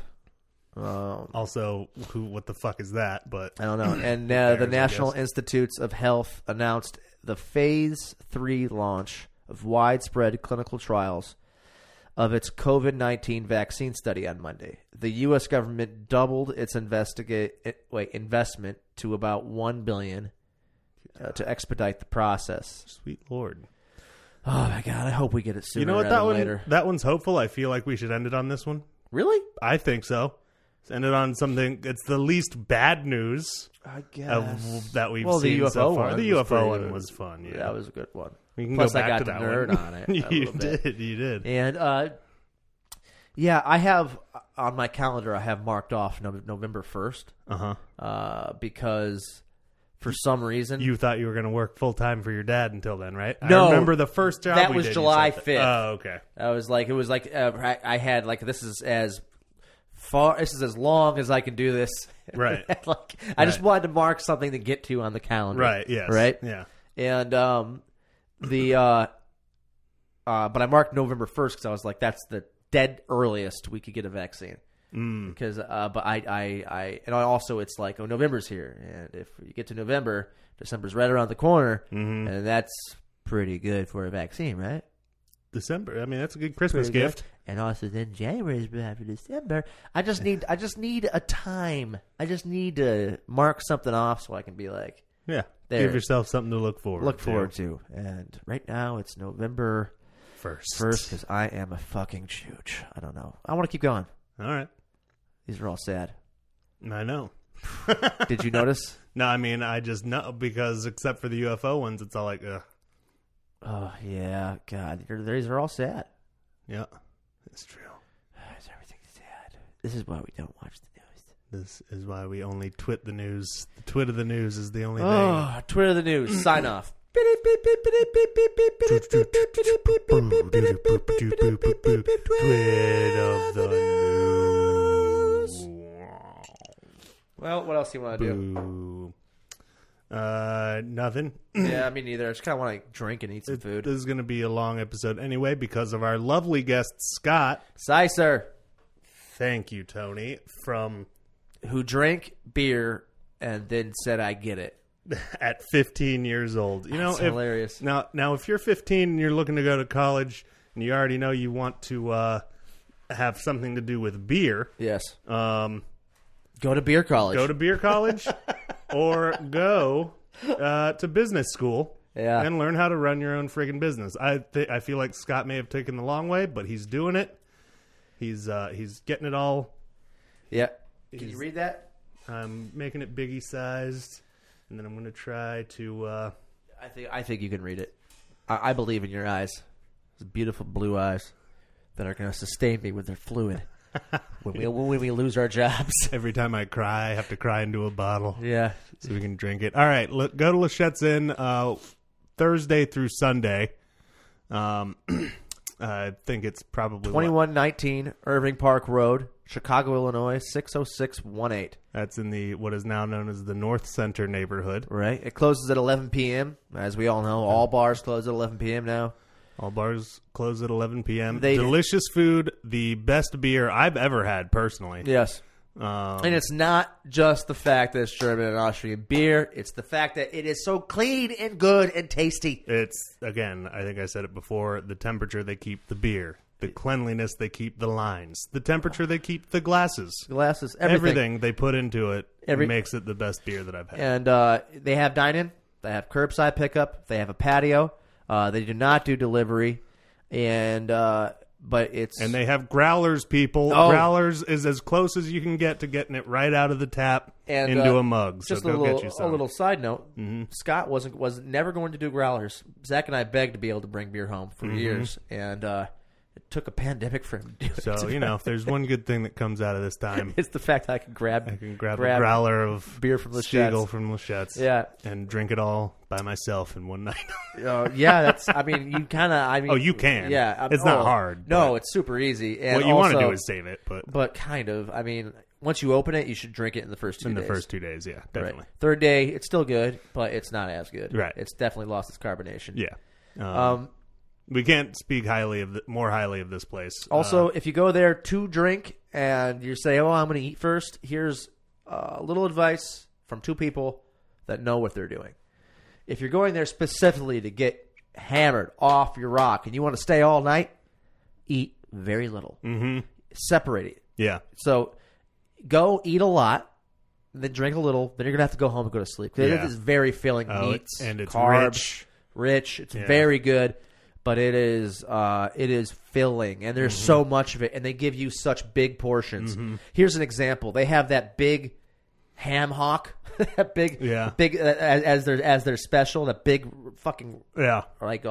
[SPEAKER 1] Um,
[SPEAKER 2] Also, who? What the fuck is that? But
[SPEAKER 1] I don't know. And uh, the
[SPEAKER 2] cares, I
[SPEAKER 1] National
[SPEAKER 2] guess.
[SPEAKER 1] Institutes of Health announced the phase three launch of widespread clinical trials of its COVID 19 vaccine study on Monday. The U.S. government doubled its investigate, it- wait, investment to about $1 billion, uh, to expedite the process.
[SPEAKER 2] sweet lord.
[SPEAKER 1] Oh, my God. I hope we get it sooner
[SPEAKER 2] You know what
[SPEAKER 1] rather
[SPEAKER 2] that
[SPEAKER 1] than
[SPEAKER 2] one?
[SPEAKER 1] later.
[SPEAKER 2] That one's hopeful. I feel like we should end it on this one.
[SPEAKER 1] Really?
[SPEAKER 2] I think so. Let's end it on something. It's the least bad news
[SPEAKER 1] I
[SPEAKER 2] of, that we've
[SPEAKER 1] Well, the
[SPEAKER 2] seen
[SPEAKER 1] UFO
[SPEAKER 2] so far.
[SPEAKER 1] one
[SPEAKER 2] the
[SPEAKER 1] was
[SPEAKER 2] UFO
[SPEAKER 1] pretty
[SPEAKER 2] one
[SPEAKER 1] good.
[SPEAKER 2] was fun. Yeah,
[SPEAKER 1] That was a good one.
[SPEAKER 2] we can
[SPEAKER 1] Plus,
[SPEAKER 2] go back
[SPEAKER 1] I got
[SPEAKER 2] to
[SPEAKER 1] the
[SPEAKER 2] that
[SPEAKER 1] nerd
[SPEAKER 2] one.
[SPEAKER 1] on it. a
[SPEAKER 2] you
[SPEAKER 1] little bit.
[SPEAKER 2] did. You did.
[SPEAKER 1] And uh, yeah, I have on my calendar. I have marked off Nov November first
[SPEAKER 2] Uh huh.
[SPEAKER 1] uh, because for some reason
[SPEAKER 2] You thought you were going to work full time for your dad until then, right?
[SPEAKER 1] No.
[SPEAKER 2] I remember the first job.
[SPEAKER 1] That
[SPEAKER 2] we
[SPEAKER 1] was
[SPEAKER 2] did, you
[SPEAKER 1] July
[SPEAKER 2] said that.
[SPEAKER 1] 5th.
[SPEAKER 2] Oh, okay.
[SPEAKER 1] I was like, it was like uh, I, I had like this is as far this is as long as I can do this.
[SPEAKER 2] Right.
[SPEAKER 1] like I just wanted to mark something to get to on the calendar.
[SPEAKER 2] Right. Yes.
[SPEAKER 1] Right.
[SPEAKER 2] Yeah.
[SPEAKER 1] And um, the uh, uh, but I marked November first because I was like, that's the dead earliest we could get a vaccine.
[SPEAKER 2] Mm.
[SPEAKER 1] Because uh, but I, I I and I also it's like oh November's here and if you get to November December's right around the corner
[SPEAKER 2] Mm. Mm-hmm.
[SPEAKER 1] and that's pretty good for a vaccine right
[SPEAKER 2] December. I mean, that's a good Christmas
[SPEAKER 1] Pretty good.
[SPEAKER 2] gift.
[SPEAKER 1] and also then January's after December I just need I just need a time I just need to mark something off so I can be like
[SPEAKER 2] Yeah.
[SPEAKER 1] There.
[SPEAKER 2] Give yourself something to look forward.
[SPEAKER 1] look
[SPEAKER 2] to
[SPEAKER 1] forward to and right now it's November
[SPEAKER 2] first.
[SPEAKER 1] first because I am a fucking chooch. I don't know. I want to keep going.
[SPEAKER 2] All right.
[SPEAKER 1] These are all sad.
[SPEAKER 2] I know.
[SPEAKER 1] Did you notice?
[SPEAKER 2] No, I mean, I just know because except for the UFO ones, it's all like, ugh.
[SPEAKER 1] Oh yeah, God, you're, these are all sad.
[SPEAKER 2] Yeah. It's true.
[SPEAKER 1] Is everything sad? This is why we don't watch the news.
[SPEAKER 2] This is why we only twit the news. The twit of the news is the only thing.
[SPEAKER 1] Oh, Twitter the news. Sign off.
[SPEAKER 2] Twit of the news.
[SPEAKER 1] Well, what else do you want to do?
[SPEAKER 2] Boo. Uh, nothing.
[SPEAKER 1] Yeah, me neither. I just kind of want to drink and eat some
[SPEAKER 2] This
[SPEAKER 1] food.
[SPEAKER 2] is going to be a long episode anyway because of our lovely guest Scott.
[SPEAKER 1] Sicer,
[SPEAKER 2] Thank you, Tony, from
[SPEAKER 1] who drank beer and then said, "I get it."
[SPEAKER 2] at 15 years old. You know,
[SPEAKER 1] That's
[SPEAKER 2] if-
[SPEAKER 1] hilarious.
[SPEAKER 2] Now, now, if you're 15 and you're looking to go to college, and you already know you want to uh, have something to do with beer,
[SPEAKER 1] Yes.
[SPEAKER 2] um,
[SPEAKER 1] Go to beer college.
[SPEAKER 2] go to beer college or go uh, to business school.
[SPEAKER 1] Yeah.
[SPEAKER 2] and learn how to run your own friggin' business. I th- I feel like Scott may have taken the long way, but he's doing it. He's uh, he's getting it all.
[SPEAKER 1] Yeah. Can you read that?
[SPEAKER 2] I'm making it biggie sized, and then I'm going to try to. Uh,
[SPEAKER 1] I think I think you can read it. I, I believe in your eyes. Those beautiful blue eyes that are going to sustain me with their fluid when we when we lose our jobs.
[SPEAKER 2] Every time I cry, I have to cry into a bottle
[SPEAKER 1] yeah.
[SPEAKER 2] so we can drink it. All right, l- go to Lachette's Inn uh, Thursday through Sunday. Um, I think it's probably
[SPEAKER 1] 2119 Irving Park Road, Chicago, Illinois 60618.
[SPEAKER 2] That's in the what is now known as the North Center neighborhood.
[SPEAKER 1] Right? It closes at 11 p.m. As we all know, all bars close at 11 p.m. now.
[SPEAKER 2] All bars close at 11 p.m.
[SPEAKER 1] They-
[SPEAKER 2] Delicious food, the best beer I've ever had personally.
[SPEAKER 1] Yes.
[SPEAKER 2] Um,
[SPEAKER 1] And it's not just the fact that it's German and Austrian beer, it's the fact that it is so clean and good and tasty.
[SPEAKER 2] it's again, I think I said it before. The temperature they keep the beer, the cleanliness they keep the lines, the temperature they keep the glasses.
[SPEAKER 1] Glasses,
[SPEAKER 2] Everything,
[SPEAKER 1] everything.
[SPEAKER 2] they put into it
[SPEAKER 1] Every-
[SPEAKER 2] makes it the best beer that I've had.
[SPEAKER 1] And uh, they have dine in, they have curbside pickup, they have a patio. Uh, they do not do delivery. And, uh, but it's.
[SPEAKER 2] And they have growlers, people.
[SPEAKER 1] Oh.
[SPEAKER 2] Growlers is as close as you can get to getting it right out of the tap
[SPEAKER 1] and
[SPEAKER 2] into
[SPEAKER 1] uh,
[SPEAKER 2] a mug. So
[SPEAKER 1] Just
[SPEAKER 2] go
[SPEAKER 1] a little,
[SPEAKER 2] get you some. Mm-hmm.
[SPEAKER 1] a little side note: Scott wasn't was never going to do growlers. Zach and I begged to be able to bring beer home for
[SPEAKER 2] Mm-hmm.
[SPEAKER 1] years, and uh, it took a pandemic for him to do it.
[SPEAKER 2] so you know, if there's one good thing that comes out of this time,
[SPEAKER 1] it's the fact that I can grab,
[SPEAKER 2] I can grab, a growler of
[SPEAKER 1] beer from Lachette's.
[SPEAKER 2] Stiegel from Lachette's.
[SPEAKER 1] Yeah.
[SPEAKER 2] and drink it all by myself in one night.
[SPEAKER 1] Uh, yeah, that's. I mean, you kind of. I mean,
[SPEAKER 2] Oh, you can.
[SPEAKER 1] Yeah, I-
[SPEAKER 2] It's not
[SPEAKER 1] oh,
[SPEAKER 2] hard,
[SPEAKER 1] No,
[SPEAKER 2] but-
[SPEAKER 1] it's super easy. And
[SPEAKER 2] what you want to
[SPEAKER 1] also-
[SPEAKER 2] do is save it, but
[SPEAKER 1] but kind of. I mean, once you open it, you should drink it in the first two
[SPEAKER 2] in the
[SPEAKER 1] days.
[SPEAKER 2] first two days, yeah,
[SPEAKER 1] Right.
[SPEAKER 2] definitely,
[SPEAKER 1] Third day, it's still good, but it's not as good.
[SPEAKER 2] Right.
[SPEAKER 1] It's definitely lost its carbonation.
[SPEAKER 2] yeah. Um,
[SPEAKER 1] Um,
[SPEAKER 2] we can't speak highly of the, more highly of this place. Uh,
[SPEAKER 1] Also, if you go there to drink and you say, "Oh, I'm going to eat first, here's uh, a little advice from two people that know what they're doing. If you're going there specifically to get hammered off your rock and you want to stay all night, eat very little. Mm-hmm. Separate it.
[SPEAKER 2] yeah,
[SPEAKER 1] So go eat a lot, then drink a little. Then you're gonna have to go home and go to sleep. It
[SPEAKER 2] Yeah.
[SPEAKER 1] is very filling
[SPEAKER 2] Oh,
[SPEAKER 1] meats
[SPEAKER 2] and it's
[SPEAKER 1] carbs,
[SPEAKER 2] rich.
[SPEAKER 1] rich. It's very good, but it is uh, it is filling, and there's
[SPEAKER 2] Mm-hmm.
[SPEAKER 1] so much of it, and they give you such big portions. Here's an example: they have that big ham hock, that big,
[SPEAKER 2] Yeah.
[SPEAKER 1] big uh, as, as their as their special, that big fucking
[SPEAKER 2] yeah.
[SPEAKER 1] like uh,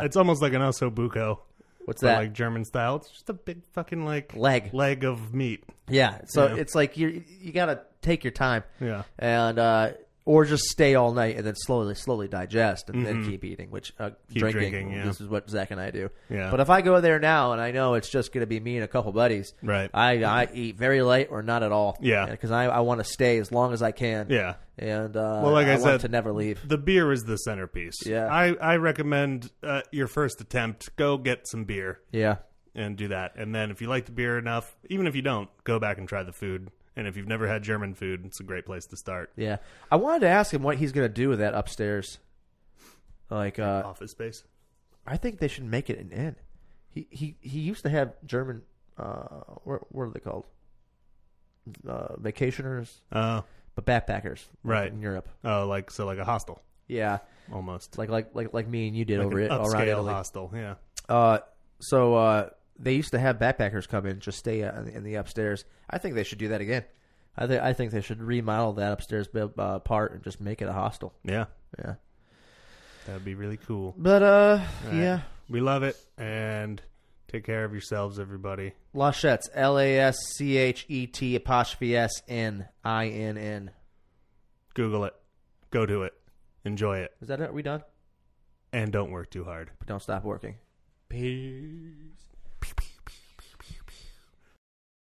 [SPEAKER 1] uh,
[SPEAKER 2] it's almost like an osso buco.
[SPEAKER 1] what's
[SPEAKER 2] but
[SPEAKER 1] that?
[SPEAKER 2] like German style. It's just a big fucking like
[SPEAKER 1] Leg.
[SPEAKER 2] leg of meat.
[SPEAKER 1] Yeah. So
[SPEAKER 2] Yeah.
[SPEAKER 1] it's like you you gotta take your time.
[SPEAKER 2] Yeah.
[SPEAKER 1] And uh, or just stay all night and then slowly slowly digest and then keep eating, which uh, drinking.
[SPEAKER 2] Mm-hmm. drinking, yeah.
[SPEAKER 1] This is what Zach and I do.
[SPEAKER 2] Yeah.
[SPEAKER 1] But if I go there now and I know it's just gonna be me and a couple buddies,
[SPEAKER 2] Right.
[SPEAKER 1] I I eat very light or not at all.
[SPEAKER 2] Yeah.
[SPEAKER 1] Because I I want to stay as long as I can.
[SPEAKER 2] Yeah.
[SPEAKER 1] And uh,
[SPEAKER 2] Well, like I
[SPEAKER 1] want
[SPEAKER 2] said-
[SPEAKER 1] to never leave.
[SPEAKER 2] The beer is the centerpiece.
[SPEAKER 1] Yeah.
[SPEAKER 2] I I recommend uh, your first attempt. Go get some beer
[SPEAKER 1] Yeah.
[SPEAKER 2] and do that, and then if you like the beer enough, even if you don't, go back and try the food. And if you've never had German food, it's a great place to start.
[SPEAKER 1] Yeah. I wanted to ask him what he's gonna do with that upstairs. Like uh,
[SPEAKER 2] Office space.
[SPEAKER 1] I think they should make it an inn. He he he used to have German. Uh, what what are they called? Uh, vacationers,
[SPEAKER 2] Uh,
[SPEAKER 1] but backpackers, like,
[SPEAKER 2] Right.
[SPEAKER 1] in Europe.
[SPEAKER 2] oh, like so, like a hostel
[SPEAKER 1] Yeah,
[SPEAKER 2] almost.
[SPEAKER 1] like like like like me and you did
[SPEAKER 2] Like
[SPEAKER 1] over
[SPEAKER 2] an
[SPEAKER 1] it around
[SPEAKER 2] upscale
[SPEAKER 1] Italy.
[SPEAKER 2] hostel. Yeah.
[SPEAKER 1] Uh, so uh, they used to have backpackers come in, just stay uh, in the- in the upstairs. I think they should do that again. I think I think they should remodel that upstairs bu- uh, part and just make it a hostel.
[SPEAKER 2] Yeah.
[SPEAKER 1] Yeah,
[SPEAKER 2] That'd be really cool.
[SPEAKER 1] but uh,
[SPEAKER 2] All right.
[SPEAKER 1] yeah,
[SPEAKER 2] We love it and take care of yourselves, everybody.
[SPEAKER 1] Lachette's L A S C H E T apostrophe S N I N N.
[SPEAKER 2] Google it. Go to it. Enjoy it.
[SPEAKER 1] Is that it? Are we done?
[SPEAKER 2] And don't work too hard.
[SPEAKER 1] But don't stop working. Peace.